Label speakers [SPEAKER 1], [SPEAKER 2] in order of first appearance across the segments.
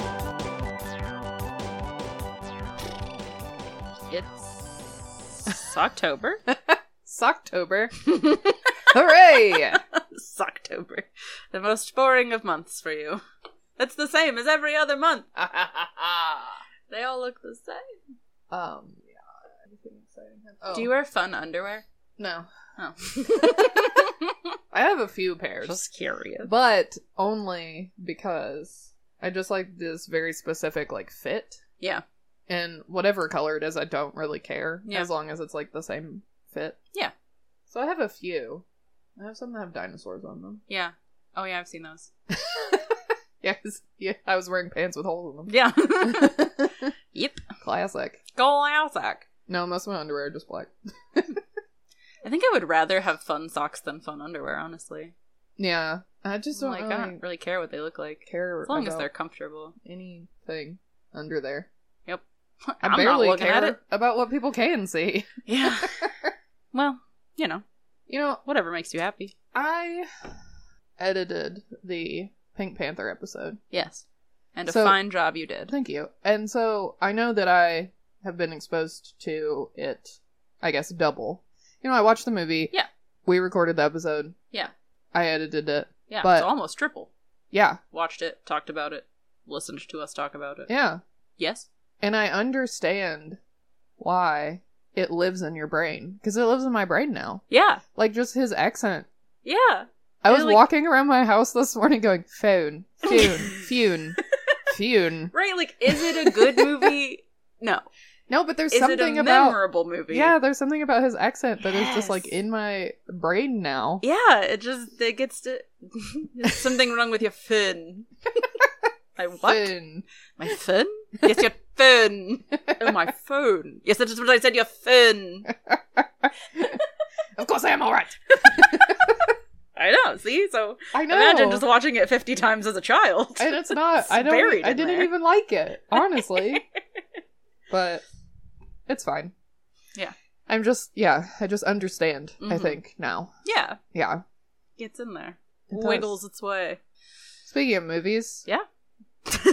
[SPEAKER 1] It's October.
[SPEAKER 2] Socktober. Hooray!
[SPEAKER 1] October. The most boring of months for you. It's the same as every other month. They all look the same.
[SPEAKER 2] um, yeah. Anything exciting? happened? Oh,
[SPEAKER 1] Do you wear fun underwear?
[SPEAKER 2] No.
[SPEAKER 1] Oh.
[SPEAKER 2] I have a few pairs.
[SPEAKER 1] Just curious.
[SPEAKER 2] but only because I just like this very specific, like, fit.
[SPEAKER 1] Yeah.
[SPEAKER 2] And whatever color it is, I don't really care.
[SPEAKER 1] Yeah.
[SPEAKER 2] As long as it's, like, the same fit.
[SPEAKER 1] Yeah.
[SPEAKER 2] So I have a few. I have some that have dinosaurs on them.
[SPEAKER 1] Yeah. Oh yeah, I've seen those.
[SPEAKER 2] Yeah, 'cause- yeah, I was wearing pants with holes in them.
[SPEAKER 1] Yeah. yep.
[SPEAKER 2] Classic.
[SPEAKER 1] Go Alzac.
[SPEAKER 2] No, most of my underwear are just black.
[SPEAKER 1] I think I would rather have fun socks than fun underwear, honestly.
[SPEAKER 2] Yeah, I just don't
[SPEAKER 1] like I
[SPEAKER 2] really
[SPEAKER 1] don't really care what they look like.
[SPEAKER 2] care
[SPEAKER 1] As long as
[SPEAKER 2] about
[SPEAKER 1] they're comfortable.
[SPEAKER 2] anything under there.
[SPEAKER 1] Yep.
[SPEAKER 2] I
[SPEAKER 1] am
[SPEAKER 2] barely
[SPEAKER 1] not looking
[SPEAKER 2] care
[SPEAKER 1] at it.
[SPEAKER 2] about what people can see.
[SPEAKER 1] Yeah. well, you know,
[SPEAKER 2] You know,
[SPEAKER 1] whatever makes you happy.
[SPEAKER 2] I edited the Pink Panther episode.
[SPEAKER 1] Yes. And a
[SPEAKER 2] So-
[SPEAKER 1] fine job you did.
[SPEAKER 2] Thank you. And so I know that I have been exposed to it, I guess, double. You know, I watched the movie.
[SPEAKER 1] Yeah.
[SPEAKER 2] We recorded the episode.
[SPEAKER 1] Yeah.
[SPEAKER 2] I edited it.
[SPEAKER 1] Yeah,
[SPEAKER 2] But-
[SPEAKER 1] it's almost triple.
[SPEAKER 2] Yeah.
[SPEAKER 1] Watched it, talked about it, listened to us talk about it.
[SPEAKER 2] Yeah.
[SPEAKER 1] Yes?
[SPEAKER 2] And I understand why it lives in your brain. Because it lives in my brain now.
[SPEAKER 1] Yeah.
[SPEAKER 2] Like, just his accent.
[SPEAKER 1] Yeah. Yeah,
[SPEAKER 2] I was
[SPEAKER 1] like-
[SPEAKER 2] walking around my house this morning going, phone, phone, phone, phone.
[SPEAKER 1] Right? Like, is it a good movie? no.
[SPEAKER 2] No, but there's
[SPEAKER 1] is
[SPEAKER 2] something
[SPEAKER 1] it a
[SPEAKER 2] about.
[SPEAKER 1] memorable movie?
[SPEAKER 2] Yeah, there's something about his accent that is just like
[SPEAKER 1] Yes.
[SPEAKER 2] in my brain now.
[SPEAKER 1] Yeah, it just, it gets to. There's something wrong with your fin. My what?
[SPEAKER 2] Phone.
[SPEAKER 1] My fin? Yes, your fin. oh, my phone. Yes, that is what I said, your fin.
[SPEAKER 2] Of course, I am all right.
[SPEAKER 1] I know, see? So
[SPEAKER 2] I know.
[SPEAKER 1] imagine just watching it 50 times as a child.
[SPEAKER 2] and it's not. I don't.
[SPEAKER 1] buried
[SPEAKER 2] I
[SPEAKER 1] in
[SPEAKER 2] didn't
[SPEAKER 1] there.
[SPEAKER 2] even like it, honestly. but it's fine.
[SPEAKER 1] Yeah.
[SPEAKER 2] I'm just. Yeah, I just understand. I
[SPEAKER 1] Mhm.
[SPEAKER 2] think now.
[SPEAKER 1] yeah,
[SPEAKER 2] Yeah.
[SPEAKER 1] gets in there.
[SPEAKER 2] It does.
[SPEAKER 1] Wiggles its way.
[SPEAKER 2] Speaking of movies,
[SPEAKER 1] Yeah.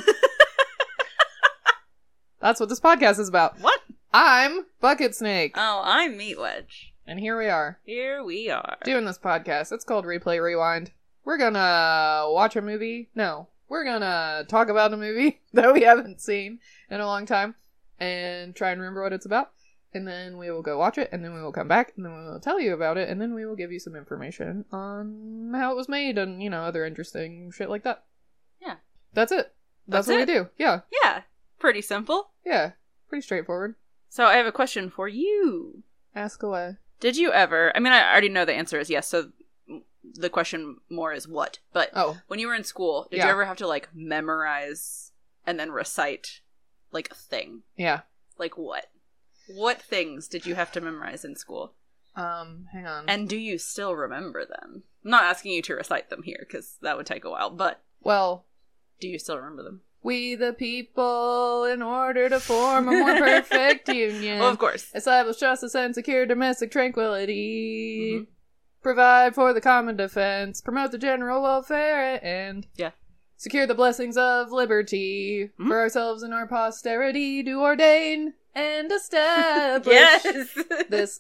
[SPEAKER 2] that's what this podcast is about.
[SPEAKER 1] What?
[SPEAKER 2] I'm Bucket Snake,
[SPEAKER 1] Oh, I'm Meat Wedge.
[SPEAKER 2] and here we are
[SPEAKER 1] Here we are.
[SPEAKER 2] doing this podcast. It's called Replay Rewind. We're gonna watch a movie. No, we're gonna talk about a movie that we haven't seen in a long time and try and remember what it's about. And then we will go watch it, and then we will come back, and then we will tell you about it, and then we will give you some information on how it was made and, you know, other interesting shit like that.
[SPEAKER 1] Yeah.
[SPEAKER 2] That's it. That's,
[SPEAKER 1] That's
[SPEAKER 2] what
[SPEAKER 1] it.
[SPEAKER 2] we do. Yeah.
[SPEAKER 1] Yeah, pretty simple.
[SPEAKER 2] Yeah. Pretty straightforward.
[SPEAKER 1] So I have a question for you.
[SPEAKER 2] Ask away.
[SPEAKER 1] Did you ever? I mean, I already know the answer is yes. So the question more is what. But
[SPEAKER 2] Oh,
[SPEAKER 1] when you were in school, did
[SPEAKER 2] Yeah.
[SPEAKER 1] you ever have to like memorize and then recite like a thing?
[SPEAKER 2] yeah.
[SPEAKER 1] Like what? What things did you have to memorize in school?
[SPEAKER 2] Um, hang on.
[SPEAKER 1] And do you still remember them? I'm not asking you to recite them here because that would take a while, but
[SPEAKER 2] well,
[SPEAKER 1] do you still remember them?
[SPEAKER 2] We the people, in order to form a more perfect union,
[SPEAKER 1] Well, of course.
[SPEAKER 2] establish justice and secure domestic tranquility,
[SPEAKER 1] Mm-hmm.
[SPEAKER 2] provide for the common defense, promote the general welfare, and
[SPEAKER 1] Yeah.
[SPEAKER 2] secure the blessings of liberty
[SPEAKER 1] Mhm.
[SPEAKER 2] for ourselves and our posterity to ordain and establish
[SPEAKER 1] Yes.
[SPEAKER 2] this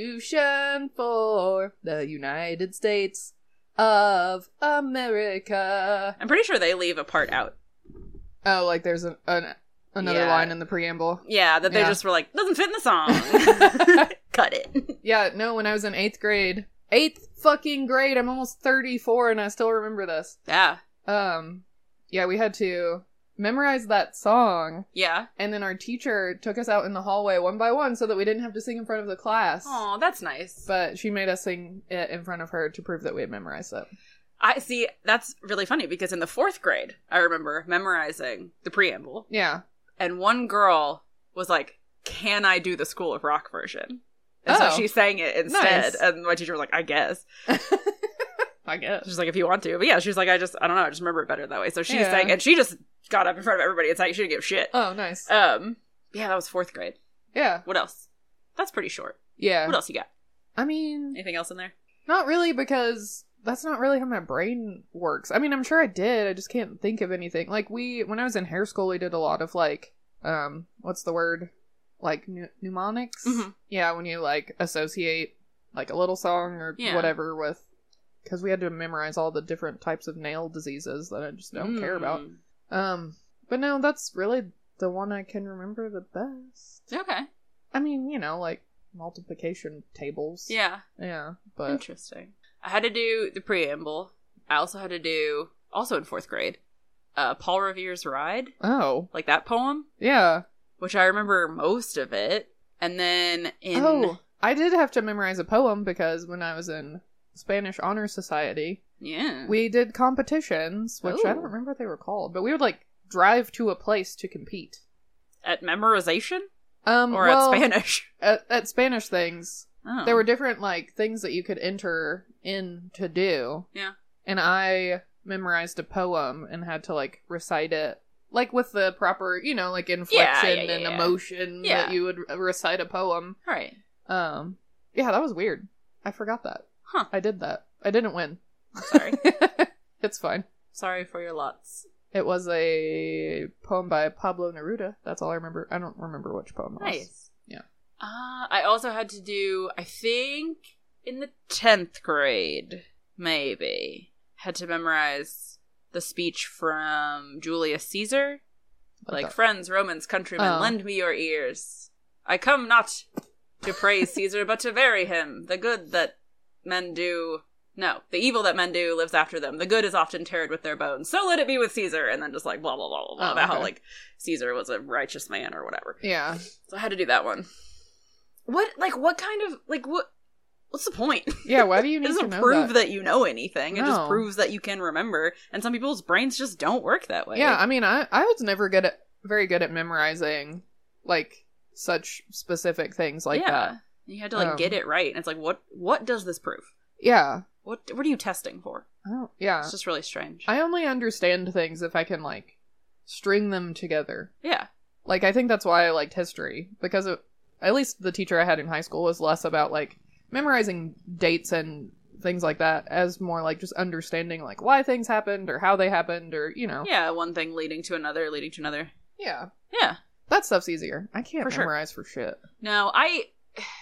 [SPEAKER 2] Constitution for the United States of America.
[SPEAKER 1] I'm pretty sure they leave a part out.
[SPEAKER 2] Oh, like there's an, an another
[SPEAKER 1] Yeah.
[SPEAKER 2] line in the preamble.
[SPEAKER 1] Yeah, that they
[SPEAKER 2] Yeah.
[SPEAKER 1] just were like, doesn't fit in the song. Cut it.
[SPEAKER 2] Yeah, no, when I was in eighth grade, Eighth fucking grade. I'm almost 34 and I still remember this.
[SPEAKER 1] Yeah.
[SPEAKER 2] Um, yeah, we had to memorize that song.
[SPEAKER 1] Yeah.
[SPEAKER 2] And then our teacher took us out in the hallway one by one so that we didn't have to sing in front of the class.
[SPEAKER 1] Oh, that's nice.
[SPEAKER 2] But she made us sing it in front of her to prove that we had memorized it.
[SPEAKER 1] I see. That's really funny because in the fourth grade, I remember memorizing the preamble,
[SPEAKER 2] Yeah.
[SPEAKER 1] and one girl was like, "Can I do the School of Rock version?" And
[SPEAKER 2] Oh.
[SPEAKER 1] so she sang it instead,
[SPEAKER 2] Nice.
[SPEAKER 1] and my teacher was like, "I guess."
[SPEAKER 2] I guess.
[SPEAKER 1] She's like, "If you want to," but yeah, she was like, "I just, I don't know, I just remember it better that way." So she
[SPEAKER 2] Yeah.
[SPEAKER 1] sang, and she just got up in front of everybody and sang. She didn't give a shit.
[SPEAKER 2] Oh, nice.
[SPEAKER 1] Um, yeah, that was fourth grade.
[SPEAKER 2] yeah.
[SPEAKER 1] What else? That's pretty short.
[SPEAKER 2] Yeah.
[SPEAKER 1] What else you got?
[SPEAKER 2] I mean,
[SPEAKER 1] Anything else in there?
[SPEAKER 2] Not really, because that's not really how my brain works. I mean, I'm sure I did. I just can't think of anything. Like we, when I was in hair school, we did a lot of like, um, what's the word? Like pneu- mnemonics.
[SPEAKER 1] Mhm.
[SPEAKER 2] Yeah, when you like associate like a little song or
[SPEAKER 1] Yeah.
[SPEAKER 2] whatever with, because we had to memorize all the different types of nail diseases that I just don't care about.
[SPEAKER 1] Mm.
[SPEAKER 2] Um, but no, that's really the one I can remember the best.
[SPEAKER 1] Okay.
[SPEAKER 2] I mean, you know, like multiplication tables.
[SPEAKER 1] Yeah.
[SPEAKER 2] Yeah, but
[SPEAKER 1] Interesting. I had to do the preamble. I also had to do, also in fourth grade, uh, Paul Revere's Ride,
[SPEAKER 2] oh
[SPEAKER 1] like that poem,
[SPEAKER 2] yeah.
[SPEAKER 1] which I remember most of it. And then in
[SPEAKER 2] Oh, I did have to memorize a poem because when I was in Spanish Honor Society,
[SPEAKER 1] yeah,
[SPEAKER 2] we did competitions, which
[SPEAKER 1] Hmm.
[SPEAKER 2] I
[SPEAKER 1] Ooh.
[SPEAKER 2] don't remember what they were called, but we would like drive to a place to compete.
[SPEAKER 1] at memorization
[SPEAKER 2] Um,
[SPEAKER 1] or
[SPEAKER 2] well,
[SPEAKER 1] at Spanish.
[SPEAKER 2] At, at Spanish things,
[SPEAKER 1] Oh.
[SPEAKER 2] there were different like things that you could enter in to do.
[SPEAKER 1] Yeah.
[SPEAKER 2] And I memorized a poem and had to like recite it, like with the proper, you know, like inflection
[SPEAKER 1] yeah,
[SPEAKER 2] and
[SPEAKER 1] yeah.
[SPEAKER 2] emotion
[SPEAKER 1] Yeah.
[SPEAKER 2] that you would recite a poem.
[SPEAKER 1] All right.
[SPEAKER 2] Um, yeah, that was weird. I forgot that.
[SPEAKER 1] Huh.
[SPEAKER 2] I did that. I didn't win.
[SPEAKER 1] Sorry.
[SPEAKER 2] it's fine.
[SPEAKER 1] Sorry for your lots.
[SPEAKER 2] It was a poem by Pablo Neruda. That's all I remember. I don't remember which poem it was.
[SPEAKER 1] Nice.
[SPEAKER 2] Yeah.
[SPEAKER 1] Uh, I also had to do, I think, in the 10th grade, maybe, had to memorize the speech from Julius Caesar. Like,
[SPEAKER 2] that.
[SPEAKER 1] friends, Romans, countrymen,
[SPEAKER 2] Oh.
[SPEAKER 1] lend me your ears. I come not to praise Caesar, but to vary him. The good that men do. No, the evil that men do lives after them. The good is often tarred with their bones. So let it be with Caesar, and then just like blah blah blah blah blah
[SPEAKER 2] Oh,
[SPEAKER 1] about how
[SPEAKER 2] okay.
[SPEAKER 1] like Caesar was a righteous man or whatever.
[SPEAKER 2] yeah.
[SPEAKER 1] So I had to do that one. What like what kind of like what what's the point?
[SPEAKER 2] Yeah, why do you
[SPEAKER 1] It
[SPEAKER 2] need to
[SPEAKER 1] doesn't
[SPEAKER 2] know
[SPEAKER 1] prove
[SPEAKER 2] that?
[SPEAKER 1] that. you know anything. It just
[SPEAKER 2] No.
[SPEAKER 1] proves that you can remember. And some people's brains just don't work that way.
[SPEAKER 2] Yeah, I mean, I I was never good at very good at memorizing like such specific things like that.
[SPEAKER 1] And you had to like
[SPEAKER 2] Um,
[SPEAKER 1] get it right. And it's like what what does this prove?
[SPEAKER 2] Yeah.
[SPEAKER 1] What what are you testing for?
[SPEAKER 2] I don't, yeah.
[SPEAKER 1] It's just really strange.
[SPEAKER 2] Uh, I only understand things if I can like string them together.
[SPEAKER 1] yeah.
[SPEAKER 2] Like I think that's why I liked history because it, at least the teacher I had in high school was less about like memorizing dates and things like that as more like just understanding like why things happened or how they happened or you know.
[SPEAKER 1] Yeah, one thing leading to another, leading to another.
[SPEAKER 2] Yeah.
[SPEAKER 1] Yeah.
[SPEAKER 2] That stuff's easier. I can't
[SPEAKER 1] For sure.
[SPEAKER 2] memorize for shit.
[SPEAKER 1] No, I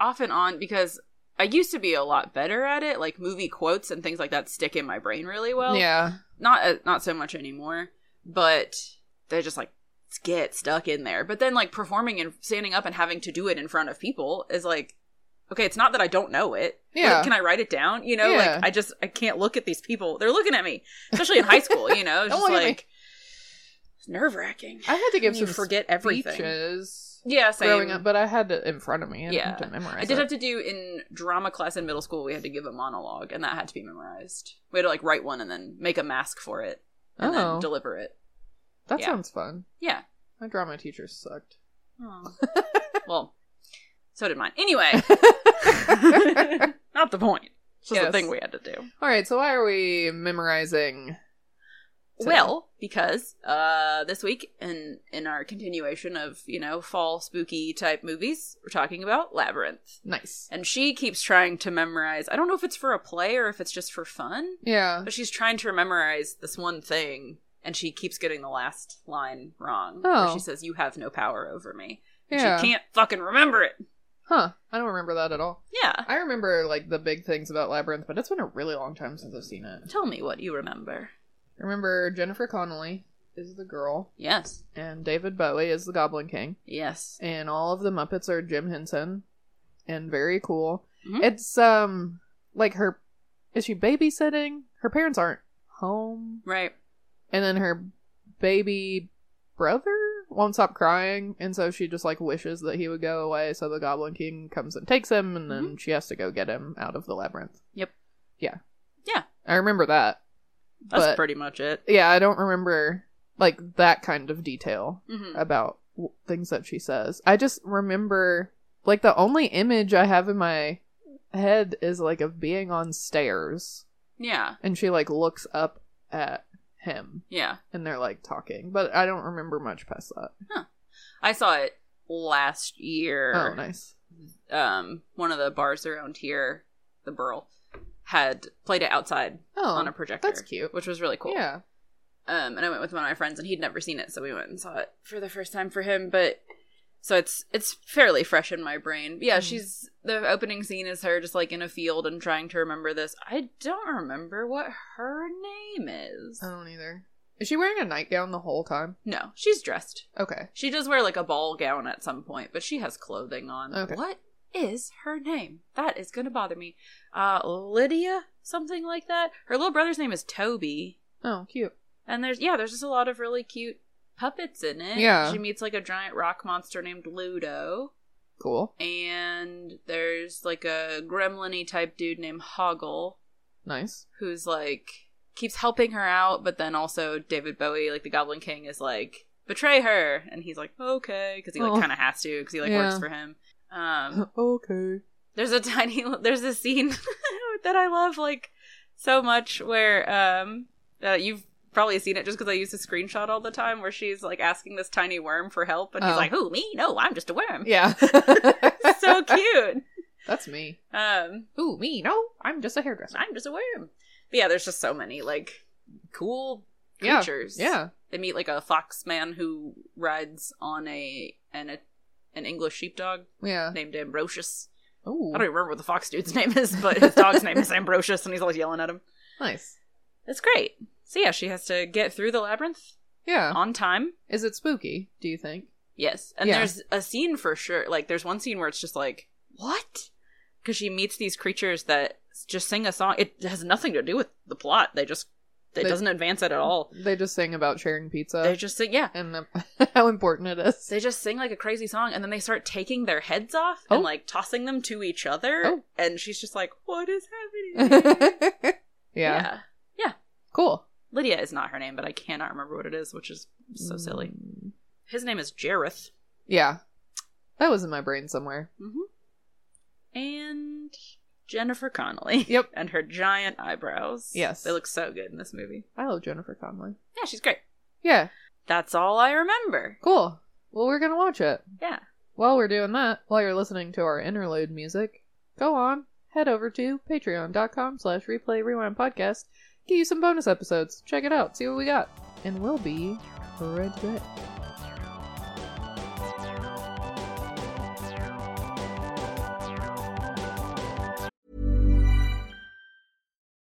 [SPEAKER 1] off and on because I used to be a lot better at it. Like movie quotes and things like that stick in my brain really well.
[SPEAKER 2] yeah.
[SPEAKER 1] not uh, not so much anymore, but they just like get stuck in there. But then like performing and standing up and having to do it in front of people is like okay, it's not that I don't know it. but
[SPEAKER 2] Yeah.
[SPEAKER 1] can I write it down? You know,
[SPEAKER 2] Yeah.
[SPEAKER 1] like I just I can't look at these people. They're looking at me, especially in high school, you know. It's
[SPEAKER 2] Don't
[SPEAKER 1] just
[SPEAKER 2] look at me.
[SPEAKER 1] like it's nerve-wracking.
[SPEAKER 2] I had to give
[SPEAKER 1] You
[SPEAKER 2] some
[SPEAKER 1] forget everything.
[SPEAKER 2] speeches
[SPEAKER 1] Yeah, same.
[SPEAKER 2] growing up, but I had it in front of me. I didn't
[SPEAKER 1] Yeah.
[SPEAKER 2] have to memorize.
[SPEAKER 1] I did
[SPEAKER 2] it.
[SPEAKER 1] have to do in drama class in middle school. We had to give a monologue, and that had to be memorized. We had to like write one and then make a mask for it and
[SPEAKER 2] Oh.
[SPEAKER 1] then deliver it.
[SPEAKER 2] That
[SPEAKER 1] yeah.
[SPEAKER 2] sounds fun.
[SPEAKER 1] Yeah.
[SPEAKER 2] My drama teacher sucked.
[SPEAKER 1] well, so did mine. Anyway, not the point. It's just
[SPEAKER 2] Yes.
[SPEAKER 1] the thing we had to do.
[SPEAKER 2] All right, so why are we memorizing? today?
[SPEAKER 1] Well, because uh, this week in in our continuation of you know fall spooky type movies, we're talking about Labyrinth,
[SPEAKER 2] nice.
[SPEAKER 1] and she keeps trying to memorize. I don't know if it's for a play or if it's just for fun,
[SPEAKER 2] Yeah.
[SPEAKER 1] but she's trying to memorize this one thing, and she keeps getting the last line wrong.
[SPEAKER 2] Oh.
[SPEAKER 1] Where she says, "You have no power over me." And
[SPEAKER 2] Yeah.
[SPEAKER 1] She can't fucking remember it.
[SPEAKER 2] Huh. I don't remember that at all.
[SPEAKER 1] Yeah.
[SPEAKER 2] I remember like the big things about Labyrinth, but it's been a really long time since I've seen it.
[SPEAKER 1] Tell me what you remember.
[SPEAKER 2] Remember Jennifer Connelly is the girl,
[SPEAKER 1] Yes.
[SPEAKER 2] and David Bowie is the Goblin King,
[SPEAKER 1] Yes.
[SPEAKER 2] and all of the Muppets are Jim Henson, and very cool.
[SPEAKER 1] Mhm.
[SPEAKER 2] It's um like her is she babysitting? Her parents aren't home.
[SPEAKER 1] Right.
[SPEAKER 2] And then her baby brother won't stop crying, and so she just like wishes that he would go away so the Goblin King comes and takes him and then she has to go get him out of the labyrinth.
[SPEAKER 1] Yep.
[SPEAKER 2] Yeah.
[SPEAKER 1] Yeah.
[SPEAKER 2] I remember that.
[SPEAKER 1] That's
[SPEAKER 2] But-
[SPEAKER 1] pretty much it.
[SPEAKER 2] Yeah, I don't remember like that kind of detail
[SPEAKER 1] hmm
[SPEAKER 2] about w- things that she says. I just remember like the only image I have in my head is like of being on stairs
[SPEAKER 1] Yeah.
[SPEAKER 2] and she like looks up at him
[SPEAKER 1] Yeah.
[SPEAKER 2] and they're like talking, but I don't remember much past that.
[SPEAKER 1] I saw it last year.
[SPEAKER 2] Oh, nice.
[SPEAKER 1] Um, one of the bars around here, the Burl, had played it outside
[SPEAKER 2] Oh,
[SPEAKER 1] on a projector.
[SPEAKER 2] that's cute.
[SPEAKER 1] Which was really cool.
[SPEAKER 2] Yeah.
[SPEAKER 1] um, and I went with one of my friends, and he'd never seen it, so we went and saw it for the first time for him. But so it's it's fairly fresh in my brain. Yeah,
[SPEAKER 2] Mhm.
[SPEAKER 1] she's the opening scene is her just like in a field and trying to remember this. I don't remember what her name is.
[SPEAKER 2] I don't either. Is she wearing a nightgown the whole time?
[SPEAKER 1] No, she's dressed.
[SPEAKER 2] Okay.
[SPEAKER 1] She does wear like a ball gown at some point, but she has clothing on.
[SPEAKER 2] Okay.
[SPEAKER 1] What is her name? That is going to bother me. Uh, Lydia, something like that. Her little brother's name is Toby.
[SPEAKER 2] Oh, cute.
[SPEAKER 1] And there's yeah, there's just a lot of really cute puppets in it.
[SPEAKER 2] Yeah.
[SPEAKER 1] She meets like a giant rock monster named Ludo.
[SPEAKER 2] Cool.
[SPEAKER 1] And there's like a gremlin type dude named Hoggle
[SPEAKER 2] Nice.
[SPEAKER 1] who's like keeps helping her out, but then also David Bowie, like the Goblin King, is like betray her, and he's like okay, because he like
[SPEAKER 2] Oh.
[SPEAKER 1] kind of has to, because he like works
[SPEAKER 2] Yeah.
[SPEAKER 1] for him. Um,
[SPEAKER 2] okay.
[SPEAKER 1] there's a tiny there's a scene that i love like so much where um uh, you've probably seen it just because i use a screenshot all the time where she's like asking this tiny worm for help and he's
[SPEAKER 2] Oh.
[SPEAKER 1] like who me no i'm just a worm
[SPEAKER 2] Yeah.
[SPEAKER 1] so cute
[SPEAKER 2] That's me.
[SPEAKER 1] um
[SPEAKER 2] Ooh, me? No, I'm just a hairdresser.
[SPEAKER 1] i'm just a worm but yeah there's just so many like cool
[SPEAKER 2] Yeah.
[SPEAKER 1] creatures
[SPEAKER 2] Yeah.
[SPEAKER 1] they meet like a fox man who rides on a an a, an english sheepdog
[SPEAKER 2] Yeah.
[SPEAKER 1] named ambrosius
[SPEAKER 2] Ooh.
[SPEAKER 1] I don't even remember what the fox dude's name is, but his dog's name is Ambrosius, and he's always yelling at him.
[SPEAKER 2] Nice.
[SPEAKER 1] It's great. So yeah, she has to get through the labyrinth
[SPEAKER 2] Yeah.
[SPEAKER 1] on time.
[SPEAKER 2] Um, Is it spooky, do you think?
[SPEAKER 1] Yes, and
[SPEAKER 2] Yeah.
[SPEAKER 1] there's a scene for sure. Like there's one scene where it's just like what? Because she meets these creatures that s- just sing a song. It has nothing to do with the plot. They just it
[SPEAKER 2] They- Uh.
[SPEAKER 1] doesn't advance it at all.
[SPEAKER 2] They just sing about sharing pizza
[SPEAKER 1] They just sing yeah.
[SPEAKER 2] and the- how important it is.
[SPEAKER 1] They just sing like a crazy song, and then they start taking their heads off and
[SPEAKER 2] Oh.
[SPEAKER 1] like tossing them to each other.
[SPEAKER 2] Oh.
[SPEAKER 1] And she's just like, "What is happening?"
[SPEAKER 2] yeah.
[SPEAKER 1] yeah,
[SPEAKER 2] Cool.
[SPEAKER 1] Lydia is not her name, but I cannot remember what it is, which is so silly.
[SPEAKER 2] Mm.
[SPEAKER 1] His name is Jareth.
[SPEAKER 2] Yeah. That was in my brain somewhere.
[SPEAKER 1] Mm-hmm. And Jennifer Connolly.
[SPEAKER 2] Yep.
[SPEAKER 1] And her giant eyebrows.
[SPEAKER 2] Yes.
[SPEAKER 1] They look so good in this movie.
[SPEAKER 2] I love Jennifer Conley.
[SPEAKER 1] Yeah, she's great.
[SPEAKER 2] Yeah.
[SPEAKER 1] That's all I remember.
[SPEAKER 2] Cool. Well, we're going to watch it.
[SPEAKER 1] Yeah.
[SPEAKER 2] While we're doing that, while you're listening to our interlude music, go on, head over to patreon.com slash replay rewind podcast, get you some bonus episodes, check it out, see what we got, and we'll be right back.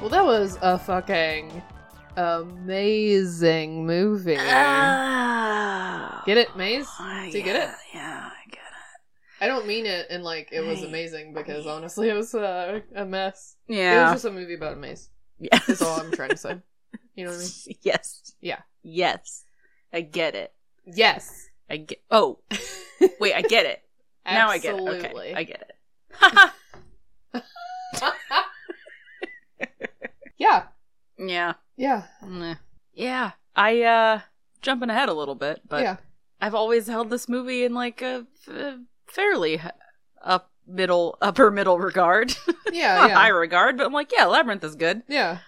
[SPEAKER 2] Well, that was a fucking amazing movie.
[SPEAKER 1] Ah.
[SPEAKER 2] get it, Maze?
[SPEAKER 1] Ah,
[SPEAKER 2] Do you get it?
[SPEAKER 1] Yeah, I get it.
[SPEAKER 2] I don't mean it in like it was amazing because honestly it was uh, a mess. It
[SPEAKER 1] Yeah.
[SPEAKER 2] was just a movie about a maze.
[SPEAKER 1] Yes.
[SPEAKER 2] That's all I'm trying to say. You know what I mean?
[SPEAKER 1] Yes.
[SPEAKER 2] Yeah.
[SPEAKER 1] Yes. I get it.
[SPEAKER 2] Yes.
[SPEAKER 1] I get. Oh, wait. I get it. now I get it. Okay.
[SPEAKER 2] Absolutely.
[SPEAKER 1] I get it.
[SPEAKER 2] yeah.
[SPEAKER 1] yeah.
[SPEAKER 2] Yeah.
[SPEAKER 1] Meh. Yeah. I uh jumping ahead a little bit, but
[SPEAKER 2] yeah.
[SPEAKER 1] I've always held this movie in like a, f- fairly h- up middle upper middle regard,
[SPEAKER 2] Oh, Yeah.
[SPEAKER 1] not high
[SPEAKER 2] Yeah.
[SPEAKER 1] regard, but I'm like, yeah, Labyrinth is good.
[SPEAKER 2] Yeah.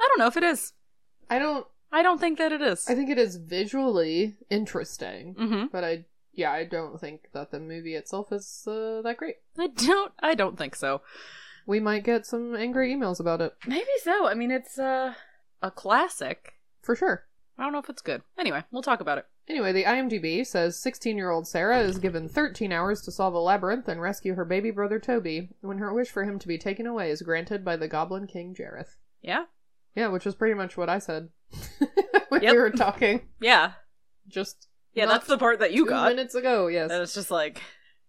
[SPEAKER 1] I don't know if it is.
[SPEAKER 2] I don't.
[SPEAKER 1] I don't think that it is.
[SPEAKER 2] I think it is visually interesting,
[SPEAKER 1] mm-hmm.
[SPEAKER 2] but I. Yeah, I don't think that the movie itself is uh, that great.
[SPEAKER 1] I don't. I don't think so.
[SPEAKER 2] We might get some angry emails about it
[SPEAKER 1] Maybe so. I mean, it's uh, a classic.
[SPEAKER 2] for sure.
[SPEAKER 1] I don't know if it's good. Anyway, we'll talk about it.
[SPEAKER 2] Anyway, the IMDb says 16 year old Sarah is given 13 hours to solve a labyrinth and rescue her baby brother Toby when her wish for him to be taken away is granted by the Goblin King Jareth.
[SPEAKER 1] Yeah.
[SPEAKER 2] Yeah, which is pretty much what I said when
[SPEAKER 1] Yep.
[SPEAKER 2] we were talking
[SPEAKER 1] Yeah.
[SPEAKER 2] just
[SPEAKER 1] Yeah.
[SPEAKER 2] not
[SPEAKER 1] that's the part that you
[SPEAKER 2] two
[SPEAKER 1] got.
[SPEAKER 2] minutes ago. Yes,
[SPEAKER 1] And it's just like,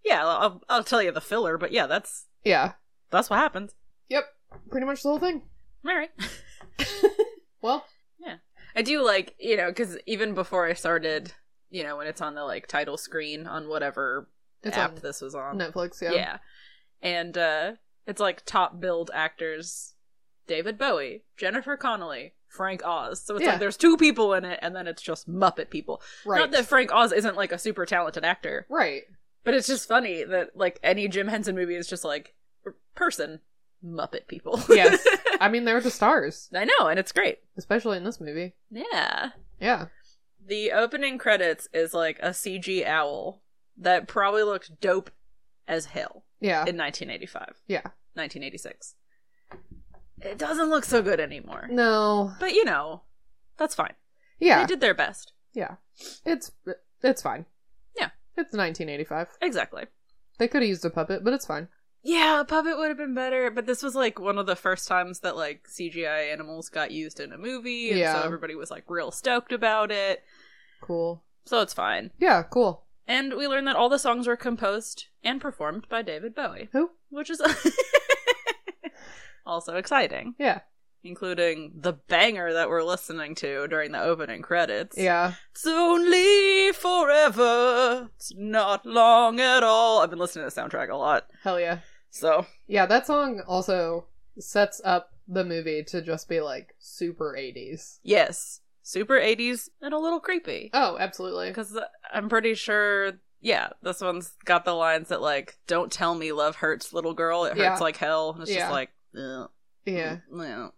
[SPEAKER 1] yeah, I'll, I'll tell you the filler, but yeah, that's
[SPEAKER 2] yeah,
[SPEAKER 1] that's what happens.
[SPEAKER 2] yep, pretty much the whole thing.
[SPEAKER 1] All right.
[SPEAKER 2] Well,
[SPEAKER 1] I do like, you know, because even before I started, you know, when it's on the like title screen on whatever
[SPEAKER 2] It's
[SPEAKER 1] app
[SPEAKER 2] on
[SPEAKER 1] this was on.
[SPEAKER 2] Netflix.
[SPEAKER 1] yeah.
[SPEAKER 2] Yeah,
[SPEAKER 1] And uh it's like top billed actors David Bowie, Jennifer Connelly, Frank Oz. So it's
[SPEAKER 2] Yeah.
[SPEAKER 1] like there's two people in it and then it's just Muppet people.
[SPEAKER 2] right,
[SPEAKER 1] Not that Frank Oz isn't like a super talented actor,
[SPEAKER 2] right,
[SPEAKER 1] but it's just funny that like any Jim Henson movie is just like person Muppet people.
[SPEAKER 2] yes. I mean, they're the stars,
[SPEAKER 1] I know, and it's great.
[SPEAKER 2] especially in this movie.
[SPEAKER 1] Yeah.
[SPEAKER 2] Yeah,
[SPEAKER 1] The opening credits is like a CG owl that probably looked dope as hell
[SPEAKER 2] yeah,
[SPEAKER 1] in 1985,
[SPEAKER 2] yeah.
[SPEAKER 1] 1986. It doesn't look so good anymore.
[SPEAKER 2] No,
[SPEAKER 1] But you know, that's fine.
[SPEAKER 2] yeah,
[SPEAKER 1] They did their best.
[SPEAKER 2] yeah. It's it's fine.
[SPEAKER 1] Yeah.
[SPEAKER 2] it's 1985.
[SPEAKER 1] Exactly.
[SPEAKER 2] They could have used a puppet, but it's fine.
[SPEAKER 1] Yeah, a puppet would have been better, but this was like one of the first times that like CGI animals got used in a movie, and
[SPEAKER 2] Yeah.
[SPEAKER 1] so everybody was like real stoked about it.
[SPEAKER 2] Cool.
[SPEAKER 1] So it's fine.
[SPEAKER 2] Yeah, cool.
[SPEAKER 1] And we learned that all the songs were composed and performed by David Bowie.
[SPEAKER 2] Who?
[SPEAKER 1] which is also exciting,
[SPEAKER 2] Yeah,
[SPEAKER 1] including the banger that we're listening to during the opening credits.
[SPEAKER 2] yeah,
[SPEAKER 1] It's only forever. It's not long at all. I've been listening to the soundtrack a lot.
[SPEAKER 2] hell yeah.
[SPEAKER 1] So,
[SPEAKER 2] Yeah, that song also sets up the movie to just be like super 80s.
[SPEAKER 1] yes, super 80s and a little creepy.
[SPEAKER 2] Oh, absolutely.
[SPEAKER 1] Because I'm pretty sure, yeah, this one's got the lines that, like, don't tell me love hurts, little girl. It hurts
[SPEAKER 2] Yeah.
[SPEAKER 1] like hell. And it's
[SPEAKER 2] Yeah.
[SPEAKER 1] just like, ugh,
[SPEAKER 2] Yeah.
[SPEAKER 1] ugh.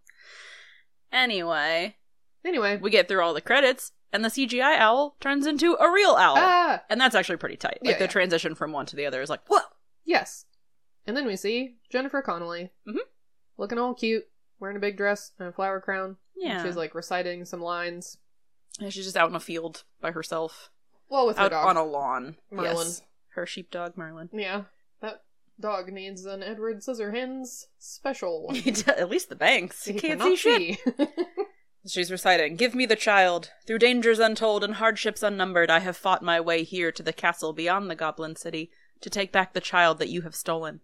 [SPEAKER 1] Anyway,
[SPEAKER 2] Anyway.
[SPEAKER 1] We get through all the credits, and the CGI owl turns into a real owl.
[SPEAKER 2] Ah,
[SPEAKER 1] and that's actually pretty tight. Like
[SPEAKER 2] Yeah,
[SPEAKER 1] the
[SPEAKER 2] yeah.
[SPEAKER 1] transition from one to the other is like, whoa!
[SPEAKER 2] yes. And then we see Jennifer Connelly
[SPEAKER 1] Mhm.
[SPEAKER 2] looking all cute, wearing a big dress and a flower crown. And
[SPEAKER 1] Yeah.
[SPEAKER 2] She's like reciting some lines.
[SPEAKER 1] And she's just out in a field by herself,
[SPEAKER 2] Well, with her
[SPEAKER 1] out
[SPEAKER 2] dog.
[SPEAKER 1] on a lawn.
[SPEAKER 2] Merlin.
[SPEAKER 1] Yes. Her sheepdog, Merlin.
[SPEAKER 2] Yeah. That dog needs an Edward Scissorhands special.
[SPEAKER 1] At least the banks. You
[SPEAKER 2] He
[SPEAKER 1] can't see
[SPEAKER 2] cannot
[SPEAKER 1] shit.
[SPEAKER 2] see.
[SPEAKER 1] She's reciting, Give me the child. Through dangers untold and hardships unnumbered, I have fought my way here to the castle beyond the goblin city to take back the child that you have stolen.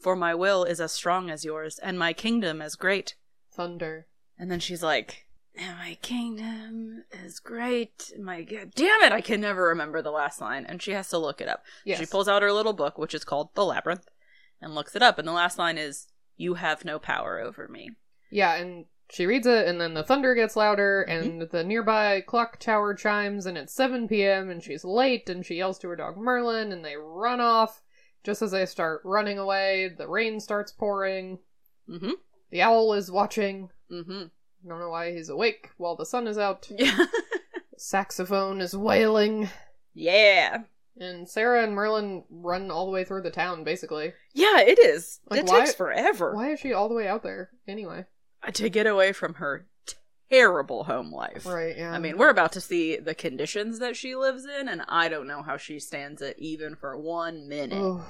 [SPEAKER 1] For my will is as strong as yours, and my kingdom as great.
[SPEAKER 2] Thunder.
[SPEAKER 1] And then she's like, "And my kingdom is great. My God, damn it, I can never remember the last line. And she has to look it up.
[SPEAKER 2] Yes.
[SPEAKER 1] She pulls out her little book, which is called The Labyrinth, and looks it up. And the last line is, You have no power over me.
[SPEAKER 2] Yeah, and she reads it, and then the thunder gets louder,
[SPEAKER 1] Mm-hmm.
[SPEAKER 2] and the nearby clock tower chimes, and it's 7 p.m., and she's late, and she yells to her dog Merlin, and they run off. Just as they start running away, the rain starts pouring.
[SPEAKER 1] Mm hmm.
[SPEAKER 2] The owl is watching.
[SPEAKER 1] Mm hmm.
[SPEAKER 2] I don't know why he's awake while the sun is out.
[SPEAKER 1] Yeah.
[SPEAKER 2] Saxophone is wailing.
[SPEAKER 1] yeah.
[SPEAKER 2] And Sarah and Merlin run all the way through the town, basically.
[SPEAKER 1] Yeah, it is.
[SPEAKER 2] Like,
[SPEAKER 1] it
[SPEAKER 2] why-
[SPEAKER 1] takes forever
[SPEAKER 2] Why is she all the way out there, anyway?
[SPEAKER 1] to get away from her terrible home life.
[SPEAKER 2] Right, yeah.
[SPEAKER 1] I mean, we're about to see the conditions that she lives in, and I don't know how she stands it even for one minute.
[SPEAKER 2] Ugh.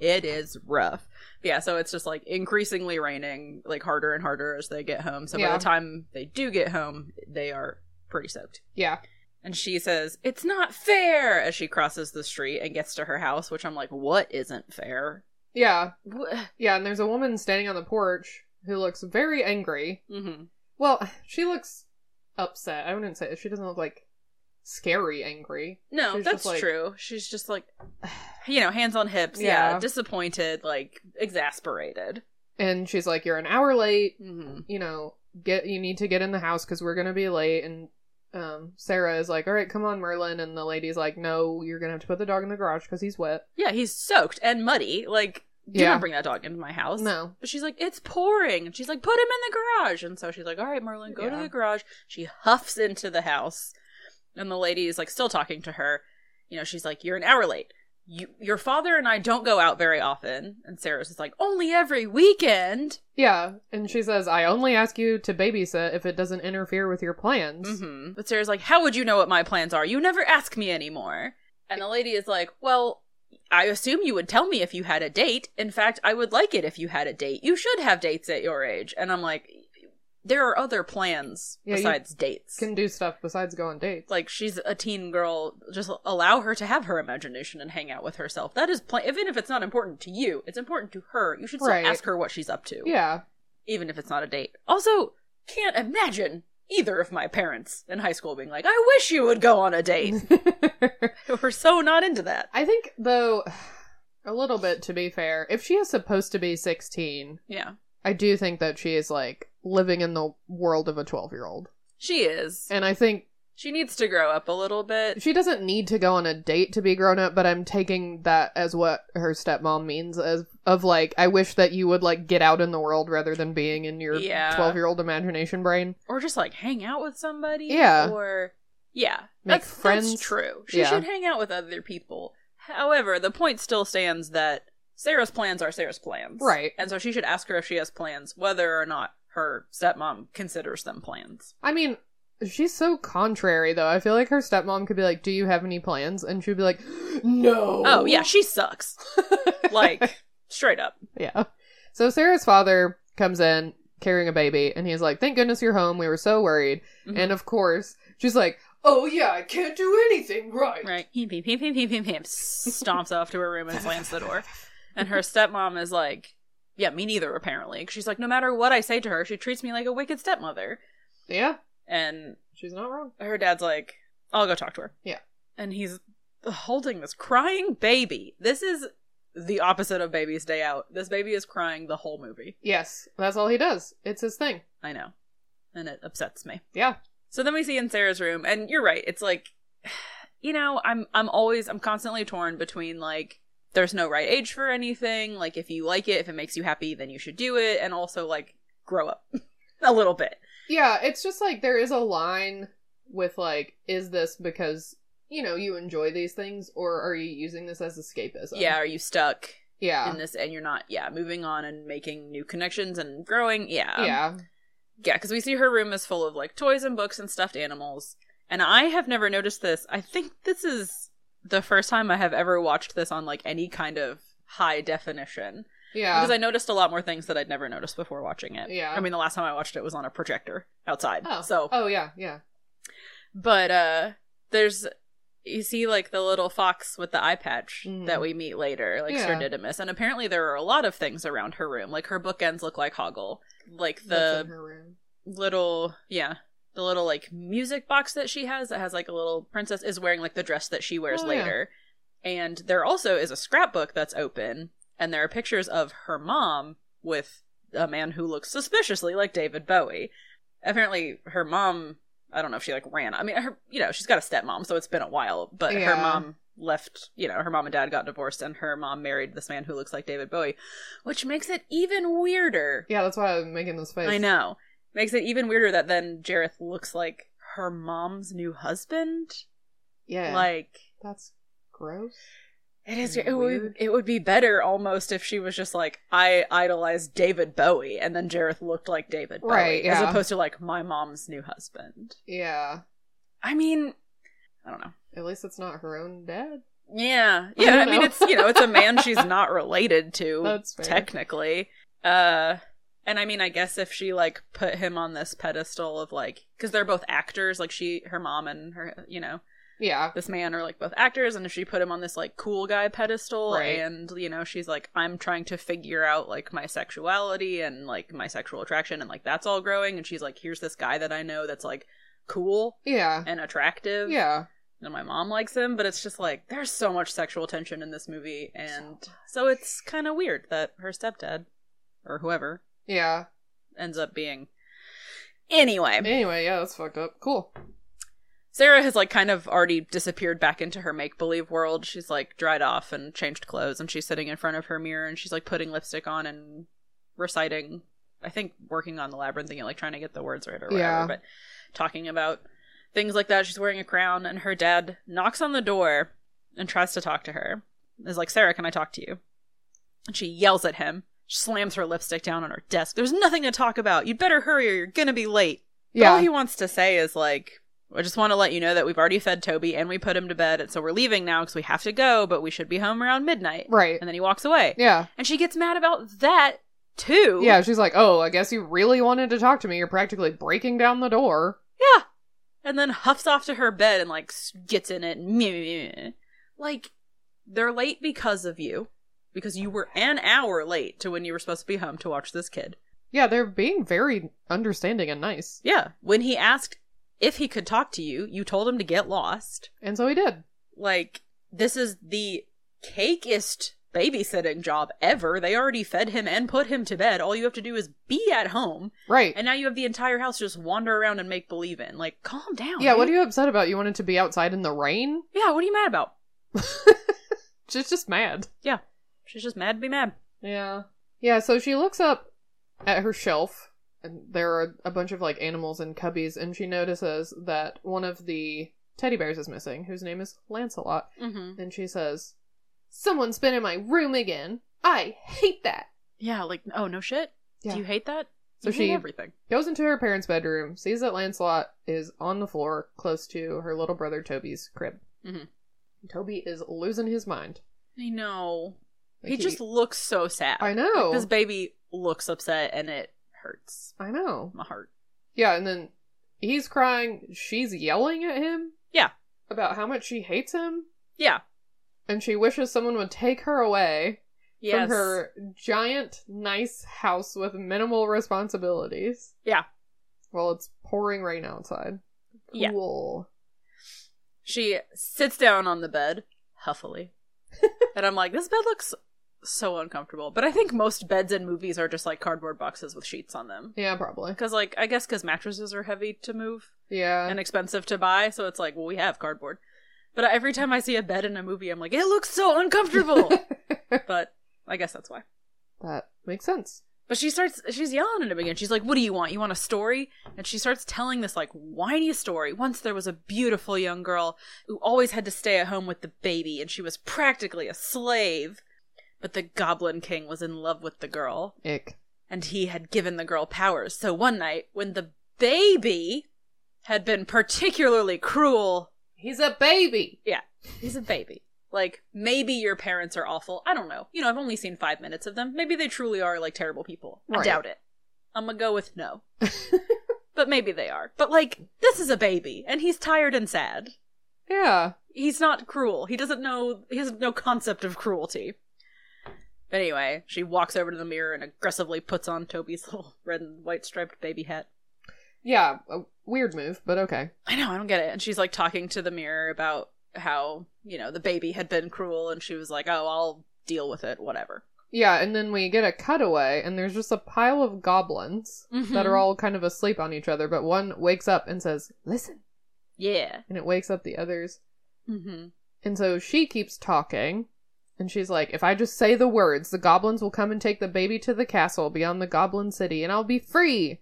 [SPEAKER 1] It is rough. Yeah, so it's just like increasingly raining, like harder and harder as they get home. So by
[SPEAKER 2] Yeah.
[SPEAKER 1] the time they do get home, they are pretty soaked.
[SPEAKER 2] Yeah.
[SPEAKER 1] And she says, It's not fair as she crosses the street and gets to her house, which I'm like, What isn't fair?
[SPEAKER 2] Yeah,
[SPEAKER 1] Mm
[SPEAKER 2] yeah, and there's a woman standing on the porch who looks very angry.
[SPEAKER 1] hmm.
[SPEAKER 2] Well, she looks upset. I wouldn't say she doesn't look like scary angry.
[SPEAKER 1] No,
[SPEAKER 2] She's just
[SPEAKER 1] that's
[SPEAKER 2] like-
[SPEAKER 1] true. She's just like, you know, hands on hips. Yeah.
[SPEAKER 2] Yeah.
[SPEAKER 1] Disappointed, like, exasperated.
[SPEAKER 2] And she's like, "You're an hour late.
[SPEAKER 1] Mm-hmm.
[SPEAKER 2] You know, get you need to get in the house because we're gonna be late." And um, Sarah is like, "All right, come on, Merlin." And the lady's like, "No, you're gonna have to put the dog in the garage because he's wet."
[SPEAKER 1] Yeah, he's soaked and muddy. Like, do
[SPEAKER 2] Yeah.
[SPEAKER 1] not bring that dog into my house.
[SPEAKER 2] No.
[SPEAKER 1] But she's like, it's pouring. And she's like, put him in the garage. And so she's like, all right, Merlin, go
[SPEAKER 2] Yeah.
[SPEAKER 1] to the garage. She huffs into the house. And the lady is like, still talking to her. You know, she's like, you're an hour late. You, your father and I don't go out very often. And Sarah's just like, only every weekend.
[SPEAKER 2] Yeah, and she says, "I only ask you to babysit if it doesn't interfere with your plans."
[SPEAKER 1] hmm But Sarah's like, how would you know what my plans are? You never ask me anymore. And the lady is like, well, I assume you would tell me if you had a date. In fact, I would like it if you had a date. You should have dates at your age. And I'm like, there are other plans
[SPEAKER 2] Yeah, you
[SPEAKER 1] besides dates.
[SPEAKER 2] Can do stuff besides go on dates.
[SPEAKER 1] like she's a teen girl, just allow her to have her imagination and hang out with herself. That is pla- even if it's not important to you, it's important to her. You should still
[SPEAKER 2] Right.
[SPEAKER 1] ask her what she's up to,
[SPEAKER 2] yeah,
[SPEAKER 1] even if it's not a date. Also, can't imagine either of my parents in high school being like, "I wish you would go on a date." We're so not into that.
[SPEAKER 2] I think though a little bit to be fair, if she is supposed to be 16,
[SPEAKER 1] Yeah,
[SPEAKER 2] I do think that she is like living in the world of a 12-year-old.
[SPEAKER 1] she is.
[SPEAKER 2] And I think
[SPEAKER 1] She needs to grow up a little bit.
[SPEAKER 2] she doesn't need to go on a date to be grown up, but I'm taking that as what her stepmom means as of like I wish that you would like get out in the world rather than being in your
[SPEAKER 1] Yeah.
[SPEAKER 2] 12-year-old imagination brain.
[SPEAKER 1] or just like hang out with somebody.
[SPEAKER 2] Yeah.
[SPEAKER 1] Or yeah,
[SPEAKER 2] Make
[SPEAKER 1] that's,
[SPEAKER 2] friends.
[SPEAKER 1] That's true. She
[SPEAKER 2] Yeah.
[SPEAKER 1] should hang out with other people. However, the point still stands that Sarah's plans are Sarah's plans,
[SPEAKER 2] Right.
[SPEAKER 1] And so she should ask her if she has plans, whether or not her stepmom considers them plans.
[SPEAKER 2] I mean, she's so contrary though. I feel like her stepmom could be like, "Do you have any plans?" and she'd be like, "No."
[SPEAKER 1] Oh yeah, she sucks. like straight up.
[SPEAKER 2] Yeah. So Sarah's father comes in carrying a baby and he's like, Thank goodness you're home. We were so worried.
[SPEAKER 1] Mhm.
[SPEAKER 2] And of course, she's like, Oh, yeah, I can't do anything right.
[SPEAKER 1] Right. Heem, heem, heem, heem, heem, heem, heem. Stomps off to her room and slams the door. And her stepmom is like, yeah, me neither, apparently. 'Cause She's like, no matter what I say to her, she treats me like a wicked stepmother.
[SPEAKER 2] Yeah,
[SPEAKER 1] And
[SPEAKER 2] she's not wrong.
[SPEAKER 1] her dad's like, I'll go talk to her.
[SPEAKER 2] Yeah.
[SPEAKER 1] And he's holding this crying baby. This is the opposite of Baby's Day Out. This baby is crying the whole movie.
[SPEAKER 2] Yes, that's all he does. It's his thing.
[SPEAKER 1] I know. And it upsets me.
[SPEAKER 2] Yeah.
[SPEAKER 1] So then we see in Sarah's room, and you're right. It's like, you know, I'm I'm always I'm constantly torn between like there's no right age for anything. Like if you like it, if it makes you happy, then you should do it, and also like grow up a little bit.
[SPEAKER 2] Yeah, it's just like there is a line with like, is this because, you know, you enjoy these things or are you using this as escapism?
[SPEAKER 1] Yeah, are you stuck
[SPEAKER 2] Yeah.
[SPEAKER 1] in this and you're not? Yeah, moving on and making new connections and growing. Yeah,
[SPEAKER 2] yeah.
[SPEAKER 1] yeah. Because we see her room is full of like toys and books and stuffed animals, and I have never noticed this. I think this is the first time I have ever watched this on like any kind of high definition.
[SPEAKER 2] Yeah.
[SPEAKER 1] Because I noticed a lot more things that I'd never noticed before watching it.
[SPEAKER 2] Yeah.
[SPEAKER 1] I mean, the last time I watched it was on a projector outside.
[SPEAKER 2] oh.
[SPEAKER 1] So,
[SPEAKER 2] Oh, yeah, yeah.
[SPEAKER 1] but uh there's you see like the little fox with the eye patch
[SPEAKER 2] Mhm.
[SPEAKER 1] that we meet later, like
[SPEAKER 2] Yeah.
[SPEAKER 1] Sir Didymus, and apparently there are a lot of things around her room. Like her bookends look like Hoggle, like
[SPEAKER 2] That's in
[SPEAKER 1] the
[SPEAKER 2] her room.
[SPEAKER 1] little yeah. The little like music box that she has that has like a little princess is wearing like the dress that she wears
[SPEAKER 2] Oh, yeah.
[SPEAKER 1] later. And there also is a scrapbook that's open, and there are pictures of her mom with a man who looks suspiciously like David Bowie. Apparently, her mom, I don't know if she like ran. I mean, her, you know, she's got a stepmom, so it's been a while, but
[SPEAKER 2] Yeah.
[SPEAKER 1] her mom left, you know, her mom and dad got divorced, and her mom married this man who looks like David Bowie, which makes it even weirder.
[SPEAKER 2] Yeah, that's why I'm making this face.
[SPEAKER 1] I know. Makes it even weirder that then Jareth looks like her mom's new husband.
[SPEAKER 2] Yeah.
[SPEAKER 1] Like,
[SPEAKER 2] That's gross.
[SPEAKER 1] It is.
[SPEAKER 2] Isn't it
[SPEAKER 1] It would,
[SPEAKER 2] weird?
[SPEAKER 1] it would be better almost if she was just like, I idolized David Bowie, and then Jareth looked like David Bowie,
[SPEAKER 2] Right,
[SPEAKER 1] as
[SPEAKER 2] yeah.
[SPEAKER 1] opposed to like my mom's new husband.
[SPEAKER 2] Yeah.
[SPEAKER 1] I mean, I don't know.
[SPEAKER 2] At least it's not her own dad.
[SPEAKER 1] Yeah,
[SPEAKER 2] I
[SPEAKER 1] yeah. I,
[SPEAKER 2] don't
[SPEAKER 1] mean,
[SPEAKER 2] know.
[SPEAKER 1] it's you know, it's a man she's not related to
[SPEAKER 2] That's fair.
[SPEAKER 1] technically. Uh, And I mean, I guess if she like put him on this pedestal of like, because they're both actors, like she, her mom, and her, you know,
[SPEAKER 2] Yeah.
[SPEAKER 1] this man are like both actors, and if she put him on this like cool guy pedestal,
[SPEAKER 2] Right.
[SPEAKER 1] and you know, she's like, I'm trying to figure out like my sexuality and like my sexual attraction, and like that's all growing, and she's like, here's this guy that I know that's like cool
[SPEAKER 2] Yeah.
[SPEAKER 1] and attractive,
[SPEAKER 2] Yeah.
[SPEAKER 1] and my mom likes him, but it's just like there's so much sexual tension in this movie, and so it's kind of weird that her stepdad or whoever
[SPEAKER 2] Yeah.
[SPEAKER 1] ends up being. Anyway,
[SPEAKER 2] Anyway, yeah, that's fucked up. Cool.
[SPEAKER 1] Sarah has like kind of already disappeared back into her make believe world. She's like dried off and changed clothes, and she's sitting in front of her mirror and she's like putting lipstick on and reciting. I think working on the labyrinth thing, and like trying to get the words right or whatever,
[SPEAKER 2] Yeah.
[SPEAKER 1] but talking about things like that. She's wearing a crown, and her dad knocks on the door and tries to talk to her. Is like, Sarah, can I talk to you? And she yells at him. She slams her lipstick down on her desk. There's nothing to talk about. You'd better hurry or you're gonna be late. But
[SPEAKER 2] Yeah.
[SPEAKER 1] All he wants to say is like, I just want to let you know that we've already fed Toby and we put him to bed, and so we're leaving now because we have to go, but we should be home around midnight.
[SPEAKER 2] Right.
[SPEAKER 1] And then he walks away.
[SPEAKER 2] Yeah.
[SPEAKER 1] And she gets mad about that too.
[SPEAKER 2] Yeah, she's like, oh, I guess you really wanted to talk to me. You're practically breaking down the door.
[SPEAKER 1] Yeah. And then huffs off to her bed and like s- gets in it. and meh, meh, meh. Like they're late because of you, because you were an hour late to when you were supposed to be home to watch this kid.
[SPEAKER 2] Yeah, they're being very understanding and nice.
[SPEAKER 1] Yeah. When he asked if he could talk to you, you told him to get lost.
[SPEAKER 2] And so he did.
[SPEAKER 1] Like this is the cakeist babysitting job ever. They already fed him and put him to bed. All you have to do is be at home.
[SPEAKER 2] Right.
[SPEAKER 1] And now you have the entire house to just wander around and make believe in. Like calm down.
[SPEAKER 2] yeah, what are
[SPEAKER 1] dude.
[SPEAKER 2] you upset about? You wanted to be outside in the rain?
[SPEAKER 1] Yeah, what are you mad about?
[SPEAKER 2] She's just mad.
[SPEAKER 1] Yeah. She's just mad to be mad.
[SPEAKER 2] Yeah. Yeah, so she looks up at her shelf, and there are a bunch of like animals in cubbies, and she notices that one of the teddy bears is missing, whose name is Lancelot.
[SPEAKER 1] Mm-hmm.
[SPEAKER 2] And she says, Someone's been in my room again. I hate that.
[SPEAKER 1] Yeah, like, oh, no shit?
[SPEAKER 2] Yeah.
[SPEAKER 1] Do you hate that?
[SPEAKER 2] So
[SPEAKER 1] You hate
[SPEAKER 2] she-
[SPEAKER 1] everything.
[SPEAKER 2] Goes into her parents' bedroom, sees that Lancelot is on the floor close to her little brother Toby's crib.
[SPEAKER 1] Mhm.
[SPEAKER 2] Toby is losing his mind.
[SPEAKER 1] I know.
[SPEAKER 2] Like,
[SPEAKER 1] he just looks so sad.
[SPEAKER 2] I know.
[SPEAKER 1] Like, this baby looks upset and it hurts
[SPEAKER 2] I know.
[SPEAKER 1] my heart.
[SPEAKER 2] Yeah, and then he's crying. She's yelling at him
[SPEAKER 1] Yeah.
[SPEAKER 2] about how much she hates him,
[SPEAKER 1] Yeah.
[SPEAKER 2] and she wishes someone would take her away
[SPEAKER 1] Yes.
[SPEAKER 2] from her giant, nice house with minimal responsibilities.
[SPEAKER 1] Yeah.
[SPEAKER 2] Well, it's pouring rain outside.
[SPEAKER 1] Yeah.
[SPEAKER 2] Cool.
[SPEAKER 1] She sits down on the bed, huffily. and I'm like, this bed looks so uncomfortable. But I think most beds in movies are just like cardboard boxes with sheets on them.
[SPEAKER 2] Yeah, probably.
[SPEAKER 1] Because, like, I guess because mattresses are heavy to move.
[SPEAKER 2] Yeah.
[SPEAKER 1] and expensive to buy, so it's like, well, we have cardboard. But every time I see a bed in a movie, I'm like, it looks so uncomfortable. but I guess that's why.
[SPEAKER 2] that makes sense.
[SPEAKER 1] But she starts, she's yelling at him again. She's like, what do you want? You want a story? And she starts telling this like whiny story. Once there was a beautiful young girl who always had to stay at home with the baby, and she was practically a slave. But the Goblin King was in love with the girl,
[SPEAKER 2] Ick.
[SPEAKER 1] and he had given the girl powers. So one night, when the baby had been particularly cruel
[SPEAKER 2] He's a baby.
[SPEAKER 1] yeah, he's a baby. Like maybe your parents are awful. I don't know. You know, I've only seen five minutes of them. Maybe they truly are like terrible people. I
[SPEAKER 2] Right.
[SPEAKER 1] doubt it. I'm gonna go with no. but maybe they are. But like, this is a baby, and he's tired and sad.
[SPEAKER 2] Yeah.
[SPEAKER 1] He's not cruel. He doesn't know. He has no concept of cruelty. But anyway, she walks over to the mirror and aggressively puts on Toby's little red and white striped baby hat.
[SPEAKER 2] Yeah. A weird move, but okay.
[SPEAKER 1] I know, I don't get it. And she's like talking to the mirror about how, you know, the baby had been cruel and she was like, oh, I'll deal with it, whatever.
[SPEAKER 2] Yeah, and then we get a cutaway, and there's just a pile of goblins that are
[SPEAKER 1] Mhm.
[SPEAKER 2] all kind of asleep on each other, but one wakes up and says, Listen.
[SPEAKER 1] Yeah.
[SPEAKER 2] And it wakes up the others.
[SPEAKER 1] hmm
[SPEAKER 2] And so she keeps talking, and she's like, If I just say the words, the goblins will come and take the baby to the castle beyond the goblin city, and I'll be free.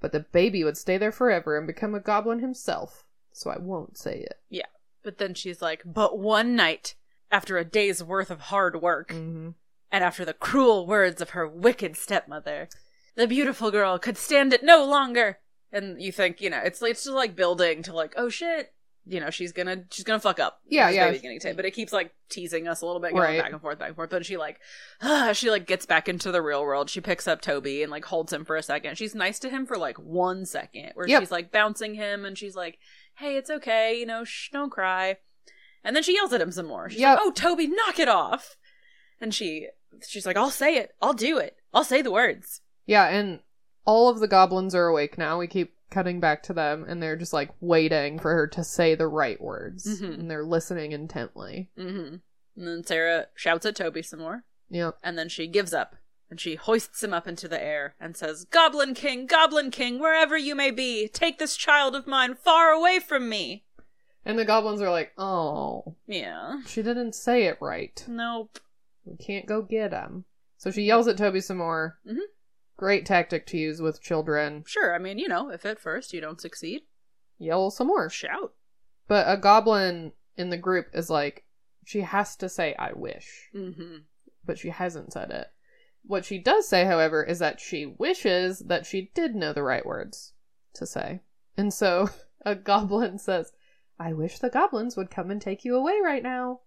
[SPEAKER 2] But the baby would stay there forever and become a goblin himself, so I won't say it.
[SPEAKER 1] Yeah. But then she's like, but one night, after a day's worth of hard work
[SPEAKER 2] Mm-hmm.
[SPEAKER 1] and after the cruel words of her wicked stepmother, the beautiful girl could stand it no longer. And you think, you know, it's, it's just like building to like, oh shit, you know she's gonna she's gonna fuck up.
[SPEAKER 2] Yeah,
[SPEAKER 1] This
[SPEAKER 2] yeah.
[SPEAKER 1] Baby's gonna take, but it keeps like teasing us a little bit, going
[SPEAKER 2] Right.
[SPEAKER 1] back and forth, back and forth. But she like she like gets back into the real world. She picks up Toby and like holds him for a second. She's nice to him for like one second, where
[SPEAKER 2] Yep.
[SPEAKER 1] she's like bouncing him and she's like, "Hey, it's okay, you know, shh, don't cry." And then she yells at him some more. She's
[SPEAKER 2] Yep.
[SPEAKER 1] like, "Oh, Toby, knock it off!" And she she's like, "I'll say it. I'll do it. I'll say the words."
[SPEAKER 2] Yeah, and all of the goblins are awake now. We keep cutting back to them, and they're just like waiting for her to say the right words,
[SPEAKER 1] Mhm.
[SPEAKER 2] and they're listening intently.
[SPEAKER 1] hmm And then Sarah shouts at Toby some more.
[SPEAKER 2] Yep.
[SPEAKER 1] and then she gives up and she hoists him up into the air and says, Goblin King, Goblin King, wherever you may be, take this child of mine far away from me.
[SPEAKER 2] And the goblins are like, "Oh,
[SPEAKER 1] Yeah.
[SPEAKER 2] she didn't say it right.
[SPEAKER 1] Nope.
[SPEAKER 2] We can't go get him." So she yells at Toby some more.
[SPEAKER 1] Mhm.
[SPEAKER 2] Great tactic to use with children.
[SPEAKER 1] Sure, I mean, you know, if at first you don't succeed,
[SPEAKER 2] Yell some more.
[SPEAKER 1] shout.
[SPEAKER 2] But a goblin in the group is like, she has to say, I wish,
[SPEAKER 1] Mm-hmm.
[SPEAKER 2] but she hasn't said it. What she does say, however, is that she wishes that she did know the right words to say. And so a goblin says, I wish the goblins would come and take you away right now.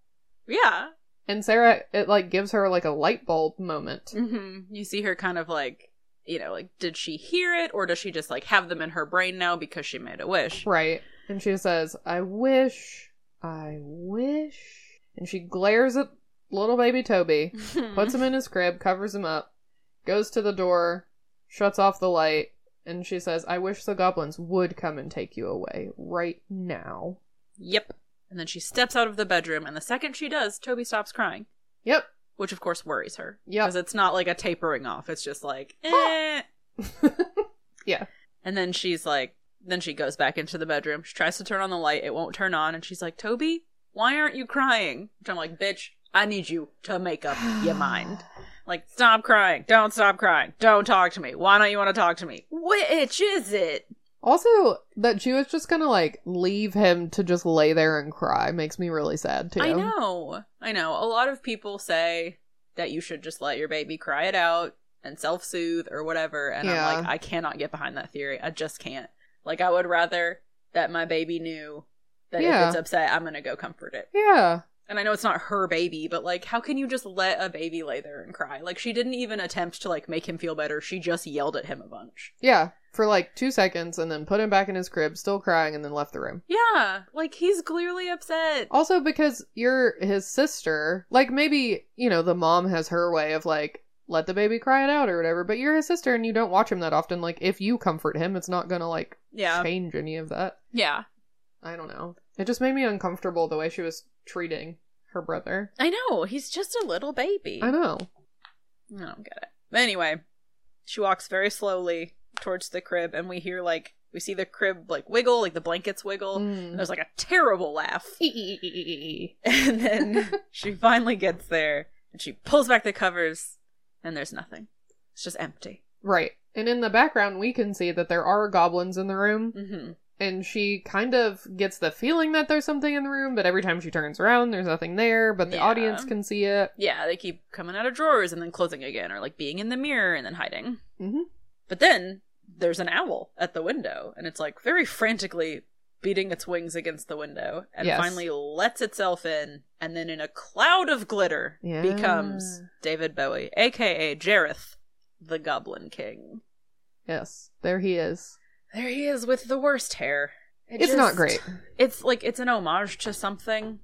[SPEAKER 1] Yeah.
[SPEAKER 2] And Sarah, it like gives her like a light bulb moment.
[SPEAKER 1] Mm-hmm. You see her kind of like, you know, like, did she hear it or does she just like have them in her brain now because she made a wish?
[SPEAKER 2] Right. And she says, I wish, I wish. And she glares at little baby Toby.
[SPEAKER 1] Mm-hmm.
[SPEAKER 2] puts him in his crib, covers him up, goes to the door, shuts off the light, and she says, I wish the goblins would come and take you away right now.
[SPEAKER 1] Yep. And then she steps out of the bedroom, and the second she does, Toby stops crying.
[SPEAKER 2] Yep.
[SPEAKER 1] which of course worries her.
[SPEAKER 2] Yep.
[SPEAKER 1] Because it's not like a tapering off. It's just like, eh.
[SPEAKER 2] Yeah.
[SPEAKER 1] And then she's like, then she goes back into the bedroom. She tries to turn on the light. It won't turn on. And she's like, Toby, why aren't you crying? Which I'm like, bitch, I need you to make up your mind. Like, stop crying. Don't stop crying. Don't talk to me. Why don't you want to talk to me? Which is it?
[SPEAKER 2] Also, that she was just gonna like leave him to just lay there and cry makes me really sad too.
[SPEAKER 1] I know. I know. A lot of people say that you should just let your baby cry it out and self soothe or whatever. And
[SPEAKER 2] Yeah.
[SPEAKER 1] I'm like, I cannot get behind that theory. I just can't. Like, I would rather that my baby knew that
[SPEAKER 2] Yeah.
[SPEAKER 1] if it's upset, I'm going to go comfort it.
[SPEAKER 2] Yeah.
[SPEAKER 1] And I know it's not her baby, but like, how can you just let a baby lay there and cry? Like, she didn't even attempt to like make him feel better. She just yelled at him a bunch.
[SPEAKER 2] Yeah. For like two seconds and then put him back in his crib, still crying, and then left the room.
[SPEAKER 1] Yeah. Like, he's clearly upset.
[SPEAKER 2] Also, because you're his sister, like maybe, you know, the mom has her way of like, let the baby cry it out or whatever, but you're his sister and you don't watch him that often. Like, if you comfort him, it's not gonna like
[SPEAKER 1] Yeah.
[SPEAKER 2] change any of that.
[SPEAKER 1] Yeah.
[SPEAKER 2] I don't know. It just made me uncomfortable the way she was treating her brother.
[SPEAKER 1] I know. He's just a little baby.
[SPEAKER 2] I know.
[SPEAKER 1] I don't get it. But anyway, she walks very slowly towards the crib, and we hear like we see the crib like wiggle, like the blankets wiggle. And
[SPEAKER 2] Mm.
[SPEAKER 1] there's like a terrible laugh, and then she finally gets there, and she pulls back the covers, and there's nothing. It's just empty.
[SPEAKER 2] Right. And in the background, we can see that there are goblins in the room,
[SPEAKER 1] Mm-hmm.
[SPEAKER 2] and she kind of gets the feeling that there's something in the room, but every time she turns around, there's nothing there, but the
[SPEAKER 1] Yeah.
[SPEAKER 2] audience can see it.
[SPEAKER 1] Yeah, they keep coming out of drawers and then closing again, or like being in the mirror and then hiding.
[SPEAKER 2] hmm
[SPEAKER 1] But then there's an owl at the window, and it's like very frantically beating its wings against the window, and
[SPEAKER 2] Yes.
[SPEAKER 1] finally lets itself in, and then in a cloud of glitter
[SPEAKER 2] Yeah.
[SPEAKER 1] becomes David Bowie, aka Jareth, the Goblin King.
[SPEAKER 2] Yes, there he is.
[SPEAKER 1] There he is with the worst hair. It
[SPEAKER 2] it's not
[SPEAKER 1] just-
[SPEAKER 2] great.
[SPEAKER 1] It's like it's an homage to something.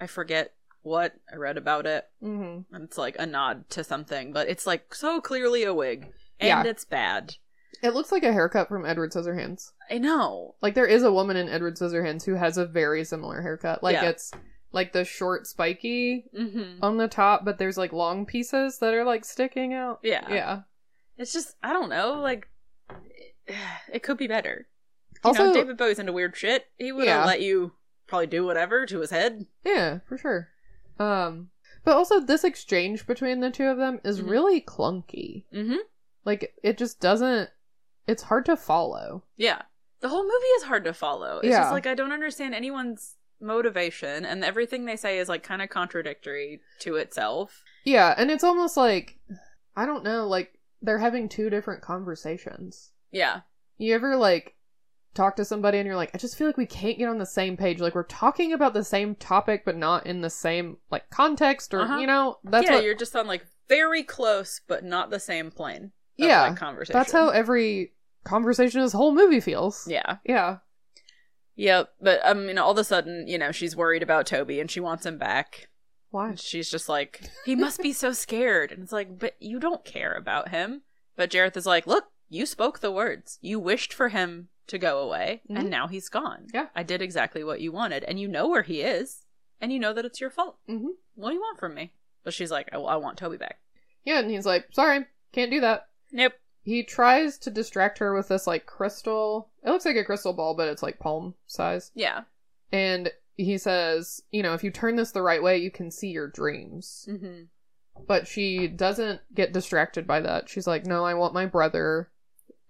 [SPEAKER 1] I forget what I read about it.
[SPEAKER 2] Mm-hmm.
[SPEAKER 1] And it's like a nod to something, but it's like so clearly a wig, and
[SPEAKER 2] Yeah.
[SPEAKER 1] it's bad.
[SPEAKER 2] It looks like a haircut from Edward Scissorhands.
[SPEAKER 1] I know.
[SPEAKER 2] Like there is a woman in Edward Scissorhands who has a very similar haircut. Like
[SPEAKER 1] Yeah.
[SPEAKER 2] it's like the short spiky
[SPEAKER 1] Mm-hmm.
[SPEAKER 2] on the top, but there's like long pieces that are like sticking out.
[SPEAKER 1] Yeah.
[SPEAKER 2] yeah.
[SPEAKER 1] It's just I don't know, like it could be better. You
[SPEAKER 2] Also,
[SPEAKER 1] know, David Bowie's into weird shit. He would have
[SPEAKER 2] Yeah.
[SPEAKER 1] let you probably do whatever to his head.
[SPEAKER 2] yeah, for sure. Um, but also this exchange between the two of them is
[SPEAKER 1] Mhm.
[SPEAKER 2] really clunky.
[SPEAKER 1] Mm-hmm.
[SPEAKER 2] Like it just doesn't. It's hard to follow.
[SPEAKER 1] Yeah. The whole movie is hard to follow. It's
[SPEAKER 2] Yeah.
[SPEAKER 1] just like I don't understand anyone's motivation and everything they say is like kind of contradictory to itself.
[SPEAKER 2] Yeah, and it's almost like I don't know. Like they're having two different conversations.
[SPEAKER 1] Yeah.
[SPEAKER 2] You ever like talk to somebody and you're like, I just feel like we can't get on the same page. Like we're talking about the same topic, but not in the same like context or
[SPEAKER 1] Uh-huh.
[SPEAKER 2] you know. That's
[SPEAKER 1] yeah,
[SPEAKER 2] what,
[SPEAKER 1] you're just on like very close, but not the same plane. Of,
[SPEAKER 2] yeah.
[SPEAKER 1] like, conversation.
[SPEAKER 2] That's how every conversation in this whole movie feels.
[SPEAKER 1] Yeah.
[SPEAKER 2] Yeah.
[SPEAKER 1] Yep. But I mean, all of a sudden, you know, she's worried about Toby and she wants him back.
[SPEAKER 2] Why?
[SPEAKER 1] And she's just like, he must be so scared. And it's like, but you don't care about him. But Jareth is like, look, you spoke the words. You wished for him to go away,
[SPEAKER 2] Mhm.
[SPEAKER 1] and now he's gone.
[SPEAKER 2] Yeah.
[SPEAKER 1] I did exactly what you wanted, and you know where he is, and you know that it's your fault.
[SPEAKER 2] Mm-hmm.
[SPEAKER 1] What do you want from me? But she's like, I, I want Toby back.
[SPEAKER 2] Yeah, and he's like, sorry, can't do that.
[SPEAKER 1] Nope.
[SPEAKER 2] He tries to distract her with this like crystal. It looks like a crystal ball, but it's like palm size.
[SPEAKER 1] Yeah.
[SPEAKER 2] And he says, you know, if you turn this the right way, you can see your dreams.
[SPEAKER 1] Mm-hmm.
[SPEAKER 2] But she doesn't get distracted by that. She's like, no, I want my brother.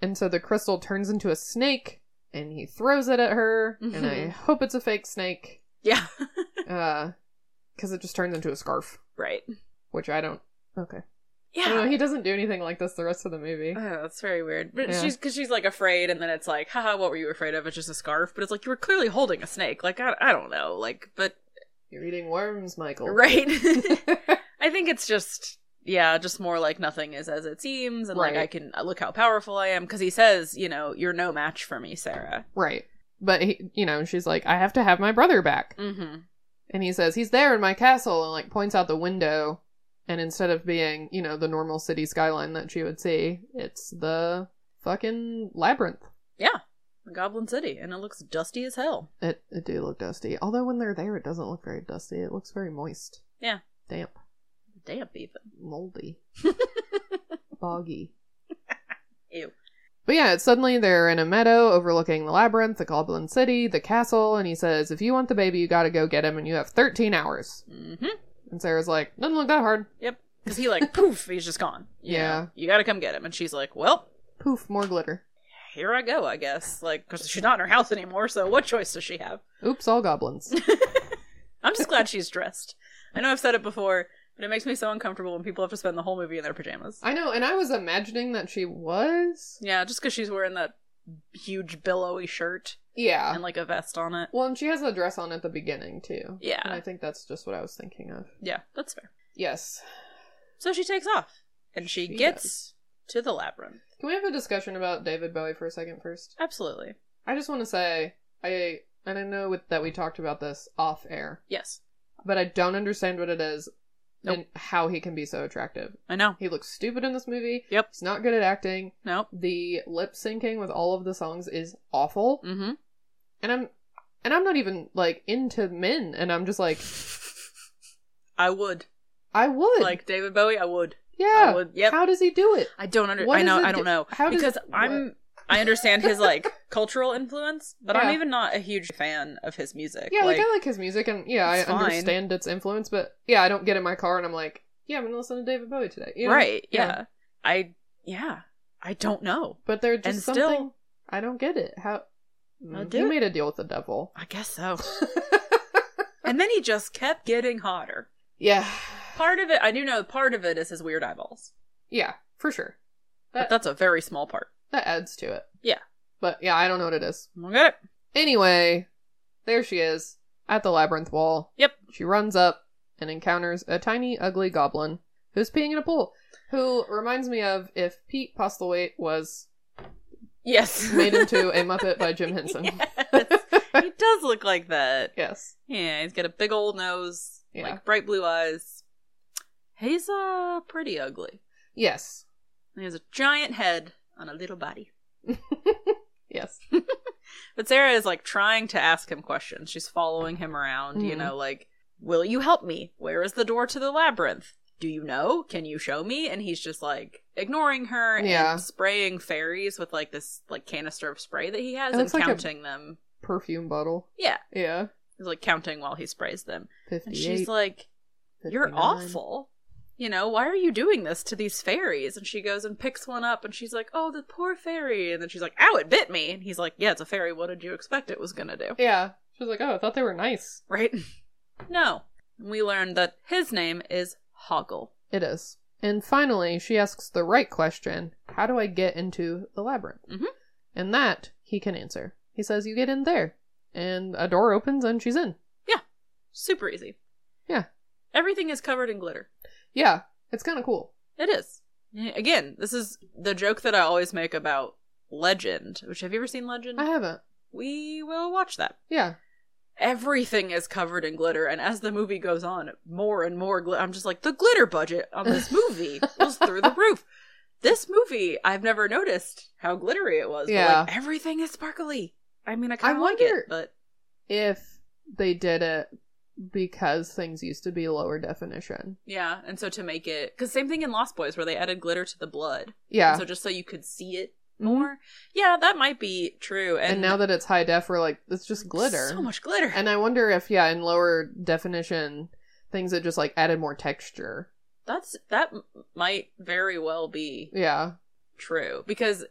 [SPEAKER 2] And so the crystal turns into a snake and he throws it at her. And I
[SPEAKER 1] Mhm.
[SPEAKER 2] hope it's a fake snake.
[SPEAKER 1] Yeah.
[SPEAKER 2] Uh, because it just turns into a scarf,
[SPEAKER 1] right.
[SPEAKER 2] which I don't. Okay. I
[SPEAKER 1] Yeah.
[SPEAKER 2] don't know, he doesn't do anything like this the rest of the movie.
[SPEAKER 1] Oh, that's very weird. But
[SPEAKER 2] Yeah.
[SPEAKER 1] she's because she's like afraid, and then it's like, haha, what were you afraid of? It's just a scarf. But it's like you were clearly holding a snake. Like I, I don't know. Like, but
[SPEAKER 2] You're eating worms, Michael.
[SPEAKER 1] right. I think it's just yeah, just more like nothing is as it seems, and like
[SPEAKER 2] Right.
[SPEAKER 1] I can uh, look how powerful I am because he says, you know, you're no match for me, Sarah.
[SPEAKER 2] right. But he, you know, she's like, I have to have my brother back.
[SPEAKER 1] Mm-hmm.
[SPEAKER 2] And he says, he's there in my castle, and like points out the window. And instead of being, you know, the normal city skyline that she would see, it's the fucking labyrinth.
[SPEAKER 1] Yeah, Goblin City, and it looks dusty as hell.
[SPEAKER 2] It, it do look dusty. Although when they're there, it doesn't look very dusty. It looks very moist,
[SPEAKER 1] Yeah,
[SPEAKER 2] damp,
[SPEAKER 1] damp even.
[SPEAKER 2] moldy, boggy.
[SPEAKER 1] Ew.
[SPEAKER 2] But yeah, it's suddenly they're in a meadow overlooking the labyrinth, the goblin city, the castle, and he says, If you want the baby, you gotta go get him, and you have 13 hours.
[SPEAKER 1] Mm-hmm.
[SPEAKER 2] And Sarah's like, Doesn't look that hard.
[SPEAKER 1] Yep. Because he like poof, he's just gone. You
[SPEAKER 2] Yeah.
[SPEAKER 1] know, you got to come get him, and she's like, well.
[SPEAKER 2] Poof, more glitter.
[SPEAKER 1] here I go, I guess. Like, because she's not in her house anymore, so what choice does she have?
[SPEAKER 2] Oops, all goblins.
[SPEAKER 1] I'm just glad she's dressed. I know I've said it before, but it makes me so uncomfortable when people have to spend the whole movie in their pajamas.
[SPEAKER 2] I know, and I was imagining that she was.
[SPEAKER 1] Yeah, just because she's wearing that huge billowy shirt
[SPEAKER 2] Yeah.
[SPEAKER 1] and like a vest on it.
[SPEAKER 2] Well, and she has a dress on at the beginning, too.
[SPEAKER 1] Yeah.
[SPEAKER 2] And I think that's just what I was thinking of.
[SPEAKER 1] Yeah, that's fair.
[SPEAKER 2] Yes.
[SPEAKER 1] So she takes off and she,
[SPEAKER 2] She
[SPEAKER 1] gets to the labyrinth.
[SPEAKER 2] Can we have a discussion about David Bowie for a second first?
[SPEAKER 1] Absolutely.
[SPEAKER 2] I just want to say, I, and I know with, that we talked about this off air,
[SPEAKER 1] Yes.
[SPEAKER 2] but I don't understand what it is
[SPEAKER 1] Nope.
[SPEAKER 2] and how he can be so attractive.
[SPEAKER 1] I know.
[SPEAKER 2] He looks stupid in this movie.
[SPEAKER 1] Yep.
[SPEAKER 2] He's not good at acting.
[SPEAKER 1] Nope.
[SPEAKER 2] The lip syncing with all of the songs is awful.
[SPEAKER 1] Mm hmm.
[SPEAKER 2] And I'm and I'm not even like into men and I'm just like
[SPEAKER 1] I would.
[SPEAKER 2] I would.
[SPEAKER 1] Like David Bowie, I would.
[SPEAKER 2] yeah.
[SPEAKER 1] I would- yep.
[SPEAKER 2] How does he do it?
[SPEAKER 1] I don't under.
[SPEAKER 2] What
[SPEAKER 1] I
[SPEAKER 2] does
[SPEAKER 1] know.
[SPEAKER 2] it
[SPEAKER 1] I
[SPEAKER 2] do-
[SPEAKER 1] don't know.
[SPEAKER 2] how does-
[SPEAKER 1] because I'm. I understand his like cultural influence, but
[SPEAKER 2] Yeah.
[SPEAKER 1] I'm even not a huge fan of his music.
[SPEAKER 2] Yeah, like, I like his music and yeah, I
[SPEAKER 1] It's fine.
[SPEAKER 2] understand its influence, but yeah, I don't get in my car and I'm like, yeah, I'm going to listen to David Bowie today. you know?
[SPEAKER 1] right. Yeah. I. Yeah. I don't know.
[SPEAKER 2] But they're just
[SPEAKER 1] And
[SPEAKER 2] something
[SPEAKER 1] still-
[SPEAKER 2] I don't get it. How
[SPEAKER 1] I'll
[SPEAKER 2] Mm,
[SPEAKER 1] do
[SPEAKER 2] he
[SPEAKER 1] it.
[SPEAKER 2] made a deal with the devil.
[SPEAKER 1] I guess so. and then he just kept getting hotter.
[SPEAKER 2] yeah.
[SPEAKER 1] Part of it, I do know. Part of it is his weird eyeballs,
[SPEAKER 2] Yeah, for sure.
[SPEAKER 1] but
[SPEAKER 2] That-
[SPEAKER 1] that's a very small part.
[SPEAKER 2] That adds to it.
[SPEAKER 1] Yeah.
[SPEAKER 2] But yeah, I don't know what it is.
[SPEAKER 1] I get it.
[SPEAKER 2] Anyway, there she is at the labyrinth wall.
[SPEAKER 1] Yep.
[SPEAKER 2] She runs up and encounters a tiny, ugly goblin who's peeing in a pool. Who reminds me of if Pete Postlewaite was
[SPEAKER 1] Yes.
[SPEAKER 2] made into a Muppet by Jim Henson.
[SPEAKER 1] Yes. he does look like that.
[SPEAKER 2] yes.
[SPEAKER 1] Yeah, he's got a big old nose,
[SPEAKER 2] Yeah.
[SPEAKER 1] like bright blue eyes. He's uh pretty ugly.
[SPEAKER 2] Yes.
[SPEAKER 1] He has a giant head on a little body.
[SPEAKER 2] Yes.
[SPEAKER 1] But Sarah is like trying to ask him questions. She's following him around, you
[SPEAKER 2] Mhm.
[SPEAKER 1] know, like, Will you help me? Where is the door to the labyrinth? Do you know? Can you show me? And he's just like ignoring her
[SPEAKER 2] Yeah.
[SPEAKER 1] and spraying fairies with like this like canister of spray that he has
[SPEAKER 2] It
[SPEAKER 1] and
[SPEAKER 2] looks like a-
[SPEAKER 1] counting them.
[SPEAKER 2] Perfume bottle.
[SPEAKER 1] Yeah.
[SPEAKER 2] Yeah.
[SPEAKER 1] He's like counting while he sprays them.
[SPEAKER 2] 58.
[SPEAKER 1] And she's like, You're
[SPEAKER 2] 59.
[SPEAKER 1] awful. You know, why are you doing this to these fairies? And she goes and picks one up and she's like, Oh, the poor fairy. And then she's like, Ow, it bit me. And he's like, Yeah, it's a fairy. What did you expect it was going to do?
[SPEAKER 2] Yeah. She's like, oh, I thought they were nice.
[SPEAKER 1] Right? no. And we learned that his name is Hoggle.
[SPEAKER 2] It is. And finally, she asks the right question How do I get into the labyrinth?
[SPEAKER 1] Mhm.
[SPEAKER 2] And that he can answer. He says, You get in there. And a door opens and she's in.
[SPEAKER 1] Yeah. Super easy.
[SPEAKER 2] Yeah.
[SPEAKER 1] Everything is covered in glitter.
[SPEAKER 2] Yeah. It's kind of cool.
[SPEAKER 1] It is. Yeah, Again, this is the joke that I always make about Legend, which have you ever seen Legend?
[SPEAKER 2] I haven't.
[SPEAKER 1] We will watch that.
[SPEAKER 2] Yeah.
[SPEAKER 1] Everything is covered in glitter, and as the movie goes on, more and more glitter. I'm just like, the glitter budget on this movie was through the roof. This movie, I've never noticed how glittery it was. But
[SPEAKER 2] Yeah.
[SPEAKER 1] like, everything is sparkly. I mean, I
[SPEAKER 2] I
[SPEAKER 1] kind of like it,
[SPEAKER 2] wonder-
[SPEAKER 1] but
[SPEAKER 2] If they did it because things used to be lower definition.
[SPEAKER 1] yeah. And so to make it, because same thing in Lost Boys where they added glitter to the blood.
[SPEAKER 2] Yeah. Mm-hmm.
[SPEAKER 1] And so just so you could see it more. Yeah, that might be true. And,
[SPEAKER 2] and, now that it's high def, we're like, it's just glitter.
[SPEAKER 1] So much glitter.
[SPEAKER 2] And I wonder if, yeah, in lower definition, things that just like added more texture.
[SPEAKER 1] That's that m- might very well be
[SPEAKER 2] Yeah.
[SPEAKER 1] true because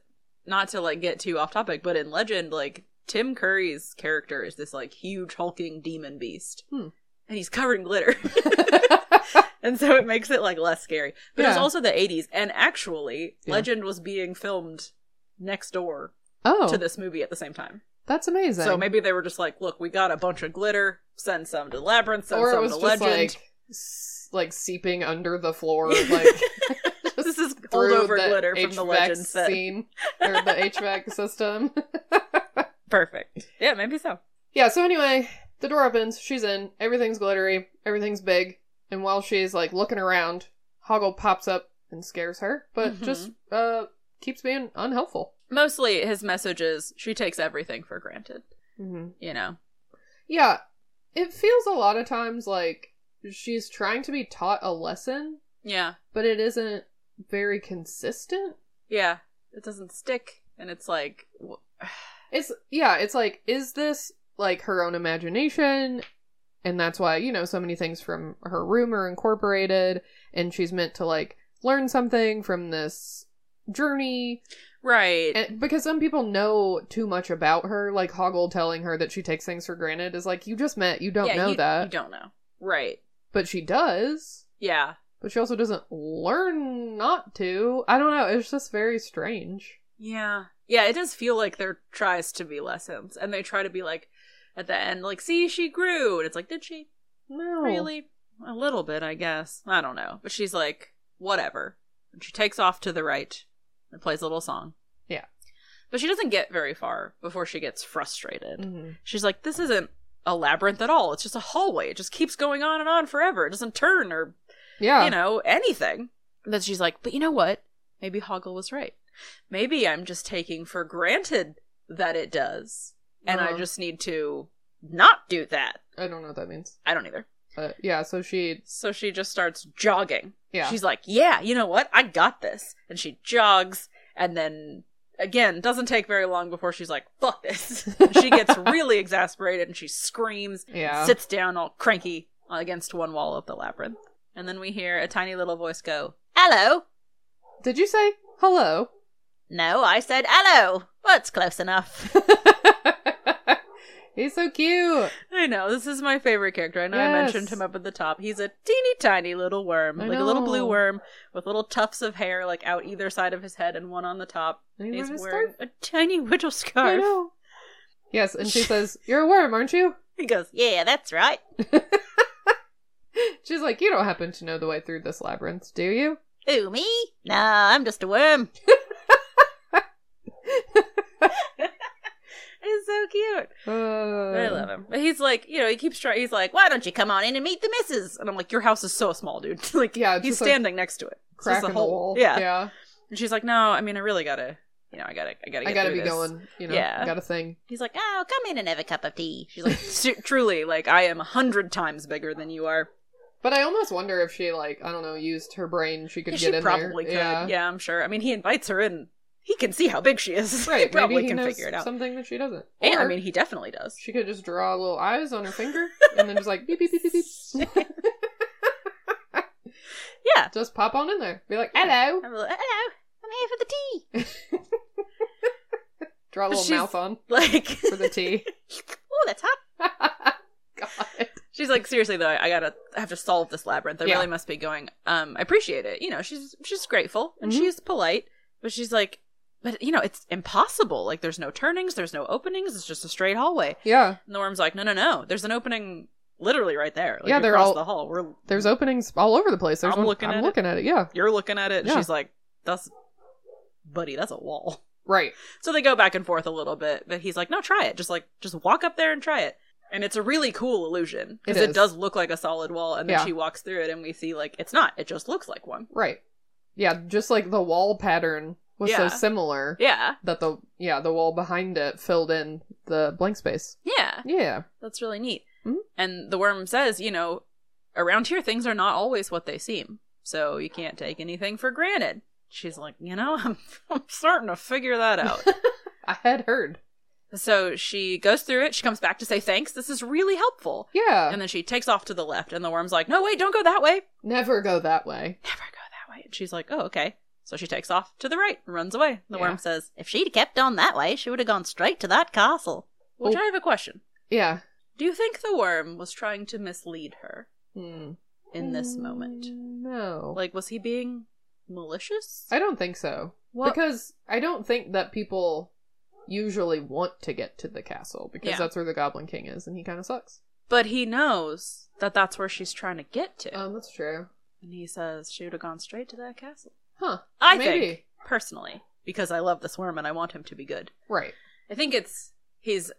[SPEAKER 1] not to like get too off topic, but in Legend, like Tim Curry's character is this like huge hulking demon beast,
[SPEAKER 2] Hmm.
[SPEAKER 1] and he's covered in glitter, and so it makes it like less scary. But it's
[SPEAKER 2] Yeah.
[SPEAKER 1] also the '80s, and actually,
[SPEAKER 2] Yeah.
[SPEAKER 1] Legend was being filmed next door
[SPEAKER 2] oh,
[SPEAKER 1] to this movie at the same time.
[SPEAKER 2] that's amazing.
[SPEAKER 1] So maybe they were just like, "Look, we got a bunch of glitter. Send some to Labyrinth. Send
[SPEAKER 2] or
[SPEAKER 1] some
[SPEAKER 2] it was
[SPEAKER 1] to
[SPEAKER 2] just
[SPEAKER 1] Legend."
[SPEAKER 2] like s- like seeping under the floor, like
[SPEAKER 1] this is
[SPEAKER 2] through
[SPEAKER 1] holdover
[SPEAKER 2] the
[SPEAKER 1] glitter from the
[SPEAKER 2] HVAC
[SPEAKER 1] Legend set.
[SPEAKER 2] scene or the HVAC system.
[SPEAKER 1] Perfect. Yeah, maybe so.
[SPEAKER 2] yeah. So anyway, the door opens. She's in. Everything's glittery. Everything's big. And while she's like looking around, Hoggle pops up and scares her, but
[SPEAKER 1] Mhm.
[SPEAKER 2] just uh keeps being unhelpful.
[SPEAKER 1] Mostly his message is she takes everything for granted,
[SPEAKER 2] Mm-hmm.
[SPEAKER 1] you know?
[SPEAKER 2] Yeah, it feels a lot of times like she's trying to be taught a lesson,
[SPEAKER 1] Yeah.
[SPEAKER 2] but it isn't very consistent.
[SPEAKER 1] Yeah. It doesn't stick. And it's like, w-
[SPEAKER 2] It's yeah, it's like is this like her own imagination? And that's why, you know, so many things from her room are incorporated and she's meant to like learn something from this journey
[SPEAKER 1] right.
[SPEAKER 2] and, because some people know too much about her like hoggle telling her that she takes things for granted is like you just met you don't
[SPEAKER 1] Yeah,
[SPEAKER 2] know
[SPEAKER 1] you-
[SPEAKER 2] that
[SPEAKER 1] You don't know. Right.
[SPEAKER 2] but she does
[SPEAKER 1] Yeah.
[SPEAKER 2] but she also doesn't learn not to. I don't know. It's just very strange.
[SPEAKER 1] Yeah. Yeah, it does feel like there tries to be lessons. And they try to be like, at the end, like, see, she grew. And it's like, did she?
[SPEAKER 2] No,
[SPEAKER 1] Really? A little bit, I guess. I don't know. But she's like, whatever. And she takes off to the right and plays a little song.
[SPEAKER 2] Yeah.
[SPEAKER 1] But she doesn't get very far before she gets frustrated.
[SPEAKER 2] Mhm.
[SPEAKER 1] She's like, this isn't a labyrinth at all. It's just a hallway. It just keeps going on and on forever. It doesn't turn or,
[SPEAKER 2] Yeah,
[SPEAKER 1] you know, anything. But she's like, but you know what? Maybe Hoggle was right. Maybe I'm just taking for granted that it does. And I
[SPEAKER 2] Uh-huh.
[SPEAKER 1] just need to not do that.
[SPEAKER 2] I don't know what that means.
[SPEAKER 1] I don't either.
[SPEAKER 2] But yeah, so she.
[SPEAKER 1] So she just starts jogging.
[SPEAKER 2] Yeah.
[SPEAKER 1] She's like, yeah, you know what? I got this. And she jogs and then again, doesn't take very long before she's like, fuck this. And she gets really exasperated and she screams,
[SPEAKER 2] Yeah.
[SPEAKER 1] sits down all cranky against one wall of the labyrinth. And then we hear a tiny little voice go, hello.
[SPEAKER 2] Did you say hello?
[SPEAKER 1] No, I said hello. That's close enough.
[SPEAKER 2] He's so cute.
[SPEAKER 1] I know, this is my favorite character. I know I
[SPEAKER 2] Yes.
[SPEAKER 1] mentioned him up at the top. He's a teeny tiny little worm,
[SPEAKER 2] I
[SPEAKER 1] like a little blue
[SPEAKER 2] know.
[SPEAKER 1] worm with little tufts of hair like out either side of his head and one on the top.
[SPEAKER 2] And he's
[SPEAKER 1] He's
[SPEAKER 2] wearing a
[SPEAKER 1] wearing a tiny little
[SPEAKER 2] I
[SPEAKER 1] scarf.
[SPEAKER 2] know. Yes, and she says, "You're a worm, aren't you?"
[SPEAKER 1] He goes, Yeah, that's right.
[SPEAKER 2] She's like, "You don't happen to know the way through this labyrinth, do you?"
[SPEAKER 1] Who, me? Nah, I'm just a worm. it's so cute.
[SPEAKER 2] Uh,
[SPEAKER 1] I love him. But he's like, you know, he keeps trying. He's like, why don't you come on in and meet the missus? And I'm like, your house is so small, dude. like,
[SPEAKER 2] Yeah, it's
[SPEAKER 1] he's
[SPEAKER 2] just, like,
[SPEAKER 1] standing next to it. It's just
[SPEAKER 2] Crack
[SPEAKER 1] a
[SPEAKER 2] in the
[SPEAKER 1] hole.
[SPEAKER 2] wall.
[SPEAKER 1] Yeah.
[SPEAKER 2] yeah.
[SPEAKER 1] And she's like, no, I mean, I really gotta, you know, I gotta, I gotta, get
[SPEAKER 2] I gotta
[SPEAKER 1] through
[SPEAKER 2] be
[SPEAKER 1] this."
[SPEAKER 2] going. You know,
[SPEAKER 1] Yeah.
[SPEAKER 2] I got a thing.
[SPEAKER 1] He's like, oh, come in and have a cup of tea. She's like, "Su- truly, like, I am a hundred times bigger than you are.
[SPEAKER 2] But I almost wonder if she like I don't know used her brain she could
[SPEAKER 1] Yeah,
[SPEAKER 2] get
[SPEAKER 1] she
[SPEAKER 2] in
[SPEAKER 1] probably
[SPEAKER 2] there.
[SPEAKER 1] could. Yeah. I'm sure. I mean, he invites her in. He can see how big she is. he
[SPEAKER 2] right.
[SPEAKER 1] probably
[SPEAKER 2] maybe he
[SPEAKER 1] can
[SPEAKER 2] knows
[SPEAKER 1] figure it out.
[SPEAKER 2] something that she doesn't.
[SPEAKER 1] and, I
[SPEAKER 2] Or
[SPEAKER 1] mean, he definitely does.
[SPEAKER 2] she could just draw little eyes on her finger and then just like beep beep beep beep beep,
[SPEAKER 1] Yeah.
[SPEAKER 2] just pop on in there. Be like hello,
[SPEAKER 1] I'm like, hello, I'm here for the tea.
[SPEAKER 2] draw a little
[SPEAKER 1] She's-
[SPEAKER 2] mouth on
[SPEAKER 1] Like,
[SPEAKER 2] for the tea.
[SPEAKER 1] oh, that's hot.
[SPEAKER 2] God,
[SPEAKER 1] She's like, seriously though, I gotta I have to solve this labyrinth. I
[SPEAKER 2] Yeah.
[SPEAKER 1] really must be going. Um, I appreciate it. You know, she's she's grateful and
[SPEAKER 2] Mhm.
[SPEAKER 1] she's polite, but she's like, But you know, it's impossible. Like there's no turnings, there's no openings, it's just a straight hallway.
[SPEAKER 2] Yeah.
[SPEAKER 1] And the worm's like, No no no, there's an opening literally right there. Like,
[SPEAKER 2] Yeah,
[SPEAKER 1] you
[SPEAKER 2] they're
[SPEAKER 1] cross
[SPEAKER 2] all-
[SPEAKER 1] the hall. We're
[SPEAKER 2] There's openings all over the place. There's
[SPEAKER 1] I'm
[SPEAKER 2] one,
[SPEAKER 1] looking
[SPEAKER 2] I'm
[SPEAKER 1] at it.
[SPEAKER 2] looking at it. Yeah.
[SPEAKER 1] you're looking at it and
[SPEAKER 2] Yeah.
[SPEAKER 1] she's like, That's buddy, that's a wall.
[SPEAKER 2] Right.
[SPEAKER 1] So they go back and forth a little bit, but he's like, No, try it. Just like just walk up there and try it. And it's a really cool illusion. Because
[SPEAKER 2] It
[SPEAKER 1] it,
[SPEAKER 2] is.
[SPEAKER 1] does look like a solid wall, and then
[SPEAKER 2] Yeah.
[SPEAKER 1] she walks through it and we see like it's not. It just looks like one.
[SPEAKER 2] Right. Yeah, just like the wall pattern was so
[SPEAKER 1] Yeah.
[SPEAKER 2] similar
[SPEAKER 1] Yeah.
[SPEAKER 2] that the yeah, the wall behind it filled in the blank space.
[SPEAKER 1] Yeah.
[SPEAKER 2] Yeah.
[SPEAKER 1] That's really neat.
[SPEAKER 2] Mhm.
[SPEAKER 1] And the worm says, you know, around here things are not always what they seem, so you can't take anything for granted. She's like, you know, I'm, I'm starting to figure that out.
[SPEAKER 2] I had heard.
[SPEAKER 1] so she goes through it. She comes back to say thanks. This is really helpful.
[SPEAKER 2] Yeah.
[SPEAKER 1] And then she takes off to the left, and the worm's like, no, wait, don't go that way.
[SPEAKER 2] Never go that way.
[SPEAKER 1] Never go that way. And she's like, oh, okay. So she takes off to the right and runs away. The
[SPEAKER 2] Yeah.
[SPEAKER 1] worm says, if she'd kept on that way, she would have gone straight to that castle. Which
[SPEAKER 2] Well-
[SPEAKER 1] I have a question.
[SPEAKER 2] Yeah.
[SPEAKER 1] Do you think the worm was trying to mislead her?
[SPEAKER 2] Hmm.
[SPEAKER 1] in this moment?
[SPEAKER 2] No.
[SPEAKER 1] Like, was he being malicious?
[SPEAKER 2] I don't think so.
[SPEAKER 1] What-
[SPEAKER 2] Because I don't think that people usually want to get to the castle because
[SPEAKER 1] Yeah.
[SPEAKER 2] that's where the Goblin King is and he kind of sucks.
[SPEAKER 1] But he knows that that's where she's trying to get to.
[SPEAKER 2] Um, that's true.
[SPEAKER 1] and he says she would have gone straight to that castle.
[SPEAKER 2] Huh.
[SPEAKER 1] I
[SPEAKER 2] Maybe.
[SPEAKER 1] think, personally, because I love this worm and I want him to be good.
[SPEAKER 2] Right.
[SPEAKER 1] I think it's he's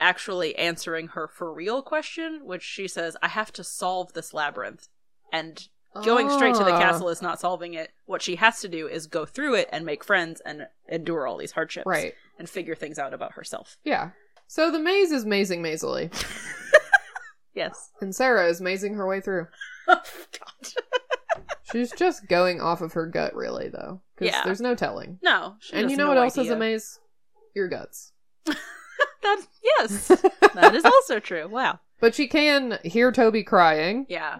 [SPEAKER 1] actually answering her for real question, which she says, I have to solve this labyrinth. And going straight to the
[SPEAKER 2] Ah.
[SPEAKER 1] castle is not solving it. What she has to do is go through it and make friends and endure all these hardships.
[SPEAKER 2] Right.
[SPEAKER 1] And figure things out about herself.
[SPEAKER 2] Yeah. So the maze is mazing mazily,
[SPEAKER 1] Yes. Oh,
[SPEAKER 2] and Sarah is mazing her way through.
[SPEAKER 1] God.
[SPEAKER 2] She's just going off of her gut, really, though. Because
[SPEAKER 1] Yeah.
[SPEAKER 2] there's no telling.
[SPEAKER 1] No. she
[SPEAKER 2] and
[SPEAKER 1] has
[SPEAKER 2] you know
[SPEAKER 1] no
[SPEAKER 2] what else is
[SPEAKER 1] idea.
[SPEAKER 2] a maze? Your guts.
[SPEAKER 1] That yes, that is also true. Wow.
[SPEAKER 2] But she can hear Toby crying.
[SPEAKER 1] Yeah.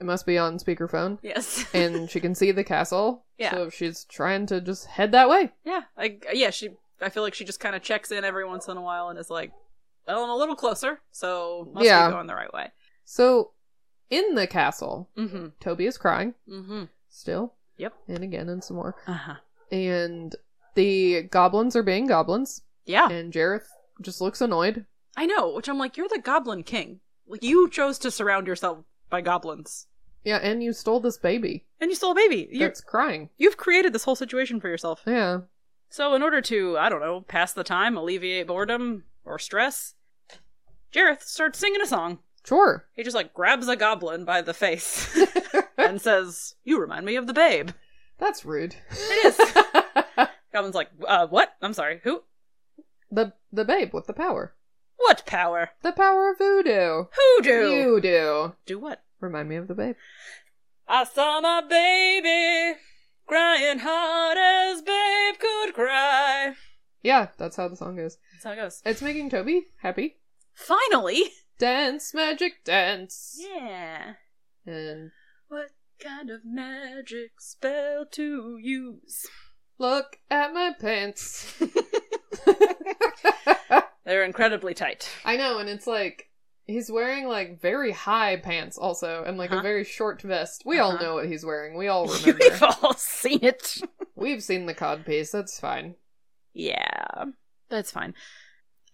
[SPEAKER 2] It must be on speakerphone.
[SPEAKER 1] Yes.
[SPEAKER 2] and she can see the castle.
[SPEAKER 1] Yeah.
[SPEAKER 2] So she's trying to just head that way.
[SPEAKER 1] yeah. I yeah. She. I feel like she just kind of checks in every once in a while and is like, "Well, I'm a little closer, so must
[SPEAKER 2] Yeah.
[SPEAKER 1] be going the right way."
[SPEAKER 2] So in the castle,
[SPEAKER 1] Mm-hmm.
[SPEAKER 2] Toby is crying
[SPEAKER 1] Mm-hmm.
[SPEAKER 2] still.
[SPEAKER 1] Yep.
[SPEAKER 2] And again and some more.
[SPEAKER 1] Uh huh.
[SPEAKER 2] And the goblins are being goblins.
[SPEAKER 1] Yeah.
[SPEAKER 2] And Jareth just looks annoyed.
[SPEAKER 1] I know. Which I'm like, you're the Goblin King. Like you chose to surround yourself by goblins,
[SPEAKER 2] Yeah, and you stole this baby.
[SPEAKER 1] and you stole a baby. You
[SPEAKER 2] It's crying.
[SPEAKER 1] you've created this whole situation for yourself.
[SPEAKER 2] Yeah.
[SPEAKER 1] So, in order to, I don't know, pass the time, alleviate boredom or stress, Jareth starts singing a song.
[SPEAKER 2] Sure.
[SPEAKER 1] He just like grabs a goblin by the face and says, "You remind me of the babe."
[SPEAKER 2] That's rude.
[SPEAKER 1] It is. Goblin's like, "Uh, what? I'm sorry. Who?
[SPEAKER 2] the the babe with the power.
[SPEAKER 1] What power?
[SPEAKER 2] The power of voodoo.
[SPEAKER 1] Who do?
[SPEAKER 2] You do.
[SPEAKER 1] Do what?
[SPEAKER 2] Remind me of the babe.
[SPEAKER 1] I saw my baby crying hard as babe could cry."
[SPEAKER 2] Yeah, that's how the song goes.
[SPEAKER 1] That's how it goes.
[SPEAKER 2] It's making Toby happy.
[SPEAKER 1] Finally.
[SPEAKER 2] Dance, magic, dance.
[SPEAKER 1] Yeah.
[SPEAKER 2] And
[SPEAKER 1] What kind of magic spell to use?
[SPEAKER 2] look at my pants.
[SPEAKER 1] They're incredibly tight.
[SPEAKER 2] I know, and it's like he's wearing like very high pants also, and like a
[SPEAKER 1] Uh-huh.
[SPEAKER 2] very short vest. We all
[SPEAKER 1] Uh-huh.
[SPEAKER 2] know what he's wearing. We all remember.
[SPEAKER 1] You've all seen it.
[SPEAKER 2] We've seen the codpiece. That's fine.
[SPEAKER 1] Yeah, that's fine.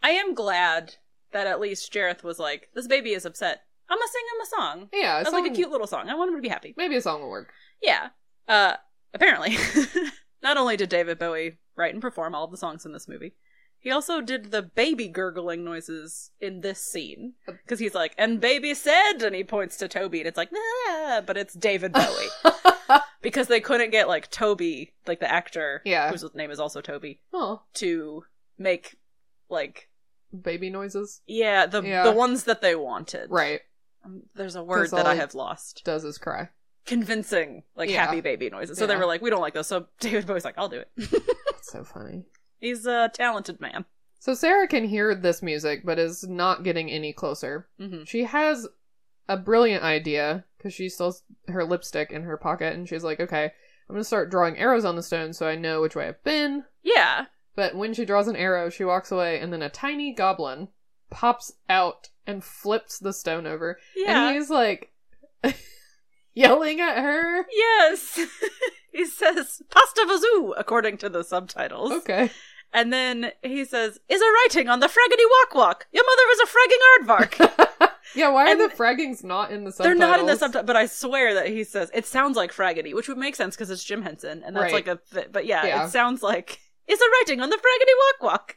[SPEAKER 1] I am glad that at least Jareth was like, this baby is upset. I'm gonna sing him a song.
[SPEAKER 2] Yeah,
[SPEAKER 1] That's
[SPEAKER 2] song,
[SPEAKER 1] like a cute little song. I want him to be happy.
[SPEAKER 2] Maybe a song will work.
[SPEAKER 1] Yeah. Uh, apparently, not only did David Bowie write and perform all of the songs in this movie, he also did the baby gurgling noises in this scene because he's like, "And baby said," and he points to Toby, and it's like, "Ah," but it's David Bowie because they couldn't get like Toby, like the actor,
[SPEAKER 2] Yeah.
[SPEAKER 1] whose name is also Toby,
[SPEAKER 2] Oh,
[SPEAKER 1] to make like
[SPEAKER 2] baby noises.
[SPEAKER 1] yeah the
[SPEAKER 2] Yeah.
[SPEAKER 1] the ones that they wanted.
[SPEAKER 2] Right.
[SPEAKER 1] Um, there's a word
[SPEAKER 2] 'Cause
[SPEAKER 1] that
[SPEAKER 2] all
[SPEAKER 1] I
[SPEAKER 2] he-
[SPEAKER 1] have lost.
[SPEAKER 2] Does his cry.
[SPEAKER 1] Convincing like
[SPEAKER 2] Yeah.
[SPEAKER 1] happy baby noises. So they
[SPEAKER 2] Yeah.
[SPEAKER 1] were like, we don't like those. So David Bowie's like, I'll do it.
[SPEAKER 2] That's so funny.
[SPEAKER 1] He's a talented man.
[SPEAKER 2] So Sarah can hear this music, but is not getting any closer.
[SPEAKER 1] hmm
[SPEAKER 2] She has a brilliant idea because she still has her lipstick in her pocket, and she's like, "Okay, I'm gonna start drawing arrows on the stone so I know which way I've been."
[SPEAKER 1] Yeah.
[SPEAKER 2] But when she draws an arrow, she walks away, and then a tiny goblin pops out and flips the stone over,
[SPEAKER 1] Yeah.
[SPEAKER 2] and he's like yelling at her.
[SPEAKER 1] Yes. He says pasta vazoo, according to the subtitles.
[SPEAKER 2] Okay.
[SPEAKER 1] And then he says, is a writing on the fraggedy walk walk. Your mother is a fragging aardvark.
[SPEAKER 2] Yeah, why are
[SPEAKER 1] And-
[SPEAKER 2] the fraggings not in the
[SPEAKER 1] They're
[SPEAKER 2] subtitles?
[SPEAKER 1] not in the subtitle, but I swear that he says it sounds like Fraggedy, which would make sense because it's Jim Henson, and that's like
[SPEAKER 2] Right.
[SPEAKER 1] a. Th- but yeah,
[SPEAKER 2] Yeah.
[SPEAKER 1] it sounds like it's a writing on the Fraggedy Walk Walk.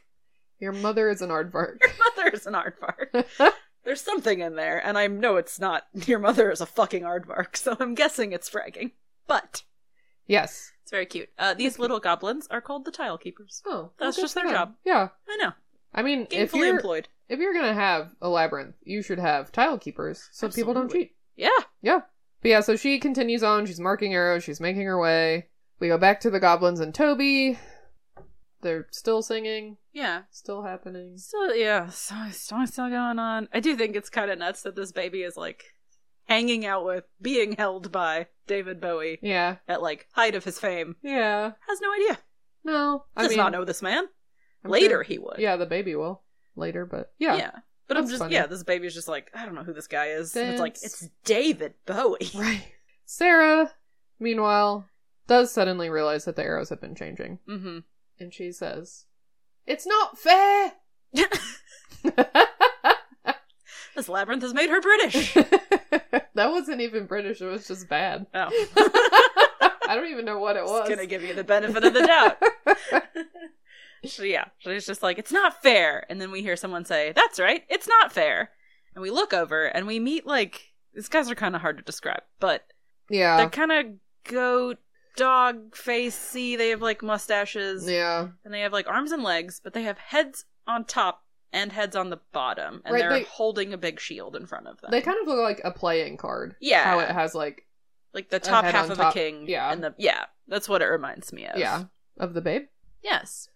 [SPEAKER 2] Your mother is an aardvark.
[SPEAKER 1] Mother is an aardvark. There's something in there, and I know it's not. Your mother is a fucking aardvark, so I'm guessing it's fragging. But
[SPEAKER 2] yes.
[SPEAKER 1] it's very cute. Uh, these little goblins are called the Tile Keepers.
[SPEAKER 2] Oh, well,
[SPEAKER 1] That's
[SPEAKER 2] good
[SPEAKER 1] just
[SPEAKER 2] for
[SPEAKER 1] their
[SPEAKER 2] them.
[SPEAKER 1] job.
[SPEAKER 2] Yeah.
[SPEAKER 1] I know,
[SPEAKER 2] I mean, if
[SPEAKER 1] gainfully
[SPEAKER 2] you're
[SPEAKER 1] employed.
[SPEAKER 2] if you're gonna have a labyrinth, you should have tile keepers so people don't
[SPEAKER 1] Absolutely.
[SPEAKER 2] cheat.
[SPEAKER 1] Yeah,
[SPEAKER 2] Yeah. But yeah, so she continues on. She's marking arrows. She's making her way. We go back to the goblins and Toby. They're still singing.
[SPEAKER 1] yeah.
[SPEAKER 2] Still happening.
[SPEAKER 1] So yeah, so so still going on. I do think it's kind of nuts that this baby is like hanging out with, being held by David Bowie
[SPEAKER 2] Yeah.
[SPEAKER 1] at like height of his fame.
[SPEAKER 2] Yeah.
[SPEAKER 1] Has no idea.
[SPEAKER 2] No. I
[SPEAKER 1] Does
[SPEAKER 2] mean,
[SPEAKER 1] not know this man.
[SPEAKER 2] I'm
[SPEAKER 1] Later
[SPEAKER 2] sure-
[SPEAKER 1] he would.
[SPEAKER 2] Yeah, the baby will later, but yeah.
[SPEAKER 1] But I'm
[SPEAKER 2] That's
[SPEAKER 1] just
[SPEAKER 2] funny.
[SPEAKER 1] yeah, this baby's just like I don't know who this guy is. And It's like
[SPEAKER 2] That's-
[SPEAKER 1] it's David Bowie.
[SPEAKER 2] Right. Sarah, meanwhile, does suddenly realize that the arrows have been changing,
[SPEAKER 1] Mm-hmm.
[SPEAKER 2] and she says, "It's not fair."
[SPEAKER 1] This labyrinth has made her British.
[SPEAKER 2] that wasn't even British. It was just bad.
[SPEAKER 1] Oh,
[SPEAKER 2] I don't even know what it was.
[SPEAKER 1] just gonna give you the benefit of the doubt. So, yeah, she's just like it's not fair. And then we hear someone say, "That's right, it's not fair." And we look over and we meet like these guys are kind of hard to describe, but they're
[SPEAKER 2] yeah.
[SPEAKER 1] kind of goat dog facey. They have like mustaches.
[SPEAKER 2] Yeah.
[SPEAKER 1] and they have like arms and legs, but they have heads on top and heads on the bottom, and
[SPEAKER 2] Right,
[SPEAKER 1] they're
[SPEAKER 2] they-
[SPEAKER 1] holding a big shield in front of them.
[SPEAKER 2] They kind of look like a playing card.
[SPEAKER 1] Yeah.
[SPEAKER 2] How it has like
[SPEAKER 1] like the
[SPEAKER 2] a
[SPEAKER 1] top
[SPEAKER 2] head
[SPEAKER 1] half
[SPEAKER 2] on
[SPEAKER 1] of a
[SPEAKER 2] top.
[SPEAKER 1] king,
[SPEAKER 2] Yeah.
[SPEAKER 1] and the yeah, that's what it reminds me of.
[SPEAKER 2] yeah of the babe.
[SPEAKER 1] yes.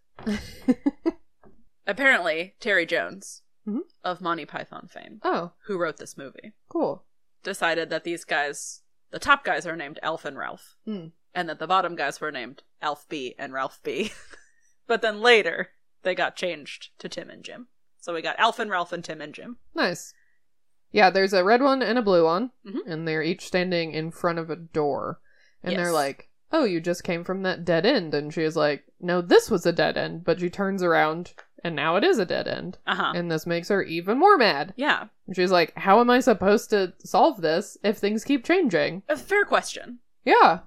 [SPEAKER 1] Apparently, Terry Jones
[SPEAKER 2] Mhm.
[SPEAKER 1] of Monty Python fame,
[SPEAKER 2] Oh,
[SPEAKER 1] who wrote this movie,
[SPEAKER 2] cool.
[SPEAKER 1] decided that these guys, the top guys, are named Alf and Ralph,
[SPEAKER 2] Hmm.
[SPEAKER 1] and that the bottom guys were named Alf B and Ralph B. but then later, they got changed to Tim and Jim. So we got Alf and Ralph and Tim and Jim.
[SPEAKER 2] Nice. Yeah, there's a red one and a blue one,
[SPEAKER 1] Mhm.
[SPEAKER 2] and they're each standing in front of a door. And they're
[SPEAKER 1] Yes.
[SPEAKER 2] like, Oh, you just came from that dead end. And she is like, No, this was a dead end. But she turns around, and now it is a dead end.
[SPEAKER 1] Uh huh.
[SPEAKER 2] And this makes her even more mad.
[SPEAKER 1] Yeah.
[SPEAKER 2] And she's like, How am I supposed to solve this if things keep changing?
[SPEAKER 1] A fair question.
[SPEAKER 2] Yeah.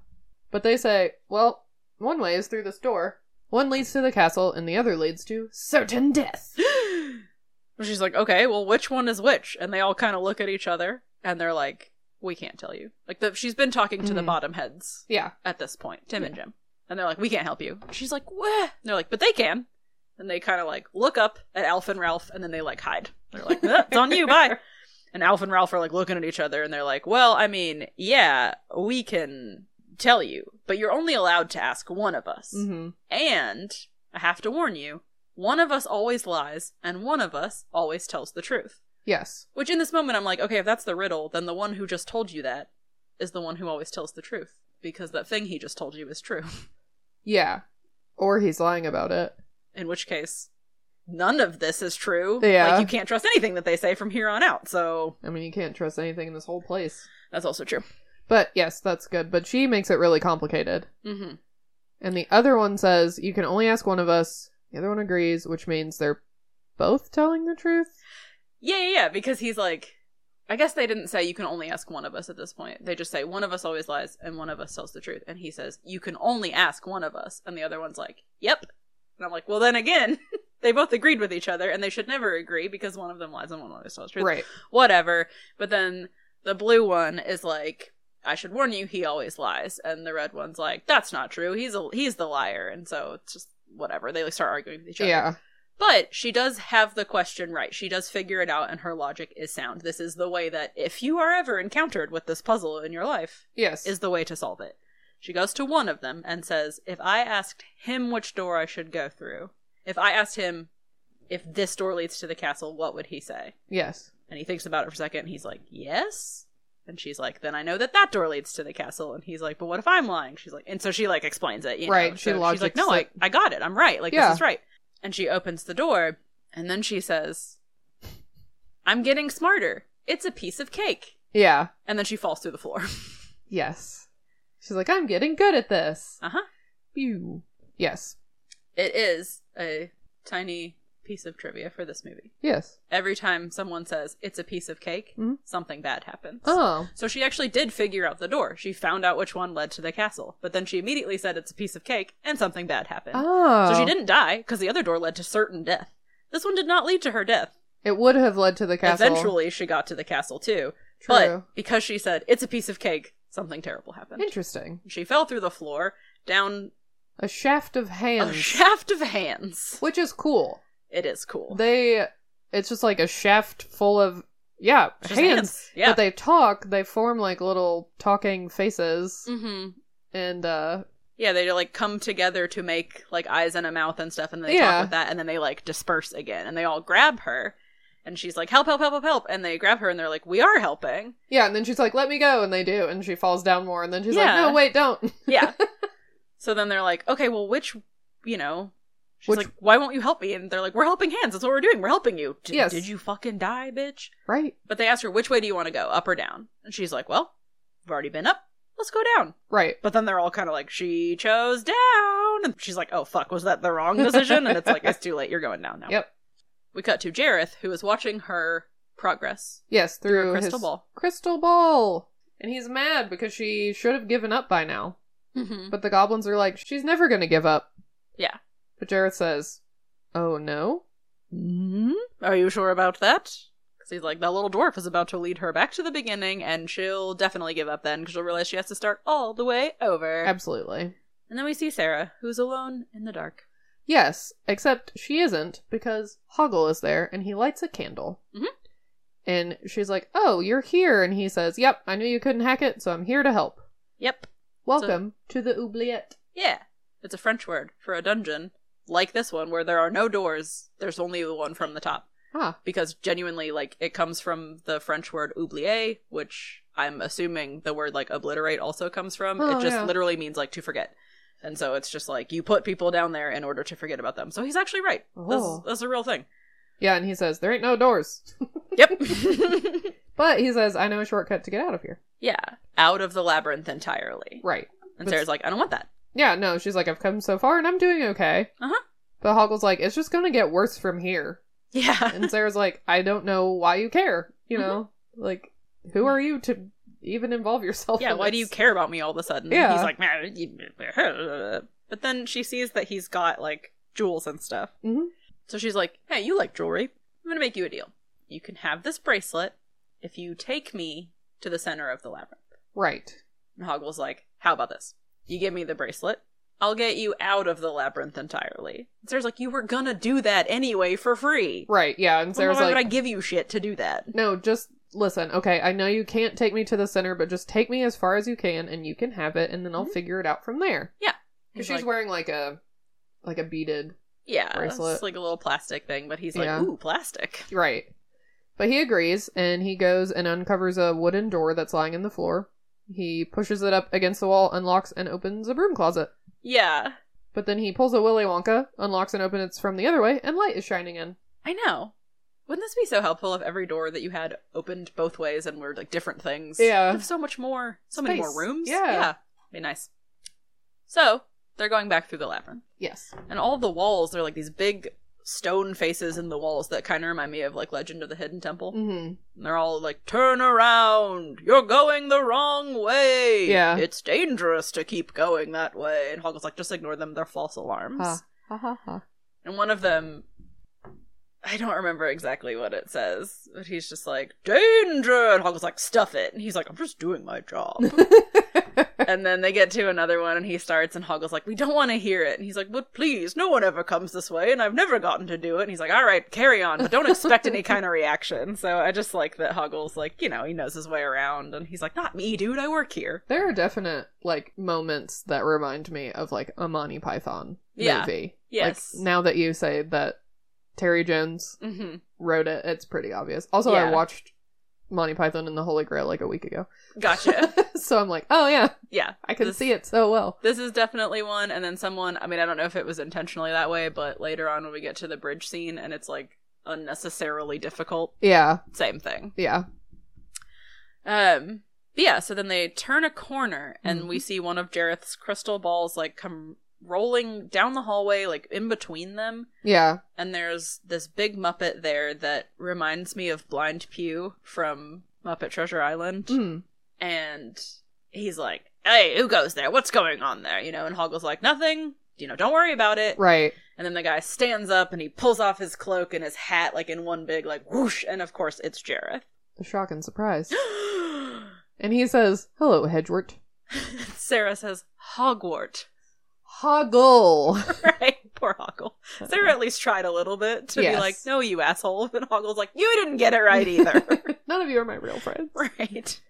[SPEAKER 2] But they say, Well, one way is through this door. One leads to the castle, and the other leads to certain death.
[SPEAKER 1] She's like, okay, well, which one is which? And they all kind of look at each other and they're like, we can't tell you. Like, the, she's been talking to the
[SPEAKER 2] Mhm.
[SPEAKER 1] bottom heads
[SPEAKER 2] yeah.
[SPEAKER 1] at this point, Tim and Jim. And they're like, we can't help you. She's like, what? And they're like, but they can. And they kind of like look up at Alf and Ralph and then they like hide. They're like, "Eh, it's on you, bye. And Alf and Ralph are like looking at each other and they're like, well, I mean, yeah, we can tell you, but you're only allowed to ask one of us.
[SPEAKER 2] Mm-hmm.
[SPEAKER 1] And I have to warn you, one of us always lies, and one of us always tells the truth.
[SPEAKER 2] Yes.
[SPEAKER 1] Which in this moment, I'm like, okay, if that's the riddle, then the one who just told you that is the one who always tells the truth. Because that thing he just told you is true.
[SPEAKER 2] Yeah. Or he's lying about it.
[SPEAKER 1] In which case, none of this is true.
[SPEAKER 2] Yeah.
[SPEAKER 1] Like, you can't trust anything that they say from here on out. So
[SPEAKER 2] I mean, you can't trust anything in this whole place.
[SPEAKER 1] that's also true.
[SPEAKER 2] But yes, that's good. But she makes it really complicated.
[SPEAKER 1] Mm-hmm.
[SPEAKER 2] And the other one says, you can only ask one of us. The other one agrees, which means they're both telling the truth.
[SPEAKER 1] Yeah, yeah, yeah, because he's like, I guess they didn't say you can only ask one of us at this point. They just say one of us always lies and one of us tells the truth. And he says, you can only ask one of us. And the other one's like, yep. And I'm like, well, then again, they both agreed with each other and they should never agree because one of them lies and one of them tells the truth.
[SPEAKER 2] Right.
[SPEAKER 1] Whatever. But then the blue one is like, I should warn you, he always lies. And the red one's like, that's not true. He's a, he's the liar. And so it's just whatever. They like start arguing with each other.
[SPEAKER 2] Yeah.
[SPEAKER 1] But she does have the question right. She does figure it out, and her logic is sound. This is the way that, if you are ever encountered with this puzzle in your life,
[SPEAKER 2] Yes.
[SPEAKER 1] is the way to solve it. She goes to one of them and says, If I asked him which door I should go through, if I asked him if this door leads to the castle, what would he say?
[SPEAKER 2] yes.
[SPEAKER 1] And he thinks about it for a second, and he's like, Yes? And she's like, Then I know that that door leads to the castle. And he's like, But what if I'm lying? She's like, And so she like explains it. You know?
[SPEAKER 2] Right, she
[SPEAKER 1] So she's like,
[SPEAKER 2] logics
[SPEAKER 1] No, I,
[SPEAKER 2] it.
[SPEAKER 1] I got it. I'm right. Like,
[SPEAKER 2] Yeah.
[SPEAKER 1] this is right. And she opens the door, and then she says, I'm getting smarter. It's a piece of cake.
[SPEAKER 2] Yeah.
[SPEAKER 1] And then she falls through the floor.
[SPEAKER 2] Yes. She's like, I'm getting good at this.
[SPEAKER 1] Uh huh.
[SPEAKER 2] Pew. Yes.
[SPEAKER 1] It is a tiny piece of trivia for this movie.
[SPEAKER 2] Yes.
[SPEAKER 1] Every time someone says it's a piece of cake,
[SPEAKER 2] Mhm.
[SPEAKER 1] something bad happens.
[SPEAKER 2] Oh.
[SPEAKER 1] So she actually did figure out the door. She found out which one led to the castle, but then she immediately said it's a piece of cake, and something bad happened.
[SPEAKER 2] Oh.
[SPEAKER 1] So she didn't die because the other door led to certain death. This one did not lead to her death.
[SPEAKER 2] It would have led to the castle.
[SPEAKER 1] Eventually, she got to the castle too.
[SPEAKER 2] True.
[SPEAKER 1] But because she said it's a piece of cake, something terrible happened.
[SPEAKER 2] Interesting.
[SPEAKER 1] She fell through the floor down
[SPEAKER 2] A shaft of
[SPEAKER 1] a
[SPEAKER 2] hands.
[SPEAKER 1] shaft of hands.
[SPEAKER 2] which is cool.
[SPEAKER 1] It is cool.
[SPEAKER 2] They. It's just like a shaft full of. Yeah,
[SPEAKER 1] Just
[SPEAKER 2] hands.
[SPEAKER 1] hands, yeah.
[SPEAKER 2] But they talk, they form like little talking faces.
[SPEAKER 1] mm-hmm.
[SPEAKER 2] And, uh.
[SPEAKER 1] Yeah, they like come together to make like eyes and a mouth and stuff, and they
[SPEAKER 2] Yeah.
[SPEAKER 1] talk with that, and then they like disperse again, and they all grab her, and she's like, "Help! Help! Help! Help! Help!" And they grab her, and they're like, "We are helping."
[SPEAKER 2] Yeah, and then she's like, let me go. And they do. And she falls down more. And then she's
[SPEAKER 1] Yeah.
[SPEAKER 2] like, no, wait, don't.
[SPEAKER 1] Yeah. so then they're like, okay, well, which, you know, she's
[SPEAKER 2] Which-
[SPEAKER 1] like, why won't you help me? And they're like, we're helping hands. That's what we're doing. We're helping you. D-
[SPEAKER 2] Yes.
[SPEAKER 1] Did you fucking die, bitch?
[SPEAKER 2] Right.
[SPEAKER 1] But they ask her, which way do you want to go, up or down? And she's like, well, I've already been up. Let's go down.
[SPEAKER 2] Right.
[SPEAKER 1] But then they're all kind of like, she chose down. And she's like, oh, fuck, was that the wrong decision? and it's like, it's too late. You're going down now.
[SPEAKER 2] Yep.
[SPEAKER 1] We cut to Jareth, who is watching her progress.
[SPEAKER 2] Yes, through,
[SPEAKER 1] a crystal
[SPEAKER 2] his
[SPEAKER 1] ball.
[SPEAKER 2] Crystal ball. And he's mad because she should have given up by now.
[SPEAKER 1] Mm-hmm.
[SPEAKER 2] But the goblins are like, she's never going to give up.
[SPEAKER 1] Yeah.
[SPEAKER 2] But Jareth says, oh no?
[SPEAKER 1] mm Are you sure about that? Because he's like, that little dwarf is about to lead her back to the beginning, and she'll definitely give up then, because she'll realize she has to start all the way over.
[SPEAKER 2] Absolutely.
[SPEAKER 1] and then we see Sarah, who's alone in the dark.
[SPEAKER 2] Yes, except she isn't because Hoggle is there and he lights a candle.
[SPEAKER 1] Mhm.
[SPEAKER 2] And she's like, oh, you're here. And he says, yep, I knew you couldn't hack it, so I'm here to help.
[SPEAKER 1] Yep.
[SPEAKER 2] Welcome to the oubliette.
[SPEAKER 1] Yeah. It's a French word for a dungeon, like this one, where there are no doors, there's only the one from the top.
[SPEAKER 2] Ah,
[SPEAKER 1] Because genuinely, like, it comes from the French word oublier, which I'm assuming the word, like, obliterate also comes from.
[SPEAKER 2] Oh,
[SPEAKER 1] it just
[SPEAKER 2] yeah.
[SPEAKER 1] literally means, like, to forget. And so it's just like, you put people down there in order to forget about them. So he's actually right.
[SPEAKER 2] Oh.
[SPEAKER 1] That's, that's a real thing.
[SPEAKER 2] yeah, and he says, there ain't no doors.
[SPEAKER 1] Yep.
[SPEAKER 2] but he says, I know a shortcut to get out of here.
[SPEAKER 1] yeah. Out of the labyrinth entirely.
[SPEAKER 2] Right.
[SPEAKER 1] And Sarah's like, I don't want that.
[SPEAKER 2] Yeah, no, she's like, I've come so far and I'm doing okay.
[SPEAKER 1] Uh huh.
[SPEAKER 2] But Hoggle's like, it's just gonna get worse from here.
[SPEAKER 1] Yeah.
[SPEAKER 2] And Sarah's like, I don't know why you care. You
[SPEAKER 1] Mm-hmm.
[SPEAKER 2] know, like, who are you to even involve yourself?
[SPEAKER 1] yeah.
[SPEAKER 2] in
[SPEAKER 1] Why do
[SPEAKER 2] this?
[SPEAKER 1] you care about me all of a sudden?
[SPEAKER 2] Yeah.
[SPEAKER 1] He's like, "Nah, you- but then she sees that he's got like jewels and stuff.
[SPEAKER 2] Mhm.
[SPEAKER 1] So she's like, Hey, you like jewelry. I'm going to make you a deal. You can have this bracelet if you take me to the center of the labyrinth.
[SPEAKER 2] Right.
[SPEAKER 1] And Hoggle's like, How about this? You give me the bracelet. I'll get you out of the labyrinth entirely. And Sarah's like, You were gonna do that anyway for free.
[SPEAKER 2] Right, yeah. And
[SPEAKER 1] So
[SPEAKER 2] Sarah's
[SPEAKER 1] why would I
[SPEAKER 2] like,
[SPEAKER 1] give you shit to do that?
[SPEAKER 2] no, just listen. Okay, I know you can't take me to the center, but just take me as far as you can and you can have it and then I'll figure it out from there.
[SPEAKER 1] Yeah.
[SPEAKER 2] Because
[SPEAKER 1] Mm-hmm. He's
[SPEAKER 2] she's
[SPEAKER 1] like-
[SPEAKER 2] wearing like a, like a beaded.
[SPEAKER 1] Yeah,
[SPEAKER 2] bracelet.
[SPEAKER 1] it's like a little plastic thing, but he's like,
[SPEAKER 2] Yeah.
[SPEAKER 1] Ooh, plastic.
[SPEAKER 2] Right. But he agrees and he goes and uncovers a wooden door that's lying in the floor. He pushes it up against the wall, unlocks and opens a broom closet.
[SPEAKER 1] Yeah,
[SPEAKER 2] But then he pulls a Willy Wonka, unlocks and opens it from the other way, and light is shining in.
[SPEAKER 1] I know. Wouldn't this be so helpful if every door that you had opened both ways and were like different things?
[SPEAKER 2] Yeah.
[SPEAKER 1] You'd have so much more, so many more
[SPEAKER 2] Space.
[SPEAKER 1] rooms.
[SPEAKER 2] Yeah.
[SPEAKER 1] be nice. So they're going back through the labyrinth.
[SPEAKER 2] Yes.
[SPEAKER 1] and all the walls they're like these big stone faces in the walls that kind of remind me of like legend of the hidden temple
[SPEAKER 2] hmm
[SPEAKER 1] and they're all like turn around you're going the wrong way
[SPEAKER 2] Yeah.
[SPEAKER 1] it's dangerous to keep going that way and Hoggle's like just ignore them they're false alarms
[SPEAKER 2] Ha. Ha ha ha.
[SPEAKER 1] and one of them I don't remember exactly what it says, but he's just like, Danger! And Hoggle's like, Stuff it! And he's like, I'm just doing my job. and then they get to another one and he starts, and Hoggle's like, We don't want to hear it. And he's like, But please, no one ever comes this way, and I've never gotten to do it. And he's like, All right, carry on, but don't expect any kind of reaction. So I just like that Hoggle's like, You know, he knows his way around, and he's like, Not me, dude, I work here.
[SPEAKER 2] There are definite like moments that remind me of like a Monty Python
[SPEAKER 1] Yeah.
[SPEAKER 2] movie.
[SPEAKER 1] Yes.
[SPEAKER 2] Like, now that you say that Terry Jones
[SPEAKER 1] Mm-hmm.
[SPEAKER 2] wrote it, it's pretty obvious. Also, I
[SPEAKER 1] Yeah.
[SPEAKER 2] watched Monty Python and the Holy Grail like a week ago,
[SPEAKER 1] Gotcha.
[SPEAKER 2] so I'm like, oh yeah,
[SPEAKER 1] yeah.
[SPEAKER 2] I can
[SPEAKER 1] This-
[SPEAKER 2] see it so well.
[SPEAKER 1] This is definitely one, and then someone. I mean, I don't know if it was intentionally that way, but later on when we get to the bridge scene and it's like unnecessarily difficult,
[SPEAKER 2] Yeah,
[SPEAKER 1] same thing.
[SPEAKER 2] yeah,
[SPEAKER 1] Um, But yeah, so then they turn a corner and we see one of Jareth's crystal balls like come rolling down the hallway, like in between them.
[SPEAKER 2] Yeah.
[SPEAKER 1] And there's this big Muppet there that reminds me of Blind Pew from Muppet Treasure Island.
[SPEAKER 2] Mm.
[SPEAKER 1] And he's like, Hey, who goes there? What's going on there? You know, and Hoggle's like, Nothing. You know, don't worry about it.
[SPEAKER 2] Right.
[SPEAKER 1] And then the guy stands up and he pulls off his cloak and his hat, like in one big, like, whoosh. And of course, it's Jareth.
[SPEAKER 2] The shock and surprise. and he says, "Hello, Hedgewort."
[SPEAKER 1] Sarah says, Hogwart.
[SPEAKER 2] Hoggle.
[SPEAKER 1] Right? Poor Hoggle. Sarah at least tried a little bit to be
[SPEAKER 2] Yes.
[SPEAKER 1] like, no, you asshole. But Hoggle's like, you didn't get it right either.
[SPEAKER 2] None of you are my real friends.
[SPEAKER 1] right.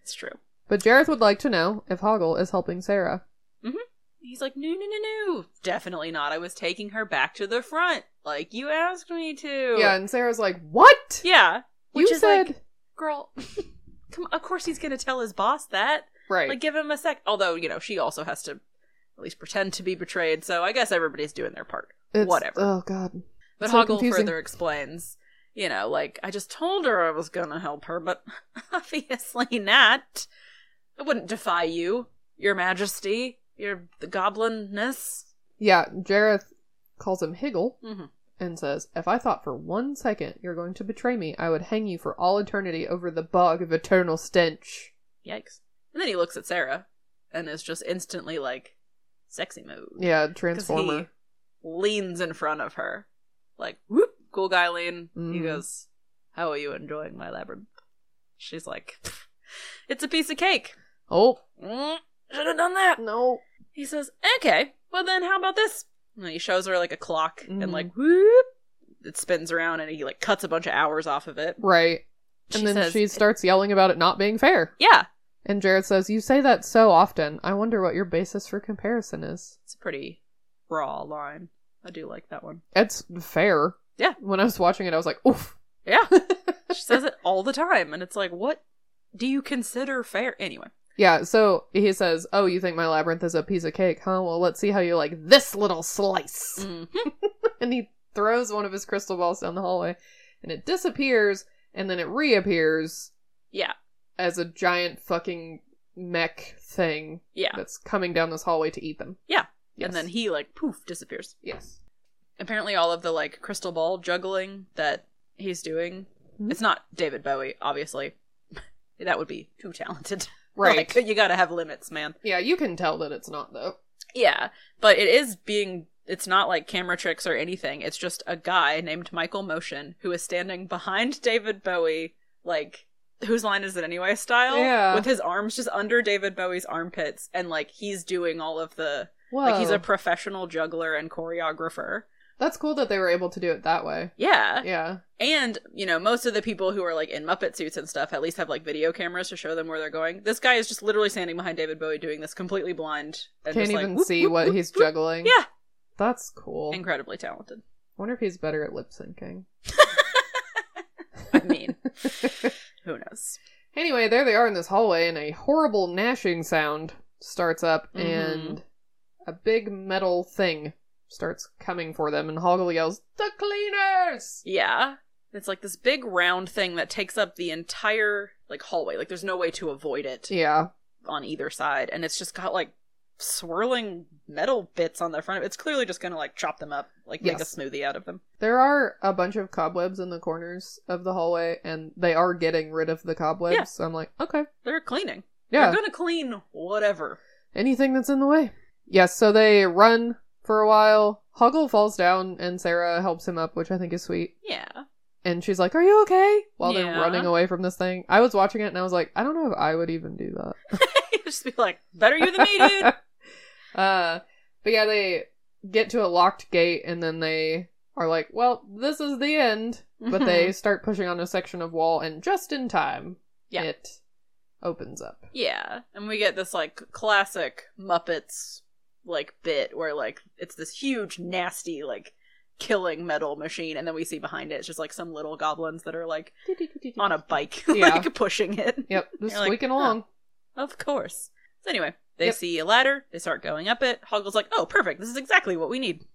[SPEAKER 1] It's true.
[SPEAKER 2] But Jareth would like to know if Hoggle is helping Sarah.
[SPEAKER 1] He's like, no, no, no, no. Definitely not. I was taking her back to the front. Like, you asked me to.
[SPEAKER 2] Yeah, and Sarah's like, "What?
[SPEAKER 1] Yeah. Which
[SPEAKER 2] you
[SPEAKER 1] is
[SPEAKER 2] said
[SPEAKER 1] like, girl, come of course he's going to tell his boss that.
[SPEAKER 2] right."
[SPEAKER 1] Like, give him a sec. Although, you know, she also has to at least pretend to be betrayed, so I guess everybody's doing their part.
[SPEAKER 2] It's-
[SPEAKER 1] Whatever.
[SPEAKER 2] Oh god.
[SPEAKER 1] but
[SPEAKER 2] so
[SPEAKER 1] Hoggle
[SPEAKER 2] confusing.
[SPEAKER 1] further explains, you know, like, I just told her I was going to help her, but obviously not. I wouldn't defy you, your majesty, your the goblinness.
[SPEAKER 2] Yeah, Jareth calls him Higgle
[SPEAKER 1] Mhm.
[SPEAKER 2] and says, "If I thought for one second you're going to betray me, I would hang you for all eternity over the bug of eternal stench."
[SPEAKER 1] Yikes. And then he looks at Sarah and is just instantly like, sexy mode.
[SPEAKER 2] Yeah,
[SPEAKER 1] 'Cause he
[SPEAKER 2] transformer.
[SPEAKER 1] leans in front of her, like whoop, Mm-hmm. cool guy lean. He
[SPEAKER 2] Mhm.
[SPEAKER 1] goes, "How are you enjoying my labyrinth?" She's like, "Pfft, "It's a piece of cake."
[SPEAKER 2] Oh
[SPEAKER 1] Mm, Should have done that.
[SPEAKER 2] no!
[SPEAKER 1] He says, "Okay, well then, how about this?" And he shows her like a clock and
[SPEAKER 2] Mhm.
[SPEAKER 1] like Mm-hmm. whoop, it spins around and he like cuts a bunch of hours off of it.
[SPEAKER 2] Right, and
[SPEAKER 1] She
[SPEAKER 2] then
[SPEAKER 1] says,
[SPEAKER 2] she starts yelling about it not being fair.
[SPEAKER 1] "Yeah,
[SPEAKER 2] And Jareth says, "You say that so often. I wonder what your basis for comparison is."
[SPEAKER 1] it's a pretty raw line. I do like that one."
[SPEAKER 2] It's fair.
[SPEAKER 1] Yeah.
[SPEAKER 2] When I was watching it, I was like, "Oof."
[SPEAKER 1] Yeah, she says it all the time, and it's like, what do you consider fair anyway?
[SPEAKER 2] Yeah, so he says, Oh, you think my labyrinth is a piece of cake, huh? Well, let's see how you like this little slice.
[SPEAKER 1] Mm.
[SPEAKER 2] and he throws one of his crystal balls down the hallway, and it disappears, and then it reappears
[SPEAKER 1] Yeah,
[SPEAKER 2] as a giant fucking mech thing
[SPEAKER 1] yeah.
[SPEAKER 2] that's coming down this hallway to eat them.
[SPEAKER 1] Yeah.
[SPEAKER 2] Yes.
[SPEAKER 1] And then he like poof disappears.
[SPEAKER 2] Yes.
[SPEAKER 1] Apparently all of the like crystal ball juggling that he's doing
[SPEAKER 2] Mhm.
[SPEAKER 1] it's not David Bowie, obviously. that would be too talented.
[SPEAKER 2] Right.
[SPEAKER 1] Like, you gotta have limits, man.
[SPEAKER 2] yeah, you can tell that it's not, though.
[SPEAKER 1] Yeah. But it is being it's not like camera tricks or anything. It's just a guy named Michael Motion who is standing behind David Bowie, like whose line is it anyway style?
[SPEAKER 2] Yeah.
[SPEAKER 1] With his arms just under David Bowie's armpits and like he's doing all of the
[SPEAKER 2] Whoa.
[SPEAKER 1] like he's a professional juggler and choreographer.
[SPEAKER 2] That's cool that they were able to do it that way.
[SPEAKER 1] Yeah.
[SPEAKER 2] Yeah.
[SPEAKER 1] And, you know, most of the people who are like in Muppet suits and stuff at least have like video cameras to show them where they're going. This guy is just literally standing behind David Bowie doing this completely blind. And
[SPEAKER 2] Can't
[SPEAKER 1] just, like,
[SPEAKER 2] even
[SPEAKER 1] whoop,
[SPEAKER 2] see
[SPEAKER 1] whoop,
[SPEAKER 2] what
[SPEAKER 1] whoop,
[SPEAKER 2] he's
[SPEAKER 1] whoop.
[SPEAKER 2] juggling.
[SPEAKER 1] Yeah.
[SPEAKER 2] That's cool.
[SPEAKER 1] Incredibly talented.
[SPEAKER 2] wonder if he's better at lip syncing.
[SPEAKER 1] I mean, who knows?
[SPEAKER 2] Anyway, there they are in this hallway, and a horrible gnashing sound starts up,
[SPEAKER 1] Mhm.
[SPEAKER 2] and a big metal thing starts coming for them, and Hoggle yells, The cleaners!
[SPEAKER 1] Yeah. It's like this big round thing that takes up the entire like hallway. Like there's no way to avoid it
[SPEAKER 2] Yeah.
[SPEAKER 1] on either side. And it's just got like swirling metal bits on the front of it. It's clearly just going to like chop them up, like make a
[SPEAKER 2] Yes.
[SPEAKER 1] smoothie out of them.
[SPEAKER 2] There are a bunch of cobwebs in the corners of the hallway, and they are getting rid of the cobwebs,
[SPEAKER 1] Yeah.
[SPEAKER 2] so I'm like, okay.
[SPEAKER 1] They're cleaning.
[SPEAKER 2] Yeah.
[SPEAKER 1] They're gonna clean whatever.
[SPEAKER 2] anything that's in the way. Yes, so they run for a while. Hoggle falls down, and Sarah helps him up, which I think is sweet.
[SPEAKER 1] Yeah.
[SPEAKER 2] and she's like, "Are you okay?" While
[SPEAKER 1] Yeah.
[SPEAKER 2] they're running away from this thing. I was watching it and I was like, "I don't know if I would even do that."
[SPEAKER 1] Just be like, better you than me, dude.
[SPEAKER 2] uh, but yeah, they get to a locked gate and then they are like, "Well, this is the end." But
[SPEAKER 1] Mm-hmm.
[SPEAKER 2] they start pushing on a section of wall, and just in time,
[SPEAKER 1] Yeah.
[SPEAKER 2] it opens up.
[SPEAKER 1] yeah. And we get this like classic Muppets like bit where like it's this huge, nasty, like killing metal machine, and then we see behind it it's just like some little goblins that are like on a bike,
[SPEAKER 2] Yeah.
[SPEAKER 1] like pushing it.
[SPEAKER 2] Yep, just
[SPEAKER 1] You're like,
[SPEAKER 2] squeaking
[SPEAKER 1] huh.
[SPEAKER 2] along.
[SPEAKER 1] Of course. So anyway, they
[SPEAKER 2] Yep.
[SPEAKER 1] see a ladder, they start going up it. Hoggle's like, Oh, perfect, this is exactly what we need.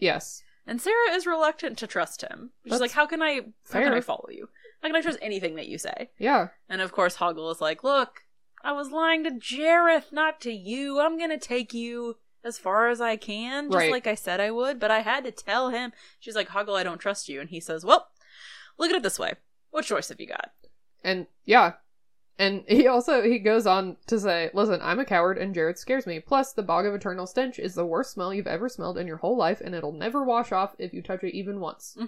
[SPEAKER 2] Yes,
[SPEAKER 1] And Sarah is reluctant to trust him. She's
[SPEAKER 2] That's
[SPEAKER 1] like, How can I how can
[SPEAKER 2] fair.
[SPEAKER 1] I follow you? How can I trust anything that you say?
[SPEAKER 2] yeah,
[SPEAKER 1] And of course, Hoggle is like, look, I was lying to Jareth, not to you. I'm gonna take you as far as I can, just
[SPEAKER 2] Right.
[SPEAKER 1] like I said I would, but I had to tell him. She's like, Hoggle, I don't trust you. And he says, Well, look at it this way. What choice have you got?
[SPEAKER 2] And yeah. And he also he goes on to say, "Listen, I'm a coward, and Jared scares me. Plus, the bog of eternal stench is the worst smell you've ever smelled in your whole life, and it'll never wash off if you touch it even once."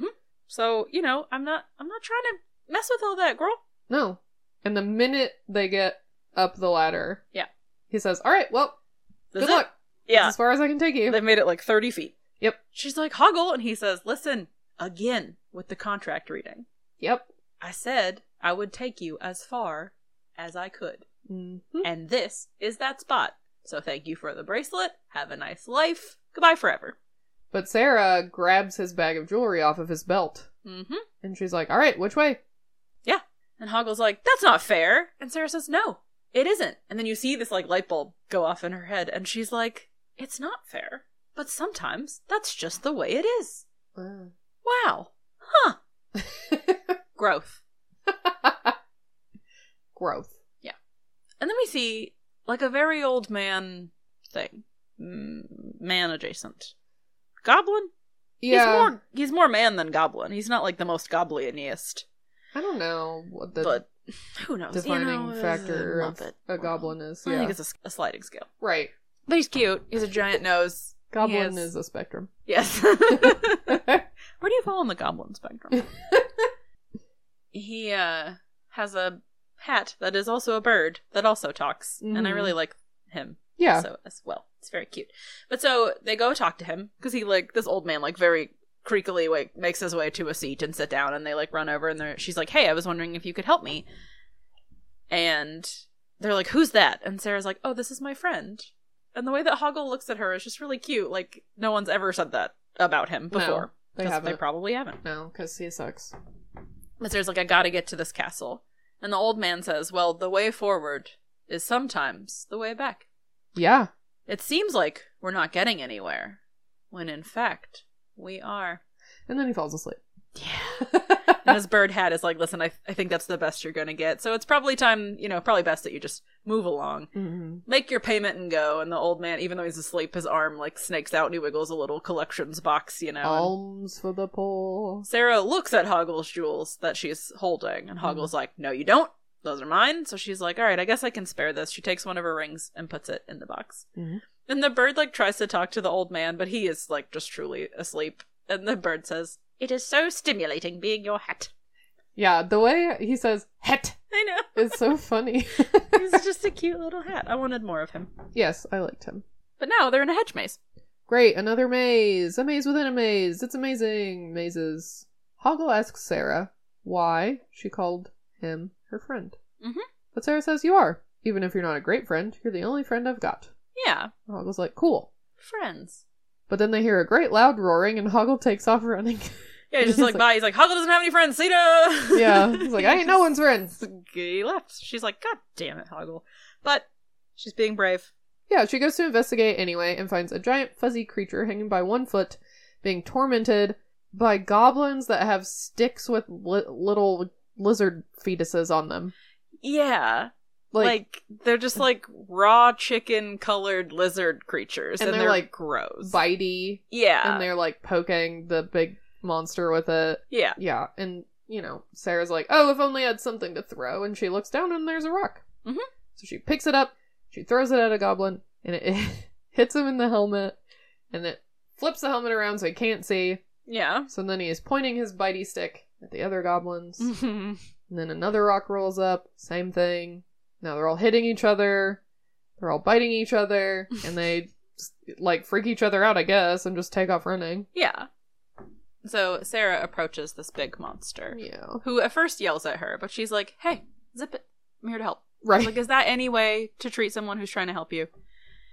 [SPEAKER 1] So, you know, I'm not I'm not trying to mess with all that, girl.
[SPEAKER 2] No. And the minute they get up the ladder,
[SPEAKER 1] Yeah.
[SPEAKER 2] he says, "All right, well,
[SPEAKER 1] That's
[SPEAKER 2] good
[SPEAKER 1] it.
[SPEAKER 2] luck. That's
[SPEAKER 1] Yeah.
[SPEAKER 2] as far as I can take you."
[SPEAKER 1] They made it like 30 feet.
[SPEAKER 2] Yep.
[SPEAKER 1] She's like, Hoggle. And he says, Listen, again with the contract reading.
[SPEAKER 2] Yep.
[SPEAKER 1] I said I would take you as far as I could.
[SPEAKER 2] hmm
[SPEAKER 1] And this is that spot. So thank you for the bracelet. Have a nice life. Goodbye forever.
[SPEAKER 2] But Sarah grabs his bag of jewelry off of his belt,
[SPEAKER 1] Mm hmm.
[SPEAKER 2] and she's like, "All right, which way?"
[SPEAKER 1] Yeah. And Hoggle's like, That's not fair. And Sarah says, No, it isn't. And then you see this like light bulb go off in her head. And she's like, It's not fair. But sometimes that's just the way it is. Ah.
[SPEAKER 2] Uh.
[SPEAKER 1] Wow. Huh. Growth.
[SPEAKER 2] Growth.
[SPEAKER 1] And then we see like a very old man thing, mm, man adjacent. Goblin. He's more he's more man than goblin. He's not like the most gobliniest,
[SPEAKER 2] I don't know what the
[SPEAKER 1] but who knows? You
[SPEAKER 2] defining
[SPEAKER 1] know, it's
[SPEAKER 2] factor
[SPEAKER 1] a
[SPEAKER 2] of
[SPEAKER 1] Muppet
[SPEAKER 2] a
[SPEAKER 1] world.
[SPEAKER 2] goblin is.
[SPEAKER 1] I
[SPEAKER 2] Yeah.
[SPEAKER 1] think it's a s- a, sliding scale.
[SPEAKER 2] right.
[SPEAKER 1] But he's cute. He's a giant nose. He
[SPEAKER 2] Goblin
[SPEAKER 1] has-
[SPEAKER 2] is a spectrum.
[SPEAKER 1] yes. Where do you fall on the goblin spectrum? he uh has a hat that is also a bird that also talks, and I
[SPEAKER 2] Mhm.
[SPEAKER 1] really like him.
[SPEAKER 2] yeah.
[SPEAKER 1] So as well, it's very cute. But so they go talk to him because he like this old man like very creakily like makes his way to a seat and sit down, and they like run over and they're she's like, "Hey, I was wondering if you could help me," and they're like, "Who's that?" And Sarah's like, "Oh, this is my friend." And the way that Hoggle looks at her is just really cute. Like no one's ever said that about him
[SPEAKER 2] No,
[SPEAKER 1] before.
[SPEAKER 2] they
[SPEAKER 1] 'Cause
[SPEAKER 2] haven't.
[SPEAKER 1] probably haven't.
[SPEAKER 2] no, because he sucks.
[SPEAKER 1] But there's like, I gotta get to this castle. And the old man says, Well, the way forward is sometimes the way back.
[SPEAKER 2] Yeah.
[SPEAKER 1] It seems like we're not getting anywhere, when in fact, we are.
[SPEAKER 2] And then he falls asleep.
[SPEAKER 1] And his bird hat is like, listen, I, I think that's the best you're going to get. So it's probably time, you know, probably best that you just move along.
[SPEAKER 2] Mm-hmm.
[SPEAKER 1] Make your payment and go. And the old man, even though he's asleep, his arm like snakes out and he wiggles a little collections box, you know. and
[SPEAKER 2] Alms for the poor.
[SPEAKER 1] Sarah looks at Hoggle's jewels that she's holding, and Hoggle's like, no, you don't. Those are mine. So she's like, all right, I guess I can spare this. She takes one of her rings and puts it in the box.
[SPEAKER 2] Mhm.
[SPEAKER 1] And the bird like tries to talk to the old man, but he is like just truly asleep. And the bird says, "It is so stimulating being your hat."
[SPEAKER 2] Yeah, the way he says "het"
[SPEAKER 1] I know
[SPEAKER 2] is so funny.
[SPEAKER 1] he's just a cute little hat. I wanted more of him,
[SPEAKER 2] yes, I liked him.
[SPEAKER 1] but now they're in a hedge maze.
[SPEAKER 2] Great, another maze. A maze within a maze. It's amazing. Mazes. Hoggle asks Sarah why she called him her friend.
[SPEAKER 1] Mhm.
[SPEAKER 2] But Sarah says, You are. Even if you're not a great friend, you're the only friend I've got.
[SPEAKER 1] Yeah,
[SPEAKER 2] And Hoggle's like, Cool.
[SPEAKER 1] friends.
[SPEAKER 2] But then they hear a great loud roaring and Hoggle takes off running.
[SPEAKER 1] Yeah, he's just
[SPEAKER 2] He's
[SPEAKER 1] like,
[SPEAKER 2] like-
[SPEAKER 1] bye. He's like, Hoggle doesn't have any friends. See ya.
[SPEAKER 2] yeah. He's like, I ain't no one's friend.
[SPEAKER 1] He left. She's like, God damn it, Hoggle. But she's being brave.
[SPEAKER 2] Yeah, she goes to investigate anyway and finds a giant fuzzy creature hanging by one foot being tormented by goblins that have sticks with li- little lizard fetuses on them.
[SPEAKER 1] Yeah. Like,
[SPEAKER 2] Like,
[SPEAKER 1] they're just like raw chicken colored lizard creatures.
[SPEAKER 2] And
[SPEAKER 1] And,
[SPEAKER 2] they're,
[SPEAKER 1] they're,
[SPEAKER 2] like,
[SPEAKER 1] like gross.
[SPEAKER 2] bitey
[SPEAKER 1] yeah.
[SPEAKER 2] and they're like poking the big monster with it.
[SPEAKER 1] yeah.
[SPEAKER 2] Yeah, and you know, Sarah's like, "Oh, if only I had something to throw." And she looks down and there's a rock.
[SPEAKER 1] Mhm.
[SPEAKER 2] So she picks it up, she throws it at a goblin, and it hits him in the helmet, and it flips the helmet around so he can't see.
[SPEAKER 1] Yeah.
[SPEAKER 2] So then he is pointing his bitey stick at the other goblins.
[SPEAKER 1] Mhm.
[SPEAKER 2] And then another rock rolls up, same thing. Now they're all hitting each other, they're all biting each other, and they just, like freak each other out, I guess, and just take off running.
[SPEAKER 1] yeah. So Sarah approaches this big monster
[SPEAKER 2] Yeah.
[SPEAKER 1] who at first yells at her, but she's like, hey, zip it. I'm here to help.
[SPEAKER 2] Right.
[SPEAKER 1] Like, is that any way to treat someone who's trying to help you?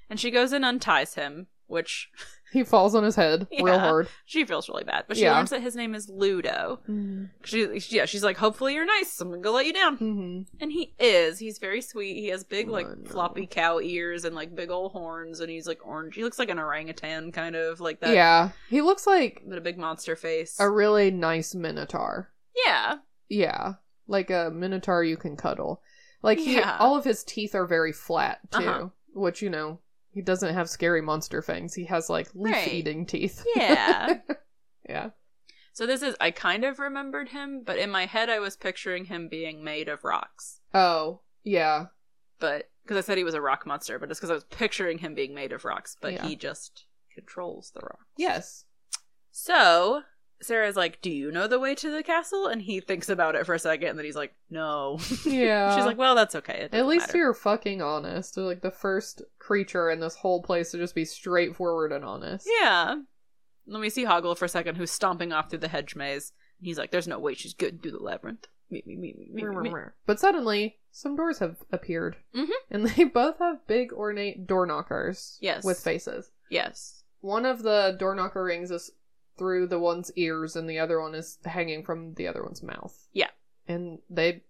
[SPEAKER 1] And she goes and unties him, which
[SPEAKER 2] he falls on his head real
[SPEAKER 1] Yeah.
[SPEAKER 2] hard.
[SPEAKER 1] she feels really bad. But she
[SPEAKER 2] Yeah.
[SPEAKER 1] learns that his name is Ludo.
[SPEAKER 2] Mm-hmm.
[SPEAKER 1] She, yeah, she's like, hopefully you're nice. I'm gonna let you down. And he is. He's very sweet. He has big, like,
[SPEAKER 2] Oh, no.
[SPEAKER 1] floppy cow ears and, like, big old horns, and he's, like, orange. He looks like an orangutan, kind of, like that.
[SPEAKER 2] Yeah. He looks like
[SPEAKER 1] But a big monster face.
[SPEAKER 2] a really nice minotaur.
[SPEAKER 1] yeah.
[SPEAKER 2] Yeah. Like a minotaur you can cuddle. Like he,
[SPEAKER 1] Yeah.
[SPEAKER 2] all of his teeth are very flat too,
[SPEAKER 1] Uh-huh.
[SPEAKER 2] which you know he doesn't have scary monster fangs. He has like leaf
[SPEAKER 1] Right.
[SPEAKER 2] eating teeth.
[SPEAKER 1] Yeah.
[SPEAKER 2] yeah.
[SPEAKER 1] so this is I kind of remembered him, but in my head I was picturing him being made of rocks.
[SPEAKER 2] Oh yeah.
[SPEAKER 1] But because I said he was a rock monster, but it's because I was picturing him being made of rocks, but
[SPEAKER 2] Yeah.
[SPEAKER 1] he just controls the rock.
[SPEAKER 2] Yes.
[SPEAKER 1] So Sarah's like, "Do you know the way to the castle?" And he thinks about it for a second, and then he's like, "No."
[SPEAKER 2] Yeah.
[SPEAKER 1] She's like, "Well, that's okay. It
[SPEAKER 2] At
[SPEAKER 1] doesn't
[SPEAKER 2] least
[SPEAKER 1] matter."
[SPEAKER 2] you're fucking honest. They're, Like the first creature in this whole place to just be straightforward and honest.
[SPEAKER 1] Yeah. Let me see Hoggle for a second, who's stomping off through the hedge maze. And he's like, "There's no way she's good through the labyrinth." Me, me, me, me, me, me.
[SPEAKER 2] But suddenly, some doors have appeared,
[SPEAKER 1] Mhm.
[SPEAKER 2] and they both have big ornate door knockers.
[SPEAKER 1] Yes.
[SPEAKER 2] with faces.
[SPEAKER 1] Yes.
[SPEAKER 2] One of the door knocker rings is through the one's ears, and the other one is hanging from the other one's mouth.
[SPEAKER 1] Yeah.
[SPEAKER 2] and they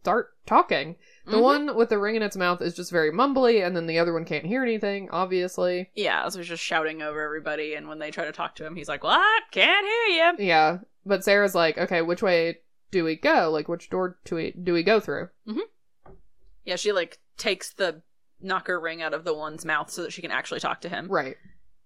[SPEAKER 2] start talking. The
[SPEAKER 1] Mhm.
[SPEAKER 2] one with the ring in its mouth is just very mumbly, and then the other one can't hear anything. Obviously,
[SPEAKER 1] Yeah, so he's just shouting over everybody, and when they try to talk to him, he's like, "Well, I can't hear you."
[SPEAKER 2] Yeah, but Sarah's like, okay, which way do we go? Like, which door do we do we go through?
[SPEAKER 1] Yeah, she like takes the knocker ring out of the one's mouth so that she can actually talk to him.
[SPEAKER 2] Right.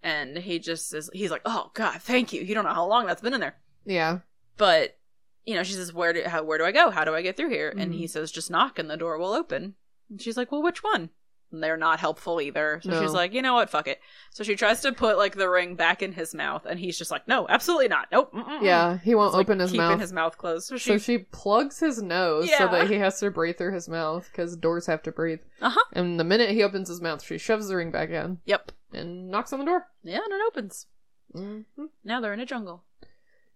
[SPEAKER 1] And he just is, he's like, "Oh God, thank you. You don't know how long that's been in there."
[SPEAKER 2] Yeah.
[SPEAKER 1] But you know, she says, "Where do how where do I go? How do I get through here?" And
[SPEAKER 2] Mhm.
[SPEAKER 1] he says, "Just knock, and the door will open." And she's like, "Well, which one?" And they're not helpful either. So
[SPEAKER 2] No.
[SPEAKER 1] she's like, "You know what? Fuck it." So she tries to put like the ring back in his mouth, and he's just like, "No, absolutely not. Nope." mm-mm-mm."
[SPEAKER 2] Yeah. He won't
[SPEAKER 1] Mm-hmm. It's, like,
[SPEAKER 2] open his
[SPEAKER 1] keeping
[SPEAKER 2] mouth.
[SPEAKER 1] his mouth closed. So she,
[SPEAKER 2] so she plugs his nose so
[SPEAKER 1] Yeah.
[SPEAKER 2] that he has to breathe through his mouth because doors have to breathe.
[SPEAKER 1] uh-huh.
[SPEAKER 2] And the minute he opens his mouth, she shoves the ring back in
[SPEAKER 1] Yep.
[SPEAKER 2] and knocks on the door.
[SPEAKER 1] Yeah, and it opens.
[SPEAKER 2] hmm
[SPEAKER 1] Now they're in a jungle.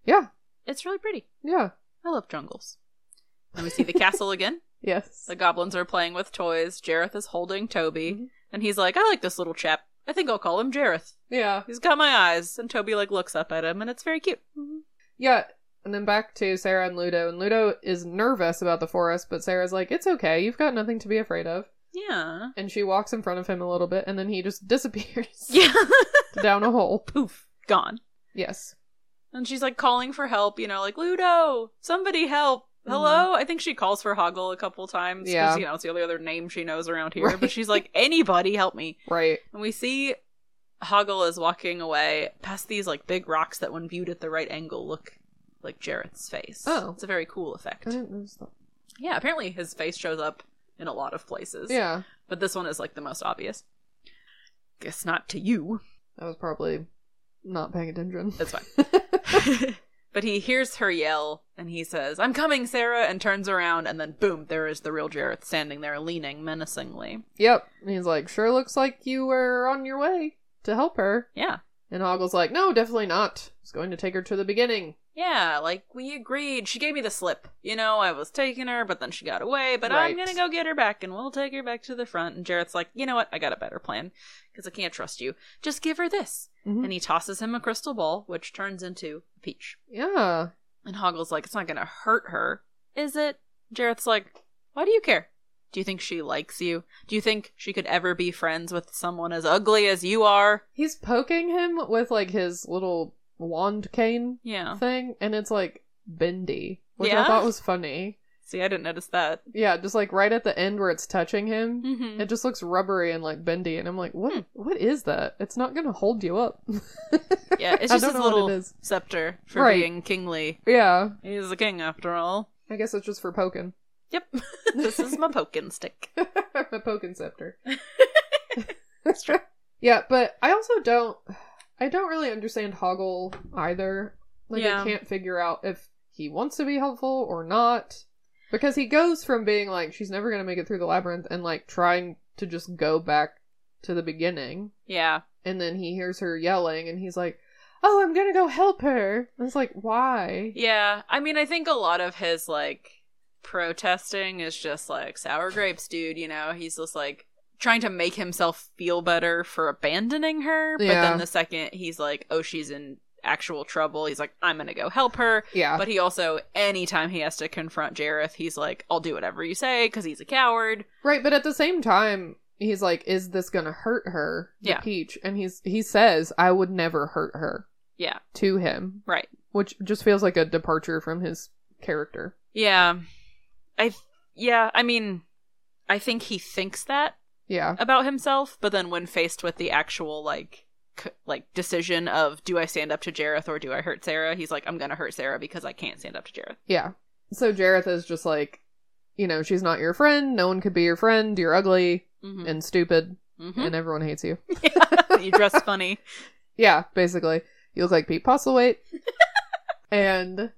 [SPEAKER 2] Yeah.
[SPEAKER 1] It's really pretty.
[SPEAKER 2] Yeah.
[SPEAKER 1] I love jungles. And we see the castle again.
[SPEAKER 2] Yes.
[SPEAKER 1] The goblins are playing with toys. Jareth is holding Toby,
[SPEAKER 2] Mhm.
[SPEAKER 1] and he's like, "I like this little chap. I think I'll call him Jareth."
[SPEAKER 2] yeah.
[SPEAKER 1] He's got my eyes, and Toby like looks up at him, and it's very cute.
[SPEAKER 2] Mm-hmm. Yeah. And then back to Sarah and Ludo. And Ludo is nervous about the forest, but Sarah's like, it's okay. You've got nothing to be afraid of.
[SPEAKER 1] Yeah,
[SPEAKER 2] And she walks in front of him a little bit, and then he just disappears.
[SPEAKER 1] yeah.
[SPEAKER 2] down a hole.
[SPEAKER 1] Poof, gone.
[SPEAKER 2] Yes.
[SPEAKER 1] And she's like calling for help, you know, like Ludo, somebody help. Hello, I think she calls for Hoggle a couple times because
[SPEAKER 2] Mm-hmm. Yeah.
[SPEAKER 1] you know it's the only other name she knows around here.
[SPEAKER 2] Right.
[SPEAKER 1] But she's like, anybody help me.
[SPEAKER 2] Right.
[SPEAKER 1] And we see Hoggle is walking away past these like big rocks that, when viewed at the right angle, look like Jarrett's face.
[SPEAKER 2] Oh. Mm-hmm.
[SPEAKER 1] it's a very cool effect.
[SPEAKER 2] I didn't notice that.
[SPEAKER 1] Yeah, apparently his face shows up in a lot of places.
[SPEAKER 2] Yeah.
[SPEAKER 1] but this one is like the most obvious. Guess not to you.
[SPEAKER 2] I was probably not paying attention.
[SPEAKER 1] That's fine. but he hears her yell and he says, I'm coming, Sarah, and turns around, and then boom, there is the real Jareth standing there leaning menacingly.
[SPEAKER 2] Yep. And he's like, sure looks like you were on your way to help her.
[SPEAKER 1] Yeah.
[SPEAKER 2] And Hoggle's like, no, definitely not. It's going to take her to the beginning.
[SPEAKER 1] Yeah, like we agreed. She gave me the slip. You know, I was taking her, but then she got away, but I'm
[SPEAKER 2] Right.
[SPEAKER 1] gonna go get her back and we'll take her back to the front. And Jareth's like, you know what? I got a better plan because I can't trust you. Just give her this.
[SPEAKER 2] Mhm.
[SPEAKER 1] And he tosses him a crystal ball, which turns into a peach.
[SPEAKER 2] Yeah.
[SPEAKER 1] And Hoggle's like, it's not gonna hurt her, is it? Jareth's like, why do you care? Do you think she likes you? Do you think she could ever be friends with someone as ugly as you are?
[SPEAKER 2] He's poking him with like his little wand cane
[SPEAKER 1] Yeah.
[SPEAKER 2] thing, and it's like bendy, which
[SPEAKER 1] Yeah?
[SPEAKER 2] I thought was funny.
[SPEAKER 1] See, I didn't notice that.
[SPEAKER 2] Yeah, just like right at the end where it's touching him,
[SPEAKER 1] Mhm.
[SPEAKER 2] it just looks rubbery and like bendy, and I'm like, what?
[SPEAKER 1] Hmm.
[SPEAKER 2] What is that? It's not gonna hold you up.
[SPEAKER 1] Yeah, it's
[SPEAKER 2] I
[SPEAKER 1] just his
[SPEAKER 2] don't know what it
[SPEAKER 1] little
[SPEAKER 2] is.
[SPEAKER 1] scepter for
[SPEAKER 2] Right.
[SPEAKER 1] being kingly.
[SPEAKER 2] yeah,
[SPEAKER 1] He's a king after all.
[SPEAKER 2] I guess it's just for poking.
[SPEAKER 1] Yep. this is my poking stick.
[SPEAKER 2] a poking scepter. Yeah, but I also don't. I don't really understand Hoggle either. Like,
[SPEAKER 1] Yeah.
[SPEAKER 2] I can't figure out if he wants to be helpful or not. Because he goes from being like, she's never going to make it through the labyrinth and like trying to just go back to the beginning.
[SPEAKER 1] Yeah.
[SPEAKER 2] And then he hears her yelling and he's like, oh, I'm going to go help her. And it's like, why?
[SPEAKER 1] Yeah. I mean, I think a lot of his, like, protesting is just like sour grapes, dude. You know, he's just like trying to make himself feel better for abandoning her. But
[SPEAKER 2] Yeah.
[SPEAKER 1] then the second he's like, oh, she's in actual trouble, he's like, I'm going to go help her.
[SPEAKER 2] Yeah.
[SPEAKER 1] But he also, anytime he has to confront Jareth, he's like, I'll do whatever you say because he's a coward.
[SPEAKER 2] Right, but at the same time, he's like, "Is this gonna hurt her?" the
[SPEAKER 1] Yeah.
[SPEAKER 2] Peach, and he's he says, "I would never hurt her."
[SPEAKER 1] Yeah.
[SPEAKER 2] To him,
[SPEAKER 1] Right.
[SPEAKER 2] which just feels like a departure from his character.
[SPEAKER 1] Yeah. I th- yeah, I mean I think he thinks that
[SPEAKER 2] Yeah.
[SPEAKER 1] about himself, but then when faced with the actual like c- like decision of do I stand up to Jareth or do I hurt Sarah, he's like I'm going to hurt Sarah because I can't stand up to Jareth.
[SPEAKER 2] Yeah. So Jareth is just like, you know, she's not your friend. No one could be your friend. You're ugly
[SPEAKER 1] Mhm.
[SPEAKER 2] and stupid,
[SPEAKER 1] Mhm.
[SPEAKER 2] and everyone hates you.
[SPEAKER 1] you dress funny.
[SPEAKER 2] Yeah, basically. You look like Pete Postlewaite. and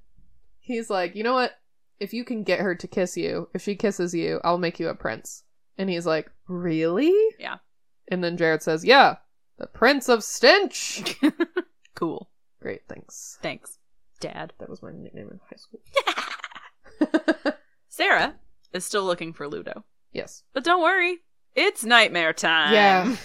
[SPEAKER 2] he's like, you know what? If you can get her to kiss you, if she kisses you, I'll make you a prince. And he's like, really?
[SPEAKER 1] Yeah.
[SPEAKER 2] And then Jared says, yeah, the Prince of Stench.
[SPEAKER 1] Cool.
[SPEAKER 2] Great, thanks.
[SPEAKER 1] Thanks, Dad.
[SPEAKER 2] That was my nickname in high school.
[SPEAKER 1] Sarah is still looking for Ludo,
[SPEAKER 2] yes.
[SPEAKER 1] but don't worry, it's nightmare time.
[SPEAKER 2] Yeah.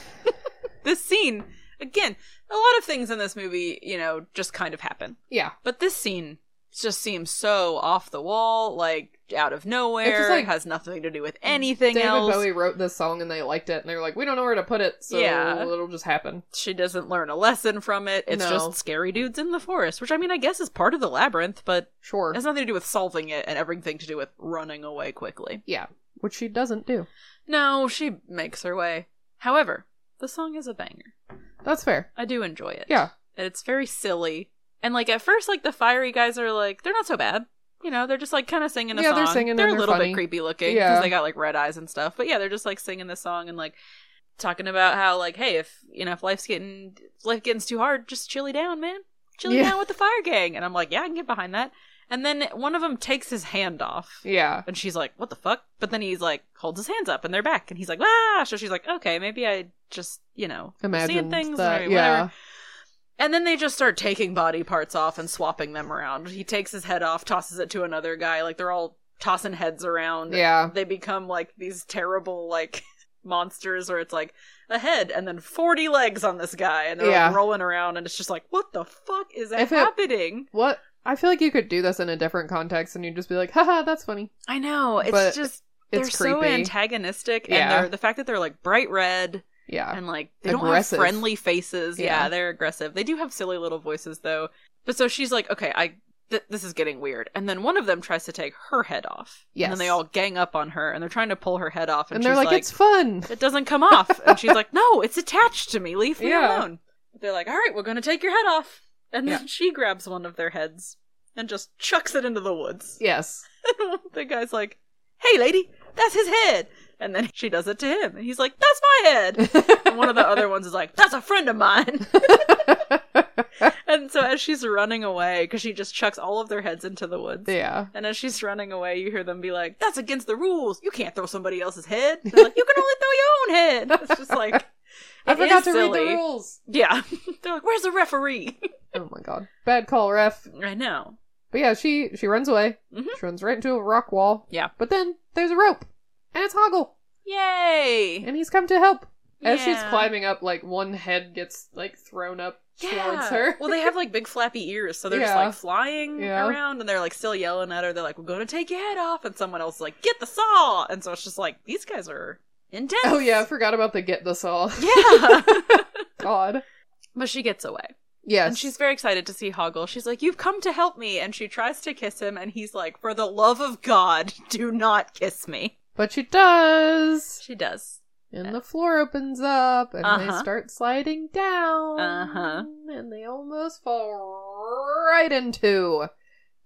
[SPEAKER 1] this scene again. A lot of things in this movie, you know, just kind of happen.
[SPEAKER 2] Yeah.
[SPEAKER 1] But this scene just seems so off the wall, like out of nowhere.
[SPEAKER 2] like-
[SPEAKER 1] has nothing to do with anything
[SPEAKER 2] David
[SPEAKER 1] else.
[SPEAKER 2] Bowie wrote this song and they liked it and they were like, we don't know where to put it, so
[SPEAKER 1] Yeah.
[SPEAKER 2] it'll just happen.
[SPEAKER 1] She doesn't learn a lesson from it. It's
[SPEAKER 2] No.
[SPEAKER 1] just scary dudes in the forest, which I mean, I guess is part of the labyrinth, but
[SPEAKER 2] Sure.
[SPEAKER 1] has nothing to do with solving it and everything to do with running away quickly.
[SPEAKER 2] yeah. Which she doesn't do.
[SPEAKER 1] No, she makes her way. However, the song is a banger.
[SPEAKER 2] That's fair.
[SPEAKER 1] I do enjoy it.
[SPEAKER 2] Yeah.
[SPEAKER 1] And it's very silly. And like at first, like the fiery guys are like they're not so bad. You know, they're just like kind of singing a
[SPEAKER 2] Yeah,
[SPEAKER 1] song.
[SPEAKER 2] they're singing and
[SPEAKER 1] They're a
[SPEAKER 2] they're
[SPEAKER 1] little
[SPEAKER 2] funny.
[SPEAKER 1] bit creepy looking because
[SPEAKER 2] Yeah.
[SPEAKER 1] they got like red eyes and stuff. But yeah, they're just like singing this song and like talking about how like hey, if you know if life's getting if life getting too hard, just chilly down, man. Chilly
[SPEAKER 2] Yeah.
[SPEAKER 1] down with the fire gang. And I'm like, yeah, I can get behind that. And then one of them takes his hand off.
[SPEAKER 2] Yeah.
[SPEAKER 1] And she's like, "What the fuck?" But then he's like, holds his hands up, and they're back, and he's like, "Ah!" So she's like, "Okay, maybe I just, you know,
[SPEAKER 2] Imagine
[SPEAKER 1] seeing things,
[SPEAKER 2] that.
[SPEAKER 1] or
[SPEAKER 2] yeah.
[SPEAKER 1] whatever." And then they just start taking body parts off and swapping them around. He takes his head off, tosses it to another guy. Like they're all tossing heads around.
[SPEAKER 2] Yeah.
[SPEAKER 1] They become like these terrible like monsters, where it's like a head and then forty legs on this guy, and they're
[SPEAKER 2] Yeah.
[SPEAKER 1] like, rolling around, and it's just like, "What the fuck is
[SPEAKER 2] If it-
[SPEAKER 1] happening?"
[SPEAKER 2] What? I feel like you could do this in a different context and you'd just be like, haha, that's funny.
[SPEAKER 1] I know. It's
[SPEAKER 2] But
[SPEAKER 1] just they're
[SPEAKER 2] It's
[SPEAKER 1] so
[SPEAKER 2] creepy.
[SPEAKER 1] antagonistic, and
[SPEAKER 2] Yeah.
[SPEAKER 1] they're, the fact that they're like bright red
[SPEAKER 2] yeah.
[SPEAKER 1] and like they
[SPEAKER 2] Aggressive.
[SPEAKER 1] don't have friendly faces. Yeah.
[SPEAKER 2] Yeah.
[SPEAKER 1] they're aggressive. They do have silly little voices though. But so she's like, okay, I th- this is getting weird. And then one of them tries to take her head off. And
[SPEAKER 2] Yes.
[SPEAKER 1] then they all gang up on her, and they're trying to pull her head off,
[SPEAKER 2] and,
[SPEAKER 1] and,
[SPEAKER 2] they're
[SPEAKER 1] she's
[SPEAKER 2] like,
[SPEAKER 1] like,
[SPEAKER 2] it's fun.
[SPEAKER 1] it doesn't come off. And she's like, no, it's attached to me. Leave me
[SPEAKER 2] Yeah.
[SPEAKER 1] alone. They're like, all right, we're gonna take your head off. And then
[SPEAKER 2] Yeah.
[SPEAKER 1] she grabs one of their heads and just chucks it into the woods.
[SPEAKER 2] Yes.
[SPEAKER 1] the guy's like, "Hey, lady, that's his head." And then she does it to him, and he's like, "That's my head." and one of the other ones is like, "That's a friend of mine." and so as she's running away, because she just chucks all of their heads into the woods.
[SPEAKER 2] yeah.
[SPEAKER 1] And as she's running away, you hear them be like, "That's against the rules. You can't throw somebody else's head." They're like, "You can only throw your own head." It's just like,
[SPEAKER 2] I
[SPEAKER 1] it
[SPEAKER 2] forgot
[SPEAKER 1] is
[SPEAKER 2] to read
[SPEAKER 1] silly.
[SPEAKER 2] the rules.
[SPEAKER 1] Yeah, they're like, "Where's the referee?"
[SPEAKER 2] Oh my god. Bad call, ref.
[SPEAKER 1] I know.
[SPEAKER 2] But yeah, she she runs away.
[SPEAKER 1] Mhm.
[SPEAKER 2] She runs right into a rock wall.
[SPEAKER 1] Yeah.
[SPEAKER 2] But then there's a rope. And it's Hoggle.
[SPEAKER 1] Yay!
[SPEAKER 2] And he's come to help. As she's
[SPEAKER 1] Yeah.
[SPEAKER 2] climbing up, like one head gets like thrown up towards her.
[SPEAKER 1] well, they have like big flappy ears, so they're just
[SPEAKER 2] Yeah.
[SPEAKER 1] like flying
[SPEAKER 2] Yeah.
[SPEAKER 1] around, and they're like still yelling at her. They're like, "We're going to take your head off," and someone else is like, "Get the saw!" And so it's just like these guys are intense.
[SPEAKER 2] Oh yeah, I forgot about the get this all.
[SPEAKER 1] yeah.
[SPEAKER 2] God.
[SPEAKER 1] but she gets away,
[SPEAKER 2] Yes.
[SPEAKER 1] and she's very excited to see Hoggle. She's like, "You've come to help me," and she tries to kiss him, and he's like, "For the love of God, do not kiss me."
[SPEAKER 2] But she does.
[SPEAKER 1] She does.
[SPEAKER 2] And the floor opens up, and they
[SPEAKER 1] Uh, Uh-huh.
[SPEAKER 2] start sliding down.
[SPEAKER 1] Uh-huh.
[SPEAKER 2] And they almost fall right into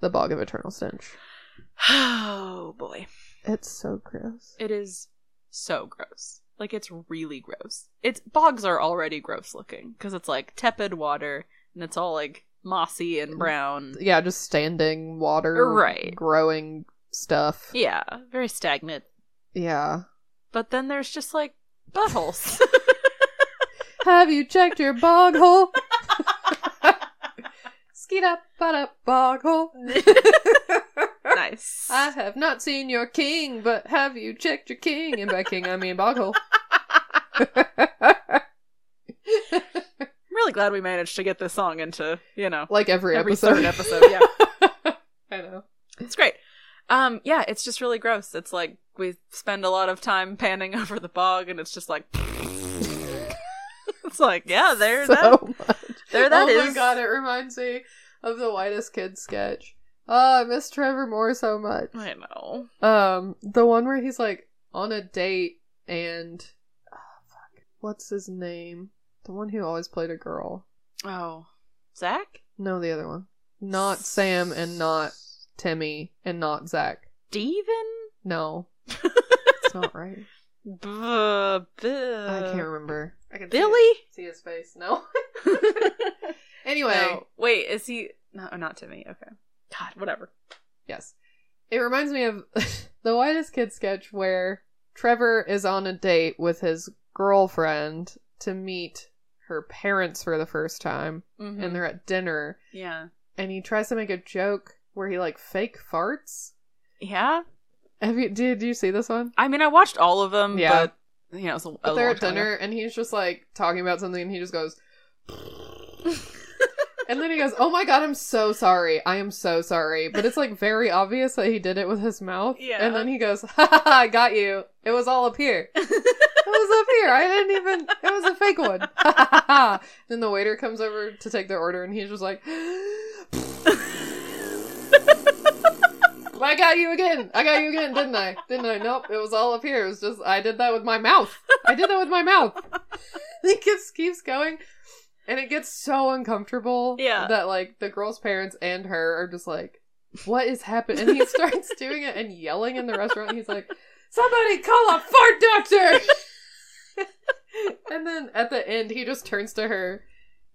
[SPEAKER 2] the bog of eternal stench.
[SPEAKER 1] Oh boy.
[SPEAKER 2] It's so gross.
[SPEAKER 1] It is so gross. Like it's really gross. It's bogs are already gross looking because it's like tepid water and it's all like mossy and brown.
[SPEAKER 2] Yeah, just standing water,
[SPEAKER 1] Right.
[SPEAKER 2] Growing stuff.
[SPEAKER 1] Yeah, very stagnant.
[SPEAKER 2] Yeah.
[SPEAKER 1] But then there's just like buttholes.
[SPEAKER 2] Have you checked your bog hole? Skeet up, butt up, bog hole.
[SPEAKER 1] nice.
[SPEAKER 2] I have not seen your king, but have you checked your king? And by king, I mean bog hole.
[SPEAKER 1] I'm really glad we managed to get this song into you know
[SPEAKER 2] like every,
[SPEAKER 1] every
[SPEAKER 2] episode.
[SPEAKER 1] third episode. Yeah,
[SPEAKER 2] I know.
[SPEAKER 1] it's great. Um, yeah, it's just really gross. It's like we spend a lot of time panning over the bog, and it's just like. It's like, yeah, there,
[SPEAKER 2] so
[SPEAKER 1] that,
[SPEAKER 2] much.
[SPEAKER 1] there that
[SPEAKER 2] oh
[SPEAKER 1] is.
[SPEAKER 2] my god, it reminds me of the whitest kid sketch. Oh, I miss Trevor Moore so much.
[SPEAKER 1] I know.
[SPEAKER 2] Um, the one where he's like, on a date and oh, fuck. what's his name? The one who always played a girl.
[SPEAKER 1] Oh, Zach,
[SPEAKER 2] No, the other one. Not Sam and not Timmy and not Zach.
[SPEAKER 1] Steven?
[SPEAKER 2] No, it's not right.
[SPEAKER 1] Buh, buh.
[SPEAKER 2] I can't remember. Uh, I can
[SPEAKER 1] Billy?
[SPEAKER 2] See his face. No. anyway,
[SPEAKER 1] No, wait, is he? No, not Timmy. Okay. God, whatever.
[SPEAKER 2] yes. It reminds me of the whitest kid sketch where Trevor is on a date with his girlfriend to meet her parents for the first time,
[SPEAKER 1] Mhm.
[SPEAKER 2] and they're at dinner,
[SPEAKER 1] yeah,
[SPEAKER 2] and he tries to make a joke where he like fake farts.
[SPEAKER 1] yeah.
[SPEAKER 2] Have you did you see this one?
[SPEAKER 1] I mean, I watched all of them,
[SPEAKER 2] Yeah.
[SPEAKER 1] but you know, it's a,
[SPEAKER 2] But
[SPEAKER 1] a
[SPEAKER 2] they're
[SPEAKER 1] long
[SPEAKER 2] at
[SPEAKER 1] time ago.
[SPEAKER 2] dinner, and he's just like talking about something, and he just goes. and then he goes, "Oh my god, I'm so sorry. I am so sorry." But it's like very obvious that he did it with his mouth.
[SPEAKER 1] Yeah.
[SPEAKER 2] And then he goes, "Ha ha, ha, I got you. It was all up here. it was up here. I didn't even. It was a fake one." Ha, ha, ha, ha. then the waiter comes over to take their order, and he's just like. I got you again. I got you again, didn't I? Didn't I? Nope. It was all up here. It was just I did that with my mouth. I did that with my mouth. it just keeps going, and it gets so uncomfortable.
[SPEAKER 1] Yeah.
[SPEAKER 2] That like the girl's parents and her are just like, "What is happening?" And he starts doing it and yelling in the restaurant. He's like, "Somebody call a fart doctor!" and then at the end, he just turns to her,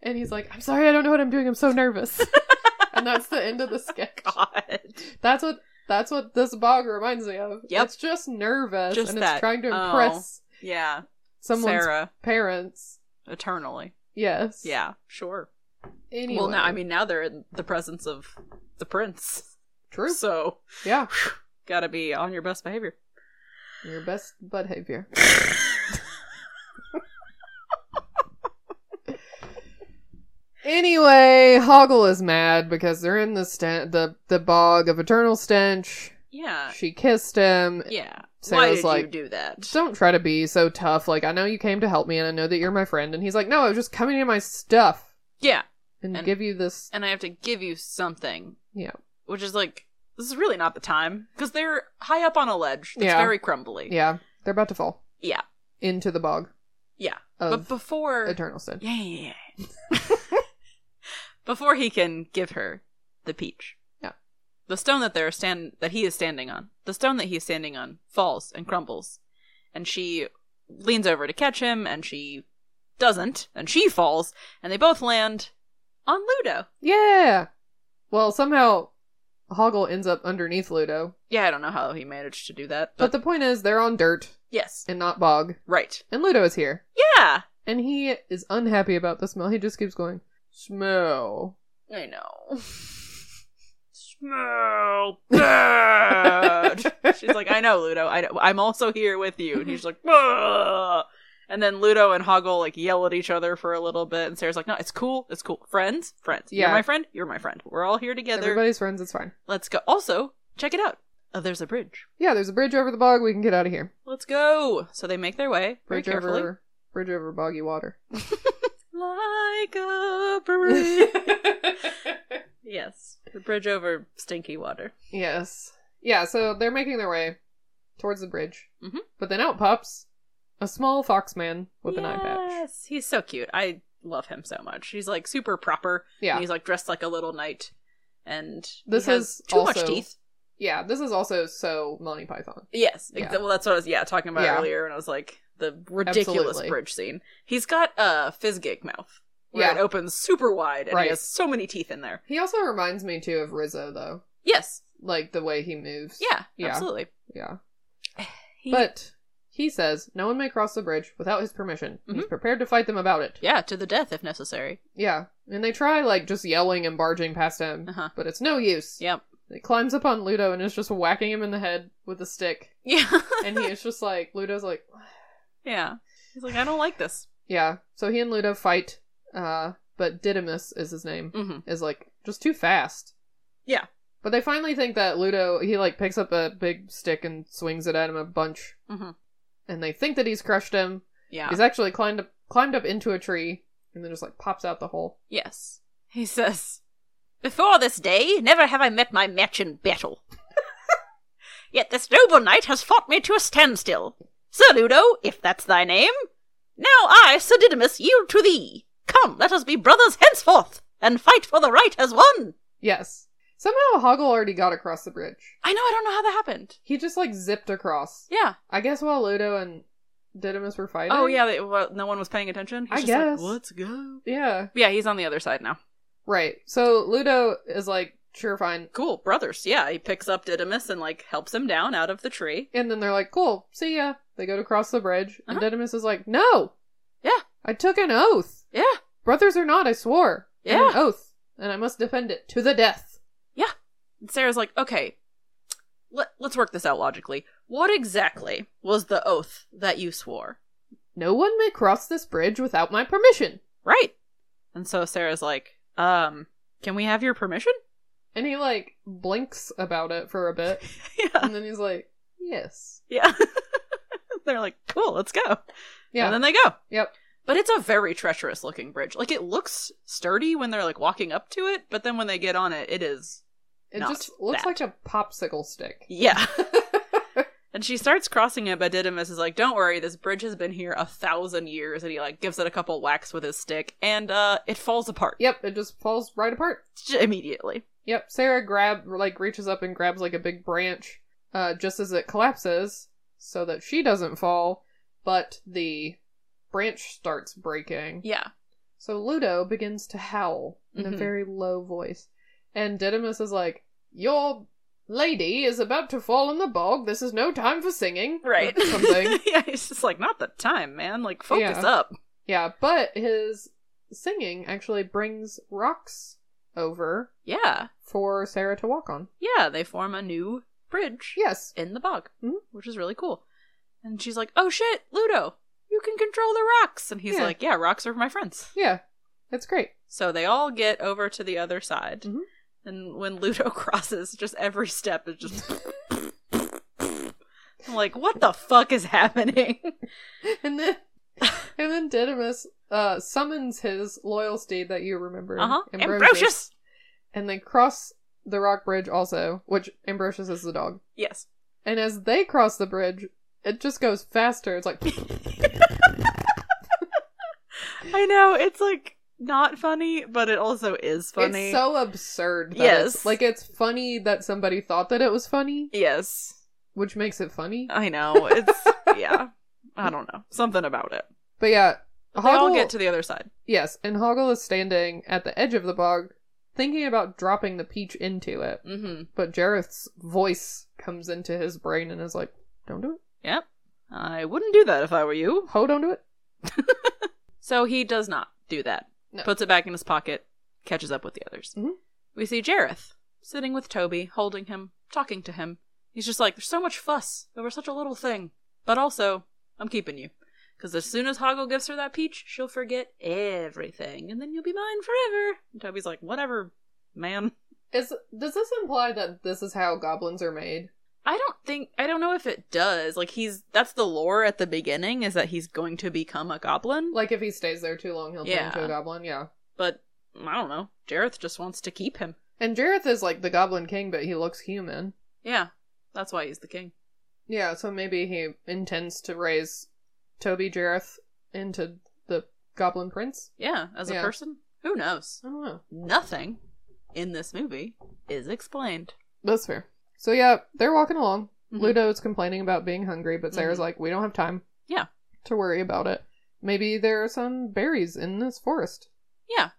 [SPEAKER 2] and he's like, "I'm sorry. I don't know what I'm doing. I'm so nervous." and that's the end of the sketch.
[SPEAKER 1] God.
[SPEAKER 2] That's what that's what this bog reminds me of.
[SPEAKER 1] Yep.
[SPEAKER 2] It's just nervous
[SPEAKER 1] Just
[SPEAKER 2] and
[SPEAKER 1] that.
[SPEAKER 2] it's trying to
[SPEAKER 1] Oh.
[SPEAKER 2] impress
[SPEAKER 1] Yeah,
[SPEAKER 2] someone's
[SPEAKER 1] Sarah
[SPEAKER 2] parents.
[SPEAKER 1] eternally.
[SPEAKER 2] Yes.
[SPEAKER 1] Yeah, sure.
[SPEAKER 2] Anyway.
[SPEAKER 1] Well, now I mean, now they're in the presence of the prince,
[SPEAKER 2] true.
[SPEAKER 1] so
[SPEAKER 2] Yeah.
[SPEAKER 1] gotta be on your best behavior.
[SPEAKER 2] Your best behavior. anyway, Hoggle is mad because they're in the sten- the the bog of eternal stench.
[SPEAKER 1] Yeah,
[SPEAKER 2] She kissed him.
[SPEAKER 1] Uh, yeah. Why
[SPEAKER 2] Sarah's
[SPEAKER 1] did you
[SPEAKER 2] like,
[SPEAKER 1] do that?
[SPEAKER 2] don't try to be so tough. Like I know you came to help me, and I know that you're my friend. And he's like, no, I was just coming to my stuff.
[SPEAKER 1] Yeah,
[SPEAKER 2] and,
[SPEAKER 1] And-
[SPEAKER 2] give you this.
[SPEAKER 1] and I have to give you something,
[SPEAKER 2] Yeah,
[SPEAKER 1] which is like this is really not the time because they're high up on a ledge. It's
[SPEAKER 2] Yeah.
[SPEAKER 1] very crumbly.
[SPEAKER 2] yeah, they're about to fall
[SPEAKER 1] yeah,
[SPEAKER 2] into the bog.
[SPEAKER 1] yeah.
[SPEAKER 2] Of
[SPEAKER 1] but before
[SPEAKER 2] Eternal sin.
[SPEAKER 1] Yeah, yeah, yeah. Before he can give her the peach.
[SPEAKER 2] Yeah.
[SPEAKER 1] The stone that they're stand that he is standing on. The stone that he is standing on falls and crumbles. And she leans over to catch him and she doesn't and she falls and they both land on Ludo.
[SPEAKER 2] Yeah. Well, somehow Hoggle ends up underneath Ludo.
[SPEAKER 1] Yeah, I don't know how he managed to do that, but,
[SPEAKER 2] But the point is, they're on dirt
[SPEAKER 1] yes.
[SPEAKER 2] and not bog,
[SPEAKER 1] Right.
[SPEAKER 2] and Ludo is here,
[SPEAKER 1] Yeah.
[SPEAKER 2] and he is unhappy about the smell. He just keeps going smell.
[SPEAKER 1] I know. Smell bad. She's like, I know, Ludo. I am also here with you. And he's like, "Ugh." and then Ludo and Hoggle like yell at each other for a little bit. And Sarah's like, No, it's cool. It's cool. Friends, friends.
[SPEAKER 2] Yeah.
[SPEAKER 1] You're my friend. You're my friend. We're all here together.
[SPEAKER 2] Everybody's friends. It's fine.
[SPEAKER 1] Let's go. Also, check it out. Oh, there's a bridge.
[SPEAKER 2] Yeah, there's a bridge over the bog. We can get out of here.
[SPEAKER 1] Let's go. So they make their way very
[SPEAKER 2] Bridge
[SPEAKER 1] carefully,
[SPEAKER 2] over, bridge over boggy water.
[SPEAKER 1] like a bridge. yes, the bridge over stinky water.
[SPEAKER 2] Yes. Yeah, so they're making their way towards the bridge.
[SPEAKER 1] Mhm.
[SPEAKER 2] But then out pops a small fox man with an eye patch.
[SPEAKER 1] Yes, he's so cute. I love him so much. He's like super proper.
[SPEAKER 2] Yeah.
[SPEAKER 1] and he's like dressed like a little knight, and
[SPEAKER 2] This
[SPEAKER 1] he has
[SPEAKER 2] is
[SPEAKER 1] too
[SPEAKER 2] also-
[SPEAKER 1] much teeth.
[SPEAKER 2] Yeah, this is also so Monty Python.
[SPEAKER 1] Yes,
[SPEAKER 2] Yeah.
[SPEAKER 1] exa- well, that's what I was yeah talking about
[SPEAKER 2] Yeah.
[SPEAKER 1] earlier when I was like the ridiculous
[SPEAKER 2] Absolutely.
[SPEAKER 1] bridge scene. He's got a fizzgig mouth where
[SPEAKER 2] Yeah.
[SPEAKER 1] it opens super wide, and
[SPEAKER 2] Right.
[SPEAKER 1] he has so many teeth in there.
[SPEAKER 2] He also reminds me too of Rizzo though.
[SPEAKER 1] Yes,
[SPEAKER 2] Like the way he moves.
[SPEAKER 1] yeah,
[SPEAKER 2] Yeah.
[SPEAKER 1] absolutely.
[SPEAKER 2] Yeah.
[SPEAKER 1] He-
[SPEAKER 2] But he says no one may cross the bridge without his permission. He's
[SPEAKER 1] Mhm.
[SPEAKER 2] prepared to fight them about it.
[SPEAKER 1] yeah, to the death if necessary.
[SPEAKER 2] Yeah. And they try like just yelling and barging past him,
[SPEAKER 1] Uh-huh.
[SPEAKER 2] but it's no use.
[SPEAKER 1] Yep.
[SPEAKER 2] He climbs up on Ludo and is just whacking him in the head with a stick.
[SPEAKER 1] Yeah,
[SPEAKER 2] and he is just like Ludo's like
[SPEAKER 1] yeah. He's like, I don't like this.
[SPEAKER 2] Yeah. So he and Ludo fight, uh, but Didymus is his name.
[SPEAKER 1] hmm
[SPEAKER 2] Is like just too fast.
[SPEAKER 1] Yeah.
[SPEAKER 2] But they finally think that Ludo he like picks up a big stick and swings it at him a bunch,
[SPEAKER 1] Mhm.
[SPEAKER 2] and they think that he's crushed him.
[SPEAKER 1] Yeah.
[SPEAKER 2] He's actually climbed up climbed up into a tree and then just like pops out the hole.
[SPEAKER 1] Yes. He says, Before this day, never have I met my match in battle. Yet this noble knight has fought me to a standstill. Sir Ludo, if that's thy name, now I, Sir Didymus, yield to thee. Come, let us be brothers henceforth, and fight for the right as one.
[SPEAKER 2] Yes. Somehow Hoggle already got across the bridge.
[SPEAKER 1] I know, I don't know how that happened.
[SPEAKER 2] He just like zipped across.
[SPEAKER 1] Yeah.
[SPEAKER 2] I guess while Ludo and Didymus were fighting.
[SPEAKER 1] Oh, yeah, they, well, no one was paying attention. He's
[SPEAKER 2] I
[SPEAKER 1] just
[SPEAKER 2] guess.
[SPEAKER 1] like, let's go.
[SPEAKER 2] Yeah.
[SPEAKER 1] Yeah, he's on the other side now.
[SPEAKER 2] Right. So Ludo is like, sure, fine.
[SPEAKER 1] Cool, brothers. Yeah, he picks up Didymus and, like, helps him down out of the tree.
[SPEAKER 2] And then they're like, cool, see ya. They go to cross the bridge. And
[SPEAKER 1] Uh-huh.
[SPEAKER 2] Didymus is like, no.
[SPEAKER 1] Yeah.
[SPEAKER 2] I took an oath.
[SPEAKER 1] Yeah.
[SPEAKER 2] Brothers or not, I swore. And
[SPEAKER 1] Yeah.
[SPEAKER 2] An oath. And I must defend it to the death.
[SPEAKER 1] Yeah. And Sarah's like, okay, let, let's work this out logically. What exactly was the oath that you swore?
[SPEAKER 2] No one may cross this bridge without my permission.
[SPEAKER 1] Right. And so Sarah's like, um, can we have your permission?
[SPEAKER 2] And he like blinks about it for a bit.
[SPEAKER 1] yeah.
[SPEAKER 2] and then he's like, yes.
[SPEAKER 1] Yeah. They're like, cool, let's go.
[SPEAKER 2] Yeah.
[SPEAKER 1] And then they go.
[SPEAKER 2] yep.
[SPEAKER 1] But it's a very treacherous looking bridge. Like it looks sturdy when they're like walking up to it, but then when they get on it, it is
[SPEAKER 2] It
[SPEAKER 1] Not
[SPEAKER 2] just looks
[SPEAKER 1] that.
[SPEAKER 2] like a popsicle stick.
[SPEAKER 1] yeah. and she starts crossing it, but Didymus is like, "Don't worry, this bridge has been here a thousand years." And he like gives it a couple whacks with his stick, and uh, it falls apart
[SPEAKER 2] Yep, it just falls right apart.
[SPEAKER 1] j- immediately.
[SPEAKER 2] Yep, Sarah grab like reaches up and grabs like a big branch, uh, just as it collapses, so that she doesn't fall, but the branch starts breaking.
[SPEAKER 1] Yeah.
[SPEAKER 2] So Ludo begins to howl in a
[SPEAKER 1] Mhm.
[SPEAKER 2] very low voice, and Didymus is like, "Your lady is about to fall in the bog. This is no time for singing." or
[SPEAKER 1] Right.
[SPEAKER 2] Something.
[SPEAKER 1] yeah. It's just like not the time, man. Like focus
[SPEAKER 2] Yeah.
[SPEAKER 1] up.
[SPEAKER 2] yeah, but his singing actually brings rocks over
[SPEAKER 1] Yeah.
[SPEAKER 2] for Sarah to walk on.
[SPEAKER 1] Yeah. They form a new bridge.
[SPEAKER 2] Yes.
[SPEAKER 1] in the bog,
[SPEAKER 2] Mhm.
[SPEAKER 1] which is really cool. And she's like, "Oh shit, Ludo, you can control the rocks." And he's
[SPEAKER 2] Yeah.
[SPEAKER 1] like, "Yeah, rocks are my friends."
[SPEAKER 2] Yeah. That's great.
[SPEAKER 1] So they all get over to the other side,
[SPEAKER 2] Mhm.
[SPEAKER 1] and when Ludo crosses, just every step is just. I'm like, what the fuck is happening?
[SPEAKER 2] And then and then Didymus uh summons his loyal steed that you remember.
[SPEAKER 1] Uh huh.
[SPEAKER 2] Ambrosius,
[SPEAKER 1] Ambrosius.
[SPEAKER 2] And they cross the rock bridge also, which Ambrosius is the dog.
[SPEAKER 1] Yes.
[SPEAKER 2] And as they cross the bridge, it just goes faster. It's like
[SPEAKER 1] I know it's like not funny, but it also is funny.
[SPEAKER 2] it's so absurd. That
[SPEAKER 1] Yes.
[SPEAKER 2] it's- like it's funny that somebody thought that it was funny,
[SPEAKER 1] yes.
[SPEAKER 2] which makes it funny.
[SPEAKER 1] I know it's yeah. I don't know something about it.
[SPEAKER 2] But yeah,
[SPEAKER 1] But They all
[SPEAKER 2] Hoggle-
[SPEAKER 1] get to the other side.
[SPEAKER 2] yes, and Hoggle is standing at the edge of the bog, thinking about dropping the peach into it.
[SPEAKER 1] Mm-hmm.
[SPEAKER 2] But Jareth's voice comes into his brain and is like, "Don't do it.
[SPEAKER 1] Yep. I wouldn't do that if I were you.
[SPEAKER 2] Ho, don't do it."
[SPEAKER 1] So he does not do that.
[SPEAKER 2] No.
[SPEAKER 1] Puts it back in his pocket, catches up with the others.
[SPEAKER 2] Mhm.
[SPEAKER 1] We see Jareth sitting with Toby, holding him, talking to him. He's just like, there's so much fuss over such a little thing. But also, I'm keeping you. Because as soon as Hoggle gives her that peach, she'll forget everything, and then you'll be mine forever. And Toby's like, whatever, man.
[SPEAKER 2] Is does this imply that this is how goblins are made?
[SPEAKER 1] I don't think I don't know if it does. Like he's that's the lore at the beginning is that he's going to become a goblin.
[SPEAKER 2] Like if he stays there too long, he'll turn into
[SPEAKER 1] Yeah.
[SPEAKER 2] a goblin. Yeah.
[SPEAKER 1] but I don't know. Jareth just wants to keep him.
[SPEAKER 2] And Jareth is like the goblin king, but he looks human.
[SPEAKER 1] Yeah, that's why he's the king.
[SPEAKER 2] Yeah, so maybe he intends to raise Toby Jareth into the goblin prince.
[SPEAKER 1] Yeah, as a
[SPEAKER 2] Yeah.
[SPEAKER 1] person, who knows?
[SPEAKER 2] I don't know.
[SPEAKER 1] Nothing in this movie is explained.
[SPEAKER 2] That's fair. So yeah, they're walking along.
[SPEAKER 1] Mhm.
[SPEAKER 2] Ludo is complaining about being hungry, but Sarah's
[SPEAKER 1] Mhm.
[SPEAKER 2] like, "We don't have time
[SPEAKER 1] Yeah,
[SPEAKER 2] to worry about it. Maybe there are some berries in this forest."
[SPEAKER 1] yeah,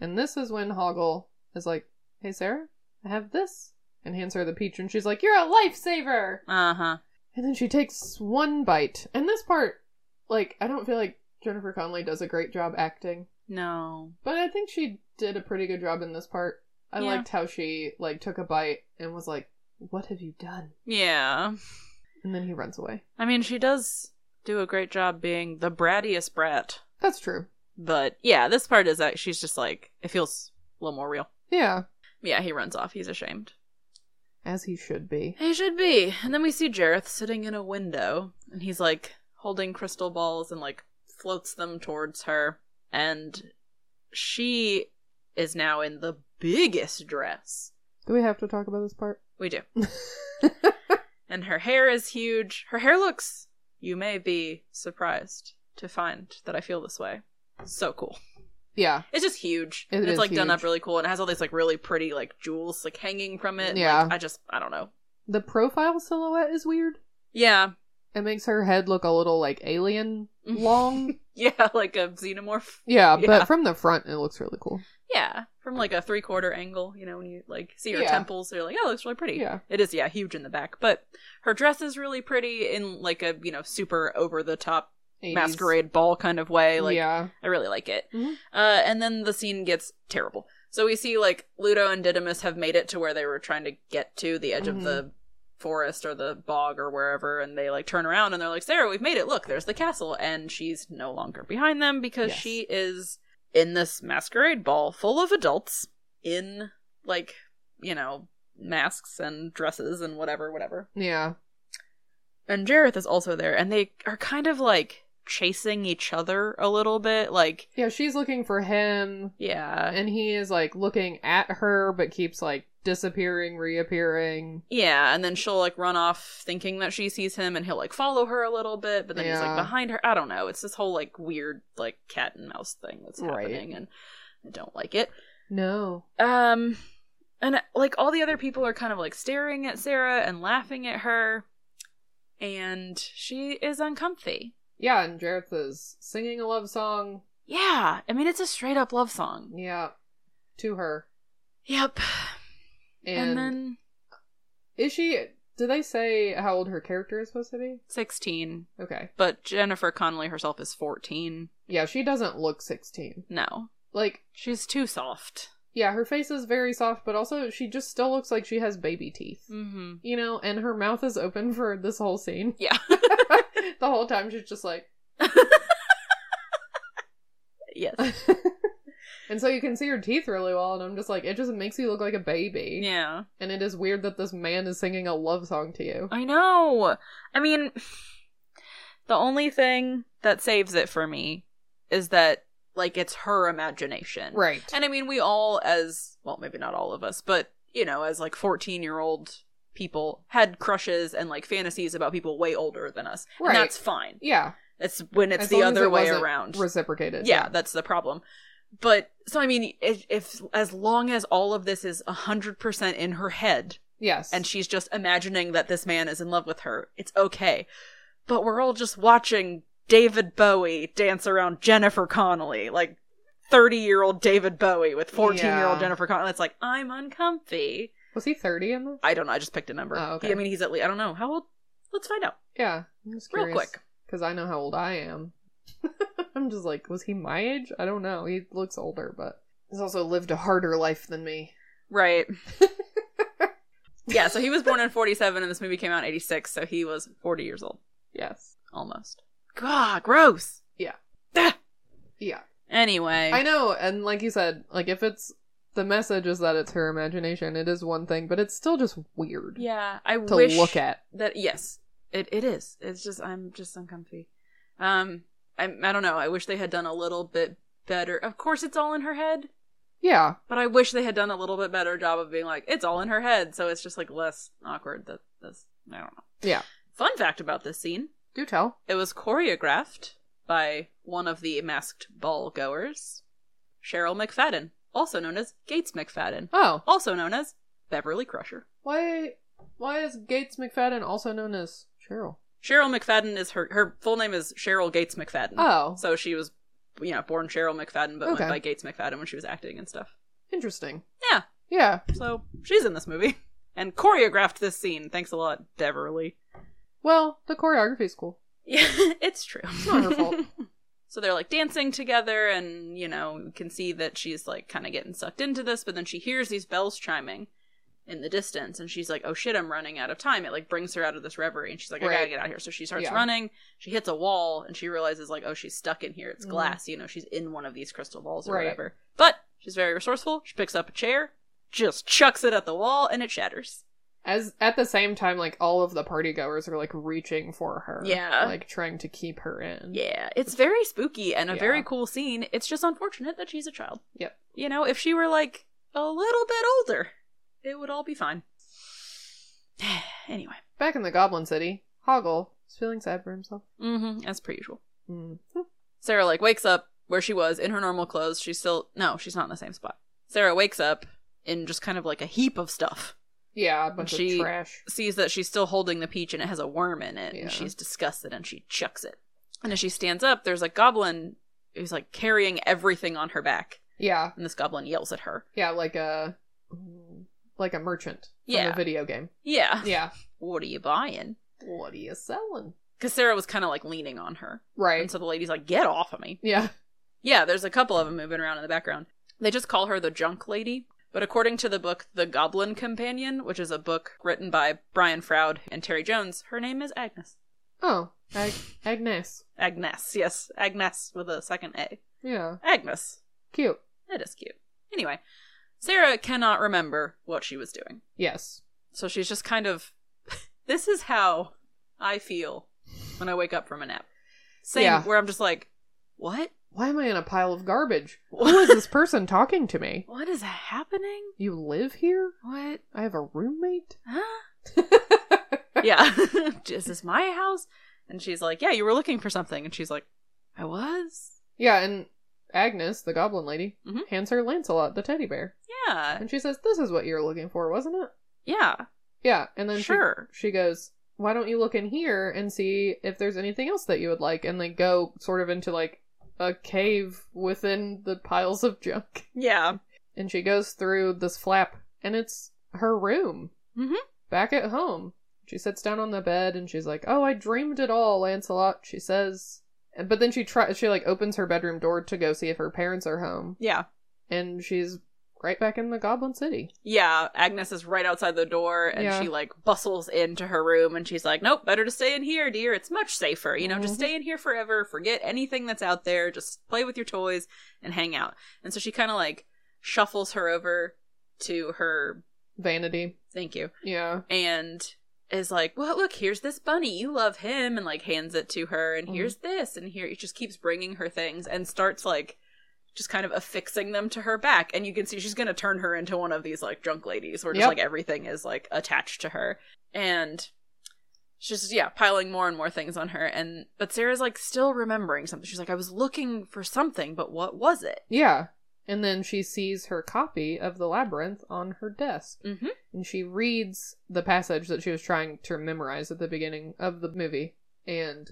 [SPEAKER 2] And this is when Hoggle is like, Hey, Sarah, I have this. And hands her the peach, and she's like, You're a lifesaver!
[SPEAKER 1] uh huh.
[SPEAKER 2] And then she takes one bite. And this part, like, I don't feel like Jennifer Connelly does a great job acting,
[SPEAKER 1] No,
[SPEAKER 2] but I think she did a pretty good job in this part. I
[SPEAKER 1] Yeah.
[SPEAKER 2] liked how she, like, took a bite and was like, What have you done?
[SPEAKER 1] yeah.
[SPEAKER 2] And then he runs away.
[SPEAKER 1] I mean, she does do a great job being the brattiest brat,
[SPEAKER 2] That's true.
[SPEAKER 1] but yeah, this part is that she's just like it feels a little more real.
[SPEAKER 2] Yeah,
[SPEAKER 1] Yeah, he runs off. He's ashamed.
[SPEAKER 2] as he should be.
[SPEAKER 1] He should be. And then we see Jareth sitting in a window, and he's like holding crystal balls and like floats them towards her. And she is now in the biggest dress.
[SPEAKER 2] Do we have to talk about this part?
[SPEAKER 1] We do. and her hair is huge. Her hair looks. You may be surprised to find that I feel this way. So cool.
[SPEAKER 2] Yeah.
[SPEAKER 1] It's just huge.
[SPEAKER 2] It
[SPEAKER 1] and it's
[SPEAKER 2] is
[SPEAKER 1] like done
[SPEAKER 2] huge.
[SPEAKER 1] up really cool and it has all these like really pretty like jewels like hanging from it. and,
[SPEAKER 2] Yeah.
[SPEAKER 1] like, I just I don't know.
[SPEAKER 2] The profile silhouette is weird.
[SPEAKER 1] Yeah.
[SPEAKER 2] It makes her head look a little like alien long.
[SPEAKER 1] Yeah, like a xenomorph.
[SPEAKER 2] yeah,
[SPEAKER 1] Mm-hmm. Yeah.
[SPEAKER 2] but from the front it looks really cool.
[SPEAKER 1] Yeah. From like a three quarter angle, you know, when you like see her
[SPEAKER 2] Yeah.
[SPEAKER 1] temples, you're like, Oh, it looks really pretty.
[SPEAKER 2] Yeah.
[SPEAKER 1] It is, yeah, huge in the back. But her dress is really pretty in like a, you know, super over the top
[SPEAKER 2] 80s.
[SPEAKER 1] masquerade ball kind of way. Like
[SPEAKER 2] yeah.
[SPEAKER 1] I really like it.
[SPEAKER 2] Mhm.
[SPEAKER 1] Uh, and then the scene gets terrible. So we see like Ludo and Didymus have made it to where they were trying to get to the edge of
[SPEAKER 2] Mhm.
[SPEAKER 1] the forest or the bog or wherever, and they like turn around and they're like, "Sarah, we've made it! Look, there's the castle!" And she's no longer behind them because
[SPEAKER 2] Yes.
[SPEAKER 1] she is in this masquerade ball full of adults in like you know masks and dresses and whatever, whatever.
[SPEAKER 2] Yeah.
[SPEAKER 1] And Jareth is also there, and they are kind of like chasing each other a little bit, like.
[SPEAKER 2] Yeah, she's looking for him
[SPEAKER 1] Yeah.
[SPEAKER 2] and he is like looking at her but keeps like disappearing, reappearing.
[SPEAKER 1] Yeah, and then she'll like run off thinking that she sees him and he'll like follow her a little bit, but then he's like
[SPEAKER 2] Yeah.
[SPEAKER 1] behind her. I don't know. It's this whole like weird like cat and mouse thing that's
[SPEAKER 2] Right.
[SPEAKER 1] happening and I don't like it.
[SPEAKER 2] No.
[SPEAKER 1] Um and like all the other people are kind of like staring at Sarah and laughing at her and she is uncomfy.
[SPEAKER 2] Yeah, and Jareth is singing a love song.
[SPEAKER 1] Yeah, I mean it's a straight up love song.
[SPEAKER 2] Yeah. To her.
[SPEAKER 1] Yep.
[SPEAKER 2] And,
[SPEAKER 1] and then
[SPEAKER 2] is she do they say how old her character is supposed to be?
[SPEAKER 1] 16,
[SPEAKER 2] Okay.
[SPEAKER 1] but Jennifer Connelly herself is 14.
[SPEAKER 2] Yeah, she doesn't look 16.
[SPEAKER 1] No.
[SPEAKER 2] Like
[SPEAKER 1] She's too soft.
[SPEAKER 2] yeah, her face is very soft, but also she just still looks like she has baby teeth.
[SPEAKER 1] Mm-hmm.
[SPEAKER 2] You know, and her mouth is open for this whole scene.
[SPEAKER 1] Yeah.
[SPEAKER 2] the whole time she's just like
[SPEAKER 1] yes.
[SPEAKER 2] And so you can see her teeth really well and I'm just like it just makes you look like a baby.
[SPEAKER 1] Yeah.
[SPEAKER 2] And it is weird that this man is singing a love song to you.
[SPEAKER 1] I know. I mean, the only thing that saves it for me is that, like, it's her imagination.
[SPEAKER 2] Right.
[SPEAKER 1] And I mean, we all, as well, maybe not all of us, but, you know, as like 14 year old people had crushes and like fantasies about people way older than us.
[SPEAKER 2] Right.
[SPEAKER 1] And that's fine.
[SPEAKER 2] yeah.
[SPEAKER 1] It's when it's
[SPEAKER 2] As
[SPEAKER 1] the
[SPEAKER 2] long as
[SPEAKER 1] other
[SPEAKER 2] it
[SPEAKER 1] way
[SPEAKER 2] wasn't
[SPEAKER 1] around.
[SPEAKER 2] Reciprocated.
[SPEAKER 1] yeah, that's the problem. But, so I mean, if, if as long as all of this is 100% in her head,
[SPEAKER 2] Yes.
[SPEAKER 1] and she's just imagining that this man is in love with her. It's okay. But we're all just watching David Bowie dance around Jennifer Connolly, like 30 year old David Bowie with 14 year old
[SPEAKER 2] Yeah.
[SPEAKER 1] Jennifer Connolly. It's like, I'm uncomfy.
[SPEAKER 2] was he thirty in this?
[SPEAKER 1] I don't know. I just picked a number.
[SPEAKER 2] Oh, okay.
[SPEAKER 1] He- I mean, he's at least, I don't know. How old? Let's find out
[SPEAKER 2] Yeah. I'm just
[SPEAKER 1] real
[SPEAKER 2] curious.
[SPEAKER 1] quick.
[SPEAKER 2] Because I know how old I am. I'm just like, was he my age? I don't know. He looks older, but he's also lived a harder life than me.
[SPEAKER 1] Right. yeah, so he was born in 47 and this movie came out in 86, so he was 40 years old.
[SPEAKER 2] Yes.
[SPEAKER 1] Almost. God, gross.
[SPEAKER 2] Yeah.
[SPEAKER 1] Ah!
[SPEAKER 2] Yeah.
[SPEAKER 1] Anyway.
[SPEAKER 2] I know, and like you said, like if it's the message is that it's her imagination, it is one thing, but it's still just weird.
[SPEAKER 1] Yeah, I
[SPEAKER 2] to
[SPEAKER 1] wish
[SPEAKER 2] look at.
[SPEAKER 1] that. Yes, it it is. It's just I'm just uncomfy. Um, I I don't know. I wish they had done a little bit better. Of course, it's all in her head,
[SPEAKER 2] Yeah.
[SPEAKER 1] but I wish they had done a little bit better job of being like it's all in her head, so it's just like less awkward. That that's I don't know.
[SPEAKER 2] Yeah.
[SPEAKER 1] Fun fact about this scene:
[SPEAKER 2] Do tell.
[SPEAKER 1] it was choreographed by one of the masked ball goers, Cheryl McFadden, also known as Gates McFadden,
[SPEAKER 2] Oh.
[SPEAKER 1] also known as Beverly Crusher.
[SPEAKER 2] Why why is Gates McFadden also known as Cheryl?
[SPEAKER 1] Cheryl McFadden is her her full name is Cheryl Gates McFadden.
[SPEAKER 2] Oh.
[SPEAKER 1] So she was you know, born Cheryl McFadden but
[SPEAKER 2] Okay.
[SPEAKER 1] went by Gates McFadden when she was acting and stuff.
[SPEAKER 2] Interesting.
[SPEAKER 1] Yeah.
[SPEAKER 2] Yeah.
[SPEAKER 1] So she's in this movie. And choreographed this scene. Thanks a lot, Beverly.
[SPEAKER 2] Well, the choreography's cool.
[SPEAKER 1] Yeah, it's true.
[SPEAKER 2] It's not her fault.
[SPEAKER 1] So they're like dancing together and, you know, you can see that she's like kinda getting sucked into this, but then she hears these bells chiming in the distance and she's like, Oh shit, I'm running out of time. It like brings her out of this reverie and she's like, I gotta
[SPEAKER 2] Right.
[SPEAKER 1] get out of here. So she starts
[SPEAKER 2] Yeah.
[SPEAKER 1] running, she hits a wall and she realizes like, oh, she's stuck in here. It's
[SPEAKER 2] Mhm.
[SPEAKER 1] glass, you know, she's in one of these crystal balls or
[SPEAKER 2] Right.
[SPEAKER 1] whatever. But she's very resourceful. She picks up a chair, just chucks it at the wall, and it shatters.
[SPEAKER 2] As at the same time, like all of the party goers are like reaching for her.
[SPEAKER 1] Yeah.
[SPEAKER 2] Like trying to keep her in.
[SPEAKER 1] Yeah. It's very spooky and a very
[SPEAKER 2] Yeah.
[SPEAKER 1] cool scene. It's just unfortunate that she's a child.
[SPEAKER 2] Yep.
[SPEAKER 1] You know, if she were like a little bit older, it would all be fine. Anyway.
[SPEAKER 2] Back in the Goblin City, Hoggle is feeling sad for himself.
[SPEAKER 1] Mm-hmm. As per usual.
[SPEAKER 2] Mm.
[SPEAKER 1] Sarah like wakes up where she was in her normal clothes. She's still no, she's not in the same spot. Sarah wakes up in just kind of like a heap of stuff.
[SPEAKER 2] Yeah, a bunch
[SPEAKER 1] She-
[SPEAKER 2] of trash.
[SPEAKER 1] Sees that she's still holding the peach and it has a worm in it,
[SPEAKER 2] Yeah.
[SPEAKER 1] and she's disgusted and she chucks it. And as she stands up, there's a goblin who's like carrying everything on her back,
[SPEAKER 2] Yeah,
[SPEAKER 1] and this goblin yells at her.
[SPEAKER 2] yeah, like a like a merchant from
[SPEAKER 1] Yeah.
[SPEAKER 2] a video game.
[SPEAKER 1] Yeah.
[SPEAKER 2] Yeah,
[SPEAKER 1] What are you buying?
[SPEAKER 2] what are you selling?
[SPEAKER 1] Because Sarah was kind of like leaning on her.
[SPEAKER 2] Right.
[SPEAKER 1] And so the lady's like, get off of me.
[SPEAKER 2] yeah.
[SPEAKER 1] Yeah, there's a couple of them moving around in the background. They just call her the Junk Lady. But according to the book The Goblin Companion, which is a book written by Brian Froud and Terry Jones, her name is Agnes.
[SPEAKER 2] Oh, Ag- Agnes.
[SPEAKER 1] Agnes, yes, Agnes with a second A.
[SPEAKER 2] Yeah,
[SPEAKER 1] Agnes.
[SPEAKER 2] cute.
[SPEAKER 1] It is cute. Anyway, Sarah cannot remember what she was doing.
[SPEAKER 2] Yes.
[SPEAKER 1] So she's just kind of. this is how I feel when I wake up from a nap. Same,
[SPEAKER 2] Yeah.
[SPEAKER 1] where I'm just like, what?
[SPEAKER 2] Why am I in a pile of garbage? Who is this person talking to me?
[SPEAKER 1] What is happening?
[SPEAKER 2] You live here?
[SPEAKER 1] What?
[SPEAKER 2] I have a roommate.
[SPEAKER 1] Huh? yeah. is this my house? And she's like, Yeah, you were looking for something. And she's like, I was?
[SPEAKER 2] Yeah, and Agnes, the goblin lady,
[SPEAKER 1] Mhm.
[SPEAKER 2] hands her Lancelot, the teddy bear.
[SPEAKER 1] Yeah.
[SPEAKER 2] And she says, This is what you're looking for, wasn't it?
[SPEAKER 1] Yeah.
[SPEAKER 2] Yeah. And then she-
[SPEAKER 1] Sure.
[SPEAKER 2] she, goes, Why don't you look in here and see if there's anything else that you would like? And they go sort of into like a cave within the piles of junk.
[SPEAKER 1] Yeah.
[SPEAKER 2] And she goes through this flap, and it's her room
[SPEAKER 1] Mhm.
[SPEAKER 2] back at home. She sits down on the bed and she's like, "Oh, I dreamed it all, Lancelot." She says, And- but then she tries. She like opens her bedroom door to go see if her parents are home,
[SPEAKER 1] Yeah.
[SPEAKER 2] and she's right back in the Goblin City.
[SPEAKER 1] Yeah. Agnes is right outside the door and
[SPEAKER 2] Yeah.
[SPEAKER 1] she like bustles into her room and she's like, Nope, better to stay in here, dear. It's much safer. You know, just
[SPEAKER 2] Mhm.
[SPEAKER 1] stay in here forever. Forget anything that's out there. Just play with your toys and hang out. And so she kind of like shuffles her over to her.
[SPEAKER 2] Vanity,
[SPEAKER 1] Thank you.
[SPEAKER 2] yeah,
[SPEAKER 1] and is like, "Well, look, here's this bunny. You love him," and like hands it to her, and
[SPEAKER 2] Mhm.
[SPEAKER 1] here's this, and here it just keeps bringing her things and starts like just kind of affixing them to her back, and you can see she's gonna turn her into one of these like drunk ladies where just
[SPEAKER 2] Yep.
[SPEAKER 1] like everything is like attached to her, and she's just yeah piling more and more things on her, and but Sarah's like still remembering something. She's like, "I was looking for something, but what was it?"
[SPEAKER 2] yeah. And then she sees her copy of the Labyrinth on her desk,
[SPEAKER 1] Mm-hmm.
[SPEAKER 2] and she reads the passage that she was trying to memorize at the beginning of the movie. And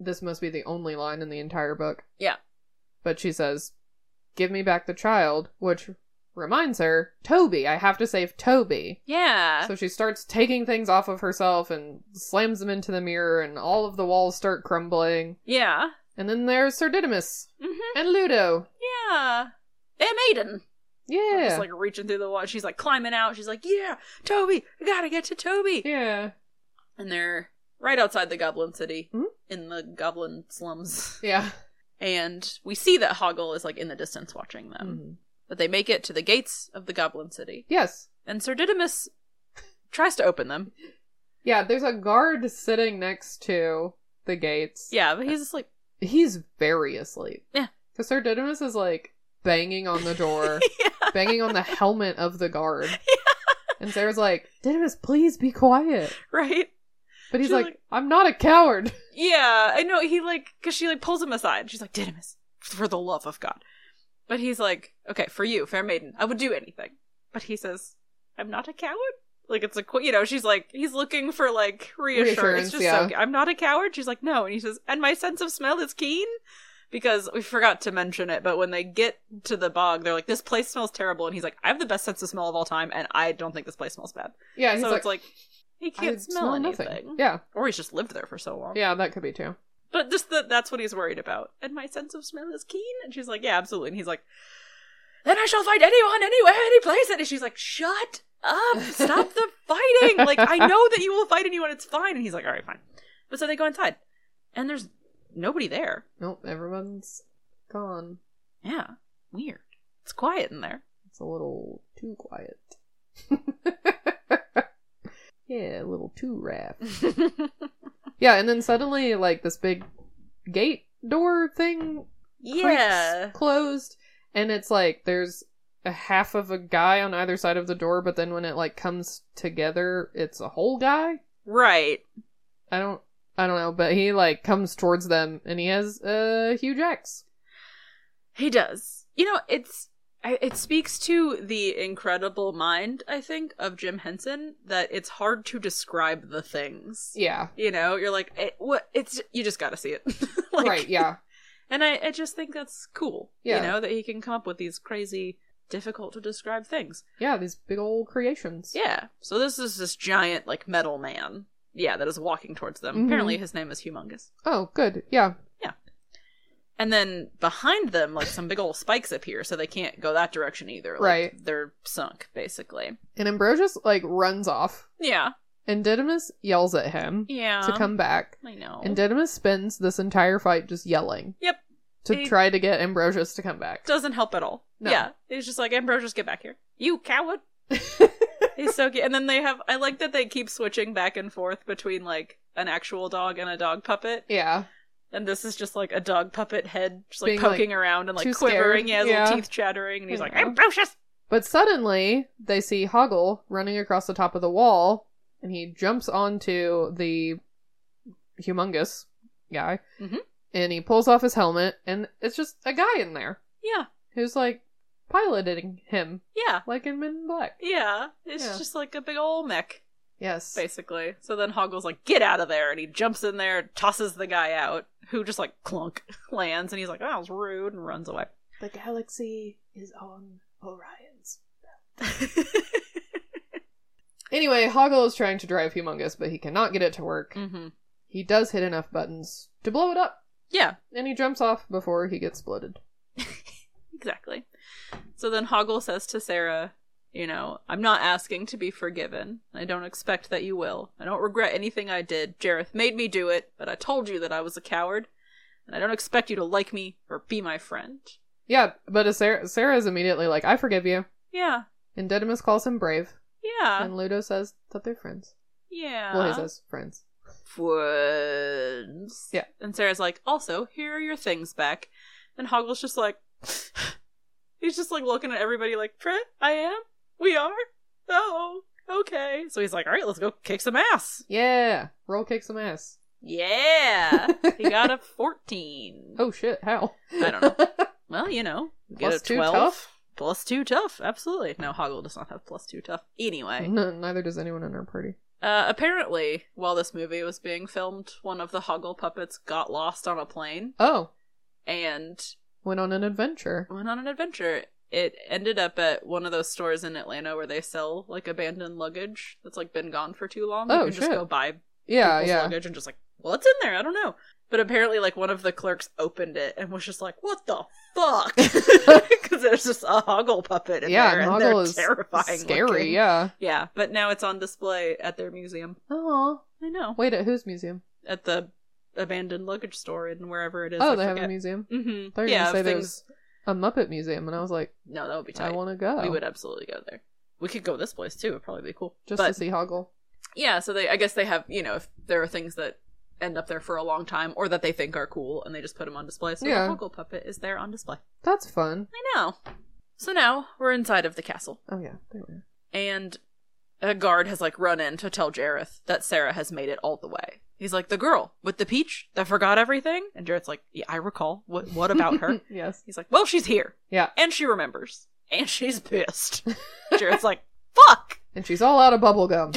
[SPEAKER 2] this must be the only line in the entire book.
[SPEAKER 1] Yeah.
[SPEAKER 2] But she says, Give me back the child, which reminds her, Toby, I have to save Toby.
[SPEAKER 1] Yeah.
[SPEAKER 2] So she starts taking things off of herself and slams them into the mirror, and all of the walls start crumbling.
[SPEAKER 1] yeah.
[SPEAKER 2] And then there's Sir Didymus
[SPEAKER 1] Mm-hmm.
[SPEAKER 2] and Ludo.
[SPEAKER 1] Yeah. And Maiden. I'm
[SPEAKER 2] Yeah.
[SPEAKER 1] Just like reaching through the wall. She's like climbing out. She's like, yeah, Toby, I gotta get to Toby.
[SPEAKER 2] yeah.
[SPEAKER 1] And they're right outside the Goblin City
[SPEAKER 2] Mhm.
[SPEAKER 1] in the Goblin slums.
[SPEAKER 2] Yeah.
[SPEAKER 1] And we see that Hoggle is like in the distance watching them.
[SPEAKER 2] Mhm.
[SPEAKER 1] But they make it to the gates of the Goblin City.
[SPEAKER 2] Yes.
[SPEAKER 1] And Sir Didymus tries to open them.
[SPEAKER 2] Yeah, there's a guard sitting next to the gates.
[SPEAKER 1] Yeah, but he's just like,
[SPEAKER 2] He's very asleep.
[SPEAKER 1] Yeah.
[SPEAKER 2] Because Sir Didymus is like banging on the door, banging on the helmet of the guard. And Sarah's like, Didymus, please be quiet.
[SPEAKER 1] right?
[SPEAKER 2] But he's
[SPEAKER 1] She's
[SPEAKER 2] like,
[SPEAKER 1] like-
[SPEAKER 2] I'm not a coward.
[SPEAKER 1] Yeah, I know. He like, cause she like pulls him aside. She's like, Didymus, for the love of God. But he's like, okay, for you, fair maiden, I would do anything. But he says, I'm not a coward. Like it's a, qu- you know, she's like, he's looking for like reassurance.
[SPEAKER 2] Reassurance,
[SPEAKER 1] just
[SPEAKER 2] yeah.
[SPEAKER 1] so, cu- I'm not a coward. She's like, no. And he says, and my sense of smell is keen. Because we forgot to mention it, but when they get to the bog, they're like, this place smells terrible. And he's like, I have the best sense of smell of all time, and I don't think this place smells bad.
[SPEAKER 2] Yeah, he's
[SPEAKER 1] so
[SPEAKER 2] like,
[SPEAKER 1] it's like, he
[SPEAKER 2] "I
[SPEAKER 1] can't smell, anything.
[SPEAKER 2] Yeah.
[SPEAKER 1] Or he's just lived there for so long.
[SPEAKER 2] Yeah, that could be too.
[SPEAKER 1] But just that that's what he's worried about. And my sense of smell is keen. And she's like, yeah, absolutely. And he's like, then I shall find anyone, anywhere, any place. And she's like, shut up. Stop the fighting. Like, I know that you will fight anyone. It's fine. And he's like, all right, fine. But so they go inside. And there's nobody there.
[SPEAKER 2] Nope, everyone's gone.
[SPEAKER 1] Yeah. Weird. It's quiet in there.
[SPEAKER 2] It's a little too quiet. yeah, a little too rapt. Yeah, and then suddenly, like, this big gate door thing creaks
[SPEAKER 1] yeah.
[SPEAKER 2] closed and it's like there's a half of a guy on either side of the door, but then when it like comes together, it's a whole guy.
[SPEAKER 1] Right.
[SPEAKER 2] I don't I don't know, but he like comes towards them and he has a huge axe.
[SPEAKER 1] He does. You know, it's I- it speaks to the incredible mind, I think, of Jim Henson that it's hard to describe the things.
[SPEAKER 2] Yeah.
[SPEAKER 1] You know, you're like, it, what? It's you just got to see it, Like-
[SPEAKER 2] right, yeah.
[SPEAKER 1] And I, I just think that's cool.
[SPEAKER 2] Yeah.
[SPEAKER 1] You know that he can come up with these crazy, difficult to describe things.
[SPEAKER 2] Yeah, these big old creations.
[SPEAKER 1] Yeah. So this is this giant like metal man. Yeah, that is walking towards them.
[SPEAKER 2] Mhm.
[SPEAKER 1] Apparently, his name is Humongous.
[SPEAKER 2] Oh, good. Yeah.
[SPEAKER 1] And then behind them, like some big old spikes appear, so they can't go that direction either. Like,
[SPEAKER 2] Right.
[SPEAKER 1] They're sunk, basically.
[SPEAKER 2] And Ambrosius like runs off.
[SPEAKER 1] Yeah.
[SPEAKER 2] And Didymus yells at him
[SPEAKER 1] Yeah.
[SPEAKER 2] to come back.
[SPEAKER 1] I know.
[SPEAKER 2] And Didymus spends this entire fight just yelling
[SPEAKER 1] yep.
[SPEAKER 2] to
[SPEAKER 1] He-
[SPEAKER 2] try to get Ambrosius to come back.
[SPEAKER 1] Doesn't help at all.
[SPEAKER 2] No.
[SPEAKER 1] Yeah. He's just like, Ambrosius, get back here. You coward. He's so cute. And then they have, I like that they keep switching back and forth between like an actual dog and a dog puppet.
[SPEAKER 2] yeah.
[SPEAKER 1] And this is just like a dog puppet head just like
[SPEAKER 2] Being, like,
[SPEAKER 1] poking around and like
[SPEAKER 2] too
[SPEAKER 1] quivering.
[SPEAKER 2] scared.
[SPEAKER 1] Yeah, his
[SPEAKER 2] Yeah.
[SPEAKER 1] little teeth chattering. And he's
[SPEAKER 2] I
[SPEAKER 1] like,
[SPEAKER 2] know.
[SPEAKER 1] Ambrosius!
[SPEAKER 2] But suddenly they see Hoggle running across the top of the wall and he jumps onto the humongous guy
[SPEAKER 1] Mhm.
[SPEAKER 2] and he pulls off his helmet and it's just a guy in there
[SPEAKER 1] Yeah.
[SPEAKER 2] who's like piloting him
[SPEAKER 1] Yeah.
[SPEAKER 2] like in Men in Black.
[SPEAKER 1] Yeah. It's
[SPEAKER 2] Yeah.
[SPEAKER 1] just like a big old mech.
[SPEAKER 2] Yes.
[SPEAKER 1] basically. So then Hoggle's like, "Get out of there!" and he jumps in there, tosses the guy out, who just like clunk lands, and he's like, "Oh, "That was rude," and runs away.
[SPEAKER 2] The galaxy is on Orion's. Anyway, Hoggle is trying to drive Humongous, but he cannot get it to work.
[SPEAKER 1] hmm
[SPEAKER 2] He does hit enough buttons to blow it up,
[SPEAKER 1] Yeah,
[SPEAKER 2] and he jumps off before he gets splitted.
[SPEAKER 1] exactly. So then Hoggle says to Sarah, "You know, I'm not asking to be forgiven. I don't expect that you will. I don't regret anything I did. Jareth made me do it, but I told you that I was a coward, and I don't expect you to like me or be my friend."
[SPEAKER 2] Yeah, but as Sarah, Sarah is immediately like, I forgive you.
[SPEAKER 1] Yeah,
[SPEAKER 2] And Didymus calls him brave,
[SPEAKER 1] yeah,
[SPEAKER 2] and Ludo says that they're friends.
[SPEAKER 1] yeah.
[SPEAKER 2] Well, he says friends.
[SPEAKER 1] friends.
[SPEAKER 2] Yeah.
[SPEAKER 1] And Sarah's like, also, here are your things back. And Hoggle's just like, he's just like looking at everybody like, Trent, I am? We are? Oh, okay. So he's like, all right, let's go kick some ass.
[SPEAKER 2] Yeah, roll kick some ass.
[SPEAKER 1] Yeah. he got a 14.
[SPEAKER 2] Oh shit, how?
[SPEAKER 1] I don't know. Well, you know, get
[SPEAKER 2] Plus
[SPEAKER 1] a
[SPEAKER 2] two
[SPEAKER 1] 12.
[SPEAKER 2] tough?
[SPEAKER 1] Plus two tough, absolutely. No, Hoggle does not have plus two tough. Anyway.
[SPEAKER 2] N- neither does anyone in our party.
[SPEAKER 1] Uh, apparently, while this movie was being filmed, one of the Hoggle puppets got lost on a plane
[SPEAKER 2] Oh,
[SPEAKER 1] and
[SPEAKER 2] went on an adventure.
[SPEAKER 1] went on an adventure. It ended up at one of those stores in Atlanta where they sell like abandoned luggage that's like been gone for too long.
[SPEAKER 2] Oh,
[SPEAKER 1] you can just
[SPEAKER 2] shit.
[SPEAKER 1] go buy
[SPEAKER 2] Yeah,
[SPEAKER 1] people's
[SPEAKER 2] yeah.
[SPEAKER 1] luggage and just like, well, it's in there. I don't know. But apparently, like one of the clerks opened it and was just like, "What the fuck?" Because there's just a Hoggle puppet in
[SPEAKER 2] yeah,
[SPEAKER 1] there,
[SPEAKER 2] and
[SPEAKER 1] and
[SPEAKER 2] Hoggle
[SPEAKER 1] they're
[SPEAKER 2] is
[SPEAKER 1] terrifying,
[SPEAKER 2] scary.
[SPEAKER 1] looking.
[SPEAKER 2] Yeah.
[SPEAKER 1] yeah. But now it's on display at their museum.
[SPEAKER 2] Oh,
[SPEAKER 1] I know,
[SPEAKER 2] wait, at whose museum?
[SPEAKER 1] at the abandoned luggage store and wherever it is.
[SPEAKER 2] oh,
[SPEAKER 1] I
[SPEAKER 2] they have a
[SPEAKER 1] forget.
[SPEAKER 2] museum.
[SPEAKER 1] Mhm.
[SPEAKER 2] They're
[SPEAKER 1] Yeah,
[SPEAKER 2] gonna say
[SPEAKER 1] of
[SPEAKER 2] there's
[SPEAKER 1] things.
[SPEAKER 2] a Muppet museum, and I was like,
[SPEAKER 1] No, that would be tight.
[SPEAKER 2] I want to go.
[SPEAKER 1] We would absolutely go there. We could go this place too. It'd probably be cool.
[SPEAKER 2] just
[SPEAKER 1] but,
[SPEAKER 2] to see Hoggle.
[SPEAKER 1] Yeah, so they. I guess they have. You know, if there are things that end up there for a long time or that they think are cool, and they just put them on display. So
[SPEAKER 2] Yeah.
[SPEAKER 1] the Hoggle puppet is there on display.
[SPEAKER 2] That's fun.
[SPEAKER 1] I know. So now we're inside of the castle,
[SPEAKER 2] Oh yeah, they were.
[SPEAKER 1] and a guard has like run in to tell Jareth that Sarah has made it all the way. He's like the girl with the peach that forgot everything, and Jareth's like, "Yeah, I recall. What? What about her?"
[SPEAKER 2] yes.
[SPEAKER 1] He's like, "Well, she's here,
[SPEAKER 2] Yeah,
[SPEAKER 1] and she remembers, and she's pissed." Jareth's like, "Fuck."
[SPEAKER 2] and she's all out of bubble gum.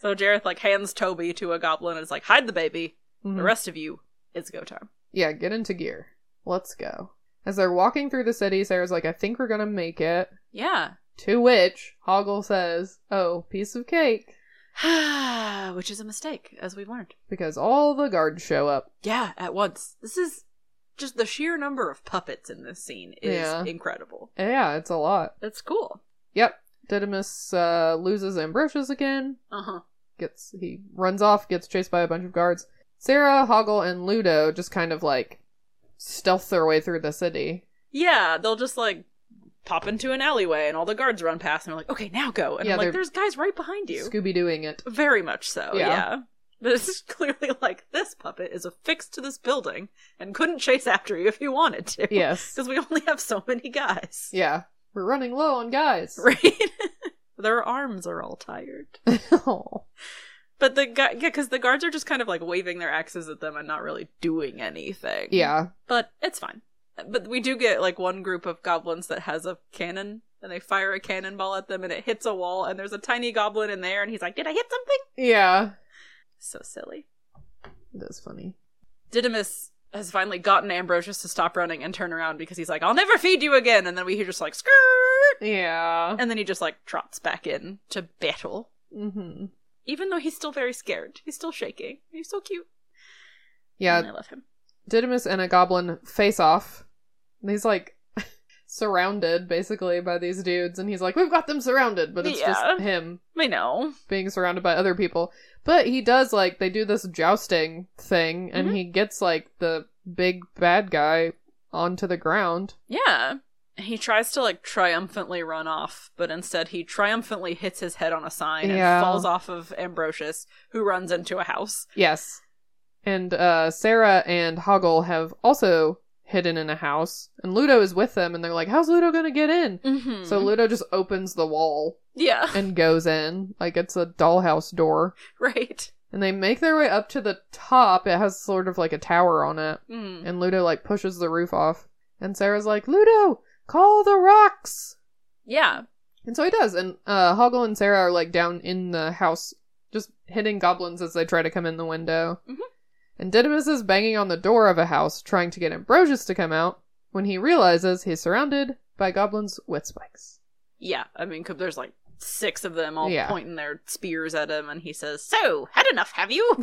[SPEAKER 1] So Jareth like hands Toby to a goblin and is like, "Hide the baby. The
[SPEAKER 2] Mhm.
[SPEAKER 1] rest of you, it's go time."
[SPEAKER 2] Yeah, get into gear. Let's go. As they're walking through the city, Sarah's like, I think we're gonna make it.
[SPEAKER 1] Yeah,
[SPEAKER 2] To which Hoggle says, Oh, piece of cake.
[SPEAKER 1] which is a mistake, as we've learned.
[SPEAKER 2] Because all the guards show up.
[SPEAKER 1] Yeah, at once. This is just the sheer number of puppets in this scene is
[SPEAKER 2] Yeah.
[SPEAKER 1] incredible.
[SPEAKER 2] Yeah, it's a lot.
[SPEAKER 1] That's cool.
[SPEAKER 2] Yep. Didymus uh, loses Ambrosius again.
[SPEAKER 1] Uh huh.
[SPEAKER 2] Gets he runs off, gets chased by a bunch of guards. Sarah, Hoggle, and Ludo just kind of like stealth their way through the city.
[SPEAKER 1] Yeah, they'll just like pop into an alleyway and all the guards run past and they're like, "Okay, now go." And
[SPEAKER 2] Yeah,
[SPEAKER 1] I'm
[SPEAKER 2] they're
[SPEAKER 1] like, "There's guys right behind you."
[SPEAKER 2] Scooby Dooing it.
[SPEAKER 1] Very much so.
[SPEAKER 2] Yeah.
[SPEAKER 1] Yeah. But it's clearly like this puppet is affixed to this building and couldn't chase after you if you wanted to.
[SPEAKER 2] Yes.
[SPEAKER 1] Because we only have so many guys.
[SPEAKER 2] Yeah. We're running low on guys.
[SPEAKER 1] Right? Their arms are all tired.
[SPEAKER 2] oh.
[SPEAKER 1] But the guy, yeah, because the guards are just kind of like waving their axes at them and not really doing anything.
[SPEAKER 2] Yeah.
[SPEAKER 1] But it's fine. But we do get like one group of goblins that has a cannon and they fire a cannonball at them and it hits a wall and there's a tiny goblin in there and he's like, Did I hit something?
[SPEAKER 2] Yeah.
[SPEAKER 1] So silly.
[SPEAKER 2] That's funny.
[SPEAKER 1] Didymus has finally gotten Ambrosius to stop running and turn around because he's like, I'll never feed you again. And then we hear just like, skirt.
[SPEAKER 2] Yeah.
[SPEAKER 1] And then he just like trots back in to battle.
[SPEAKER 2] Mm-hmm.
[SPEAKER 1] Even though he's still very scared, he's still shaking. He's so cute. And I
[SPEAKER 2] Yeah.
[SPEAKER 1] love him.
[SPEAKER 2] Didymus and a goblin face off. And he's like surrounded basically by these dudes, and he's like, We've got them surrounded, but it's
[SPEAKER 1] Yeah.
[SPEAKER 2] just him
[SPEAKER 1] I know.
[SPEAKER 2] being surrounded by other people. But he does like they do this jousting thing and he gets like the big bad guy onto the ground.
[SPEAKER 1] Yeah. He tries to like triumphantly run off, but instead he triumphantly hits his head on a sign
[SPEAKER 2] Yeah.
[SPEAKER 1] and falls off of Ambrosius, who runs into a house.
[SPEAKER 2] Yes. And uh Sarah and Hoggle have also hidden in a house and Ludo is with them and they're like, How's Ludo gonna get in?
[SPEAKER 1] Mm-hmm.
[SPEAKER 2] So Ludo just opens the wall
[SPEAKER 1] yeah,
[SPEAKER 2] and goes in. Like it's a dollhouse door.
[SPEAKER 1] right.
[SPEAKER 2] And they make their way up to the top. It has sort of like a tower on it.
[SPEAKER 1] Mm.
[SPEAKER 2] And Ludo like pushes the roof off. And Sarah's like, Ludo, call the rocks.
[SPEAKER 1] Yeah,
[SPEAKER 2] And so he does. And uh, Hoggle and Sarah are like down in the house, just hitting goblins as they try to come in the window.
[SPEAKER 1] Mhm.
[SPEAKER 2] And Didymus is banging on the door of a house, trying to get Ambrosius to come out, when he realizes he's surrounded by goblins with spikes.
[SPEAKER 1] yeah. I mean, 'cause there's like six of them all
[SPEAKER 2] Yeah.
[SPEAKER 1] pointing their spears at him, and he says, "So, had enough, have you?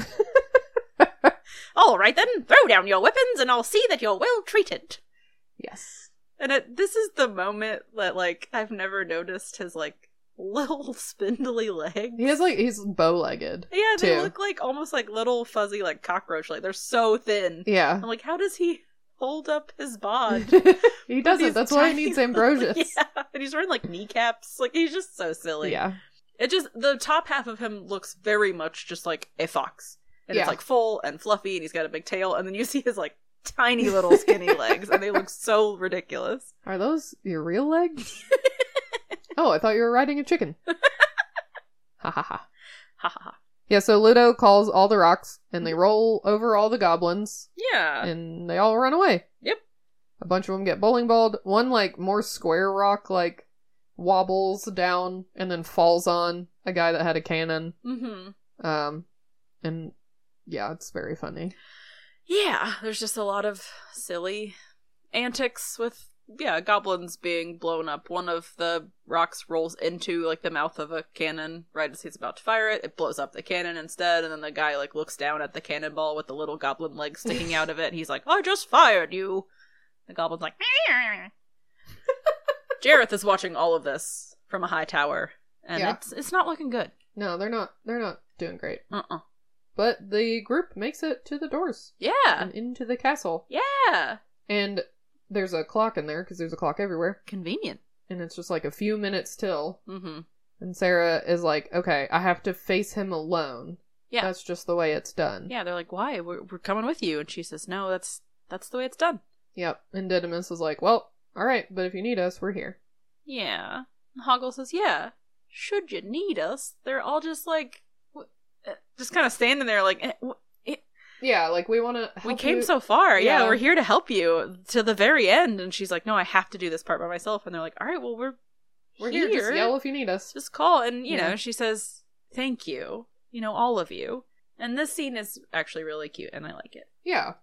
[SPEAKER 1] all right then, throw down your weapons, and I'll see that you're well treated."
[SPEAKER 2] Yes.
[SPEAKER 1] And it, this is the moment that, like, I've never noticed his, like, little spindly legs.
[SPEAKER 2] He has like, he's bow legged.
[SPEAKER 1] Yeah, they
[SPEAKER 2] too.
[SPEAKER 1] look like almost like little fuzzy, like cockroach. Like, they're so thin.
[SPEAKER 2] Yeah.
[SPEAKER 1] I'm like, how does he hold up his bod?
[SPEAKER 2] he
[SPEAKER 1] Oh, With
[SPEAKER 2] doesn't.
[SPEAKER 1] these
[SPEAKER 2] That's why he
[SPEAKER 1] tiny
[SPEAKER 2] needs
[SPEAKER 1] little-
[SPEAKER 2] Ambrosius.
[SPEAKER 1] yeah, and he's wearing, like, kneecaps. Like, he's just so silly.
[SPEAKER 2] yeah.
[SPEAKER 1] It just, the top half of him looks very much just like a fox. And
[SPEAKER 2] Yeah.
[SPEAKER 1] it's, like, full and fluffy, and he's got a big tail. And then you see his, like, tiny little skinny legs, and they look so ridiculous.
[SPEAKER 2] Are those your real legs? oh, I thought you were riding a chicken. ha ha ha.
[SPEAKER 1] Ha ha ha.
[SPEAKER 2] Yeah, so Ludo calls all the rocks and they roll over all the goblins
[SPEAKER 1] Mm-hmm. Yeah.
[SPEAKER 2] and they all run away.
[SPEAKER 1] Yep.
[SPEAKER 2] A bunch of them get bowling balled. One, like, more square rock, like, wobbles down and then falls on a guy that had a cannon.
[SPEAKER 1] Mm-hmm.
[SPEAKER 2] Um, and yeah, it's very funny.
[SPEAKER 1] yeah there's just a lot of silly antics with yeah goblins being blown up one of the rocks rolls into like the mouth of a cannon right as he's about to fire it it blows up the cannon instead and then the guy like looks down at the cannonball with the little goblin leg sticking out of it and he's like i just fired you the goblin's like "Meow." jareth is watching all of this from a high tower and
[SPEAKER 2] Yeah.
[SPEAKER 1] it's it's not looking good
[SPEAKER 2] No, they're not, they're not doing great.
[SPEAKER 1] uh-uh
[SPEAKER 2] But the group makes it to the doors
[SPEAKER 1] yeah
[SPEAKER 2] and into the castle.
[SPEAKER 1] yeah
[SPEAKER 2] And there's a clock in there because there's a clock everywhere.
[SPEAKER 1] convenient
[SPEAKER 2] And it's just like a few minutes till.
[SPEAKER 1] mm-hmm
[SPEAKER 2] And Sarah is like, okay, I have to face him alone.
[SPEAKER 1] yeah
[SPEAKER 2] That's just the way it's done.
[SPEAKER 1] Yeah, they're like, "Why? We're, we're coming with you." And she says, "No, that's that's the way it's done."
[SPEAKER 2] Yep. And Didymus is like, well, all right, but if you need us, we're here.
[SPEAKER 1] Yeah. And Hoggle says, "Yeah, should you need us?" They're all just like, wh- uh, just kind of standing there, like, eh, wh-
[SPEAKER 2] Yeah, like we want to.
[SPEAKER 1] "We came so far. Yeah.
[SPEAKER 2] Yeah.
[SPEAKER 1] we're here to help you to the very end." And she's like, "No, I have to do this part by myself." And they're like, "All right, well, we're
[SPEAKER 2] We're here. Just yell if you need us.
[SPEAKER 1] just call." And you
[SPEAKER 2] Yeah.
[SPEAKER 1] know, she says, "Thank you, you know, all of you." And this scene is actually really cute, and I like it.
[SPEAKER 2] Yeah.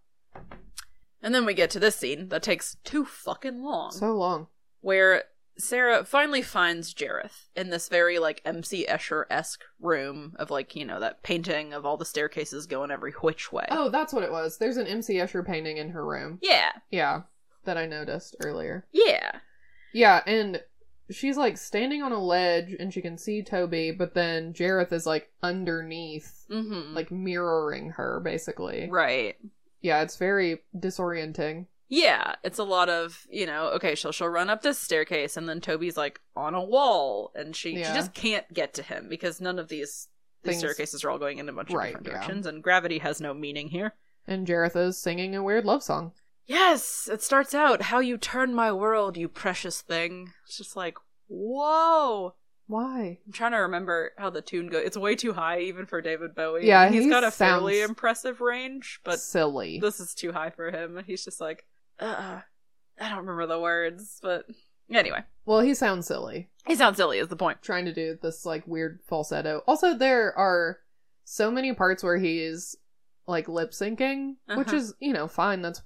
[SPEAKER 1] And then we get to this scene that takes too fucking long.
[SPEAKER 2] So long.
[SPEAKER 1] where Sarah finally finds Jareth in this very like MC Escher esque room of like you know that painting of all the staircases going every which way.
[SPEAKER 2] Oh, that's what it was. There's an M.C. Escher painting in her room.
[SPEAKER 1] yeah,
[SPEAKER 2] Yeah. That I noticed earlier.
[SPEAKER 1] yeah,
[SPEAKER 2] Yeah, and she's like standing on a ledge and she can see Toby, but then Jareth is like underneath,
[SPEAKER 1] mm-hmm.
[SPEAKER 2] like mirroring her basically.
[SPEAKER 1] right.
[SPEAKER 2] Yeah, it's very disorienting.
[SPEAKER 1] Yeah, it's a lot of you know. Okay, she'll she'll run up this staircase, and then Toby's like on a wall, and she,
[SPEAKER 2] Yeah.
[SPEAKER 1] she just can't get to him because none of these
[SPEAKER 2] things.
[SPEAKER 1] staircases are all going in a bunch of
[SPEAKER 2] Right,
[SPEAKER 1] different
[SPEAKER 2] yeah.
[SPEAKER 1] directions, and gravity has no meaning here.
[SPEAKER 2] And Jareth is singing a weird love song.
[SPEAKER 1] Yes, it starts out how you turn my world, you precious thing. It's just like whoa.
[SPEAKER 2] Why?
[SPEAKER 1] I'm trying to remember how the tune goes. It's way too high even for David Bowie.
[SPEAKER 2] Yeah,
[SPEAKER 1] he's
[SPEAKER 2] he
[SPEAKER 1] got a fairly
[SPEAKER 2] sounds-
[SPEAKER 1] impressive range, but
[SPEAKER 2] silly.
[SPEAKER 1] this is too high for him. He's just like, uh, I don't remember the words, but anyway,
[SPEAKER 2] Well, he sounds silly
[SPEAKER 1] he sounds silly. Is the point?
[SPEAKER 2] trying to do this like weird falsetto. Also, there are so many parts where he is like lip syncing, which
[SPEAKER 1] Uh-huh.
[SPEAKER 2] is you know fine. That's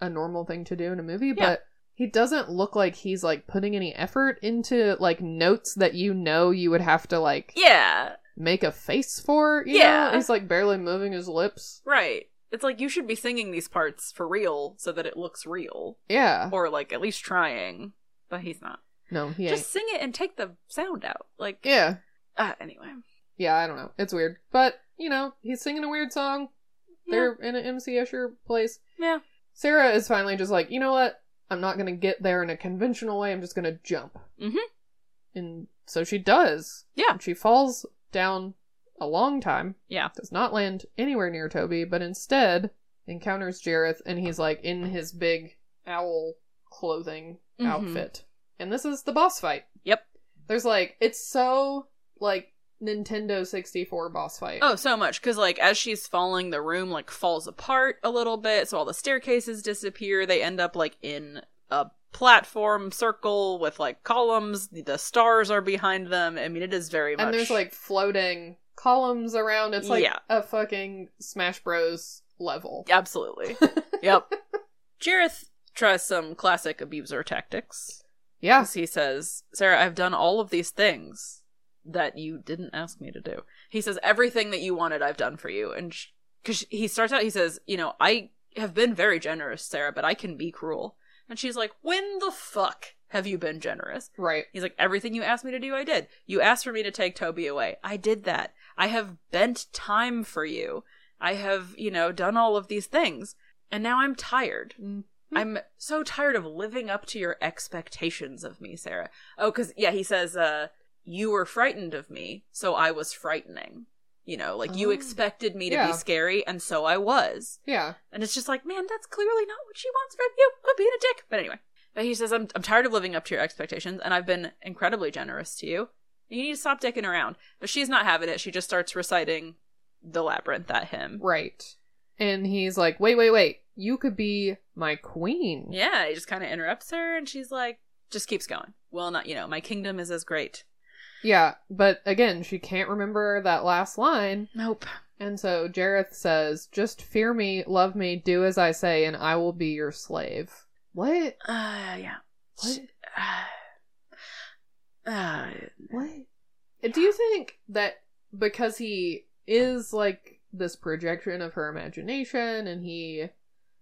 [SPEAKER 2] a normal thing to do in a movie,
[SPEAKER 1] Yeah.
[SPEAKER 2] but he doesn't look like he's like putting any effort into like notes that you know you would have to like
[SPEAKER 1] Yeah,
[SPEAKER 2] make a face for. You
[SPEAKER 1] Yeah.
[SPEAKER 2] know? he's like barely moving his lips.
[SPEAKER 1] right. It's like you should be singing these parts for real so that it looks real,
[SPEAKER 2] Yeah,
[SPEAKER 1] or like at least trying. But he's not.
[SPEAKER 2] no, he
[SPEAKER 1] Just sing it and take the sound out. Like,
[SPEAKER 2] ain't. Yeah, Ah,
[SPEAKER 1] uh, anyway.
[SPEAKER 2] yeah, I don't know. It's weird, but you know, he's singing a weird song. They're in an MC Escher place.
[SPEAKER 1] yeah.
[SPEAKER 2] Sarah is finally just like, you know what? I'm not gonna get there in a conventional way. I'm just gonna jump.
[SPEAKER 1] Mhm.
[SPEAKER 2] And so she does.
[SPEAKER 1] Yeah.
[SPEAKER 2] And she falls down a long time.
[SPEAKER 1] Yeah.
[SPEAKER 2] Does not land anywhere near Toby, but instead encounters Jareth, and he's like in his big owl clothing
[SPEAKER 1] Mhm.
[SPEAKER 2] outfit. And this is the boss fight.
[SPEAKER 1] Yep.
[SPEAKER 2] There's like it's so like Nintendo 64 boss fight.
[SPEAKER 1] Oh, so much because like as she's falling, the room like falls apart a little bit, so all the staircases disappear. They end up like in a platform circle with like columns. The stars are behind them. I mean, it is very much.
[SPEAKER 2] and there's like floating columns around. It's like
[SPEAKER 1] Yeah.
[SPEAKER 2] a fucking Smash Bros level.
[SPEAKER 1] absolutely, yep. Jareth tries some classic abuser tactics.
[SPEAKER 2] Yeah.
[SPEAKER 1] As he says, Sarah, I've done all of these things that you didn't ask me to do. He says, everything that you wanted, I've done for you. And because he starts out, he says, you know, I have been very generous, Sarah, but I can be cruel. And she's like, when the fuck have you been generous?
[SPEAKER 2] Right.
[SPEAKER 1] He's like, everything you asked me to do, I did. You asked for me to take Toby away. I did that. I have bent time for you. I have, you know, done all of these things. And now I'm tired.
[SPEAKER 2] Mm-hmm.
[SPEAKER 1] I'm so tired of living up to your expectations of me, Sarah. Oh, because, yeah, he says, uh, you were frightened of me, so I was frightening. You know, like you
[SPEAKER 2] Oh.
[SPEAKER 1] expected me to
[SPEAKER 2] Yeah.
[SPEAKER 1] be scary, and so I was.
[SPEAKER 2] Yeah.
[SPEAKER 1] And it's just like, man, that's clearly not what she wants from you. Quit being a dick. But anyway. But he says, I'm, I'm tired of living up to your expectations, and I've been incredibly generous to you. You need to stop dicking around. But she's not having it. She just starts reciting the labyrinth at him.
[SPEAKER 2] Right. And he's like, wait, wait, wait. You could be my queen.
[SPEAKER 1] Yeah, he just kind of interrupts her, and she's like, just keeps going. Well, not, you know, my kingdom is as great.
[SPEAKER 2] Yeah. But again, she can't remember that last line.
[SPEAKER 1] Nope.
[SPEAKER 2] And so Jareth says, just fear me, love me, do as I say, and I will be your slave. What?
[SPEAKER 1] Uh, yeah.
[SPEAKER 2] What?
[SPEAKER 1] Uh, uh,
[SPEAKER 2] What? Do you think that because he is like this projection of her imagination and he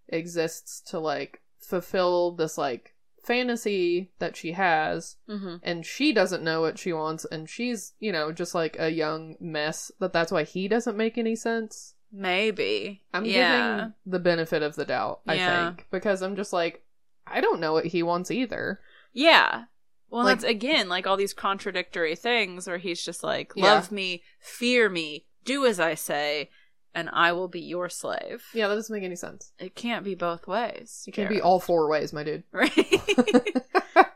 [SPEAKER 2] exists to like fulfill this like fantasy that she has
[SPEAKER 1] mm-hmm.
[SPEAKER 2] and she doesn't know what she wants and she's, you know, just like a young mess that that's why he doesn't make any sense?
[SPEAKER 1] Maybe.
[SPEAKER 2] I'm
[SPEAKER 1] yeah.
[SPEAKER 2] giving the benefit of the doubt, I
[SPEAKER 1] Yeah.
[SPEAKER 2] think, because I'm just like I don't know what he wants either.
[SPEAKER 1] Yeah. Well,
[SPEAKER 2] Like-
[SPEAKER 1] that's again like all these contradictory things where he's just like,
[SPEAKER 2] Yeah.
[SPEAKER 1] love me, fear me, do as I say, and I will be your slave.
[SPEAKER 2] Yeah, that doesn't make any sense.
[SPEAKER 1] It can't be both ways.
[SPEAKER 2] It can't be all four ways, my dude.
[SPEAKER 1] Right?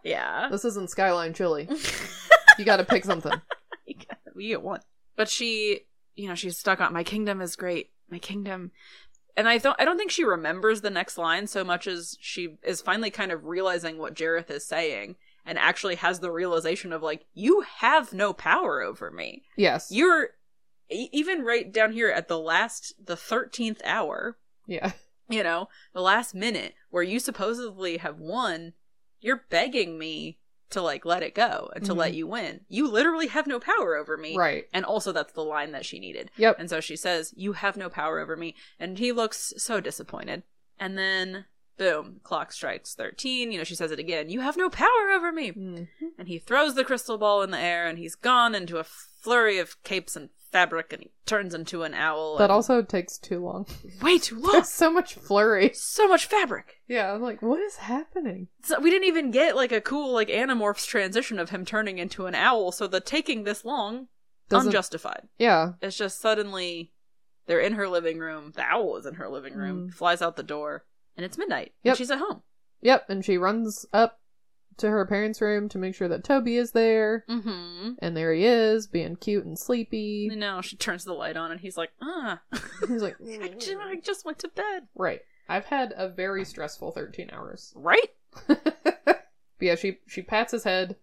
[SPEAKER 1] yeah.
[SPEAKER 2] This isn't Skyline Chili. You got to pick something.
[SPEAKER 1] you get- you get one. But she, you know, she's stuck on my kingdom is great. My kingdom. And I don't I don't think she remembers the next line so much as she is finally kind of realizing what Jareth is saying and actually has the realization of like you have no power over me.
[SPEAKER 2] Yes.
[SPEAKER 1] You're e- even right down here at the last the 13th hour,
[SPEAKER 2] yeah.
[SPEAKER 1] you know, the last minute where you supposedly have won, you're begging me to like let it go and to
[SPEAKER 2] Mhm.
[SPEAKER 1] let you win. You literally have no power over me.
[SPEAKER 2] Right.
[SPEAKER 1] And also, that's the line that she needed.
[SPEAKER 2] Yep.
[SPEAKER 1] And so she says, You have no power over me. And he looks so disappointed. And then, boom, clock strikes 13. You know, she says it again You have no power over me.
[SPEAKER 2] Mm.
[SPEAKER 1] And he throws the crystal ball in the air and he's gone into a flurry of capes and fabric and he turns into an owl.
[SPEAKER 2] That
[SPEAKER 1] and-
[SPEAKER 2] also takes too long.
[SPEAKER 1] Way too long.
[SPEAKER 2] There's so much flurry.
[SPEAKER 1] so much fabric.
[SPEAKER 2] Yeah, I'm like, what is happening?
[SPEAKER 1] So we didn't even get like a cool like Animorphs transition of him turning into an owl, so the taking this long
[SPEAKER 2] Doesn't-
[SPEAKER 1] unjustified.
[SPEAKER 2] Yeah.
[SPEAKER 1] It's just suddenly they're in her living room. The owl was in her living room, flies out the door, and it's midnight. and
[SPEAKER 2] Mm. Yep.
[SPEAKER 1] she's at home.
[SPEAKER 2] Yep. And she runs up to her parents' room to make sure that Toby is there.
[SPEAKER 1] Mm-hmm.
[SPEAKER 2] And there he is, being cute and sleepy.
[SPEAKER 1] No, she turns the light on, and he's like, "Ah,
[SPEAKER 2] He's like, "Mm,
[SPEAKER 1] I ju- I just went to bed."
[SPEAKER 2] right. I've had a very stressful 13 hours.
[SPEAKER 1] Right?
[SPEAKER 2] but yeah, she, she pats his head,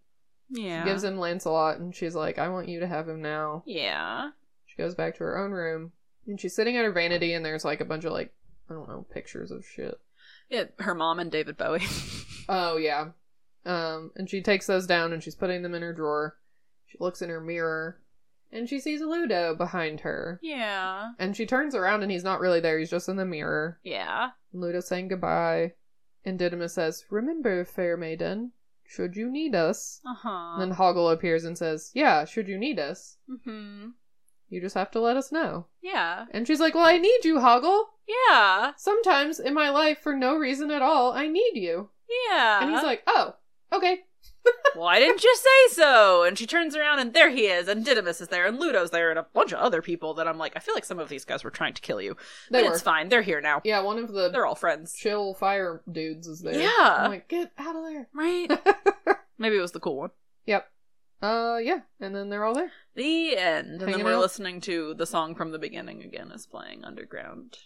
[SPEAKER 1] Yeah.
[SPEAKER 2] gives him Lancelot, and she's like, I want you to have him now.
[SPEAKER 1] yeah.
[SPEAKER 2] She goes back to her own room, and she's sitting at her vanity, and there's like a bunch of like, I don't know, pictures of shit.
[SPEAKER 1] Yeah. Her mom and David Bowie.
[SPEAKER 2] Oh yeah. Um, and she takes those down and she's putting them in her drawer. She looks in her mirror and she sees Ludo behind her.
[SPEAKER 1] yeah.
[SPEAKER 2] And she turns around and he's not really there, he's just in the mirror.
[SPEAKER 1] Yeah.
[SPEAKER 2] Ludo's saying goodbye. And Didymus says, Remember, fair maiden, should you need us?
[SPEAKER 1] Uh huh.
[SPEAKER 2] And then Hoggle appears and says, Yeah, should you need us?
[SPEAKER 1] mm-hmm.
[SPEAKER 2] You just have to let us know.
[SPEAKER 1] Yeah.
[SPEAKER 2] And she's like, Well, I need you, Hoggle.
[SPEAKER 1] Yeah.
[SPEAKER 2] Sometimes in my life, for no reason at all, I need you.
[SPEAKER 1] Yeah.
[SPEAKER 2] And he's like, Oh, okay.
[SPEAKER 1] Why didn't you say so? And she turns around and there he is, and Didymus is there, and Ludo's there, and a bunch of other people that I'm like, I feel like some of these guys were trying to kill you.
[SPEAKER 2] They
[SPEAKER 1] but
[SPEAKER 2] were.
[SPEAKER 1] it's fine, they're here now.
[SPEAKER 2] Yeah, one of the
[SPEAKER 1] They're all friends.
[SPEAKER 2] chill fire dudes is there.
[SPEAKER 1] Yeah.
[SPEAKER 2] I'm like, get out of there.
[SPEAKER 1] Right? Maybe it was the cool one.
[SPEAKER 2] Yep. Uh yeah. And then they're all there.
[SPEAKER 1] The end. And
[SPEAKER 2] Hanging
[SPEAKER 1] then we're
[SPEAKER 2] out.
[SPEAKER 1] listening to the song from the beginning again is playing underground.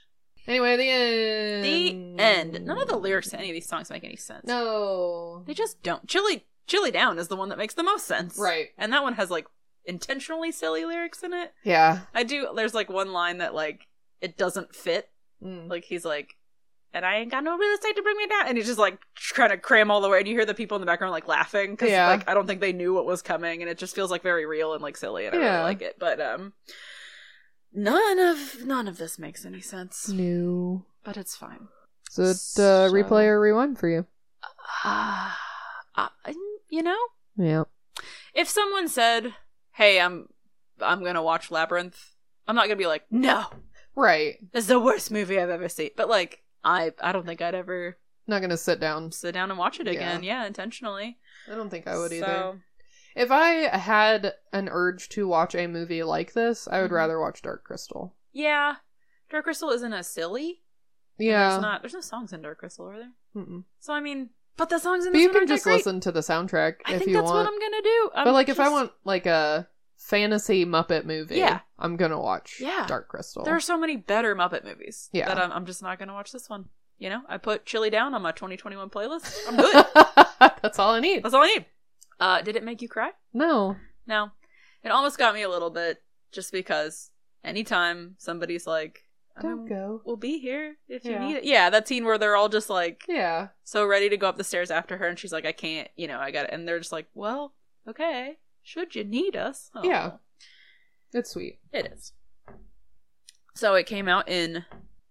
[SPEAKER 2] Anyway, the end
[SPEAKER 1] The end. None of the lyrics to any of these songs make any sense.
[SPEAKER 2] No.
[SPEAKER 1] They just don't. Chilly Chilly Down is the one that makes the most sense.
[SPEAKER 2] Right.
[SPEAKER 1] And that one has like intentionally silly lyrics in it.
[SPEAKER 2] Yeah.
[SPEAKER 1] I do there's like one line that like it doesn't fit
[SPEAKER 2] Mm.
[SPEAKER 1] Like he's like, and I ain't got no real estate to bring me down. And he's just like trying to cram all the way. And you hear the people in the background like laughing because
[SPEAKER 2] Yeah.
[SPEAKER 1] like I don't think they knew what was coming, and it just feels like very real and like silly, and I
[SPEAKER 2] Yeah.
[SPEAKER 1] really like it. But um, none of none of this makes any sense.
[SPEAKER 2] No.
[SPEAKER 1] But it's fine.
[SPEAKER 2] So it uh,
[SPEAKER 1] So-
[SPEAKER 2] replay or rewind for you.
[SPEAKER 1] Uh, uh, you know,
[SPEAKER 2] Yeah.
[SPEAKER 1] if someone said, "Hey, I'm I'm gonna watch Labyrinth," I'm not gonna be like, "No,
[SPEAKER 2] Right.
[SPEAKER 1] this is the worst movie I've ever seen." But like, I I don't think I'd ever
[SPEAKER 2] Not gonna sit down.
[SPEAKER 1] sit down and watch it
[SPEAKER 2] Yeah.
[SPEAKER 1] again. yeah intentionally.
[SPEAKER 2] I don't think I would either.
[SPEAKER 1] So-
[SPEAKER 2] If I had an urge to watch a movie like this, I would
[SPEAKER 1] Mhm.
[SPEAKER 2] rather watch Dark Crystal.
[SPEAKER 1] Yeah, Dark Crystal isn't as silly. And
[SPEAKER 2] Yeah.
[SPEAKER 1] there's not. There's no songs in Dark Crystal, are there?
[SPEAKER 2] Mm-mm.
[SPEAKER 1] So I mean, but the songs in
[SPEAKER 2] But
[SPEAKER 1] this
[SPEAKER 2] you
[SPEAKER 1] one
[SPEAKER 2] can
[SPEAKER 1] aren't that
[SPEAKER 2] just
[SPEAKER 1] great.
[SPEAKER 2] listen to the soundtrack
[SPEAKER 1] I
[SPEAKER 2] if
[SPEAKER 1] think
[SPEAKER 2] you
[SPEAKER 1] that's
[SPEAKER 2] want.
[SPEAKER 1] what I'm gonna do. I'm
[SPEAKER 2] but like, if I
[SPEAKER 1] just-
[SPEAKER 2] want like a fantasy Muppet movie,
[SPEAKER 1] Yeah.
[SPEAKER 2] I'm gonna watch
[SPEAKER 1] Yeah.
[SPEAKER 2] Dark Crystal.
[SPEAKER 1] there are so many better Muppet movies.
[SPEAKER 2] Yeah.
[SPEAKER 1] that I'm, I'm just not gonna watch this one. You know, I put Chili Down on my 2021 playlist. I'm good.
[SPEAKER 2] that's all I need.
[SPEAKER 1] that's all I need. Uh, did it make you cry?
[SPEAKER 2] No,
[SPEAKER 1] No, it almost got me a little bit, just because anytime somebody's like, I
[SPEAKER 2] don't
[SPEAKER 1] mean,
[SPEAKER 2] go.
[SPEAKER 1] We'll be here if
[SPEAKER 2] Yeah.
[SPEAKER 1] you need it. Yeah, that scene where they're all just like,
[SPEAKER 2] Yeah,
[SPEAKER 1] so ready to go up the stairs after her and she's like i can't you know i got it and they're just like well okay should you need us Oh,
[SPEAKER 2] Yeah. it's sweet.
[SPEAKER 1] it is so it came out in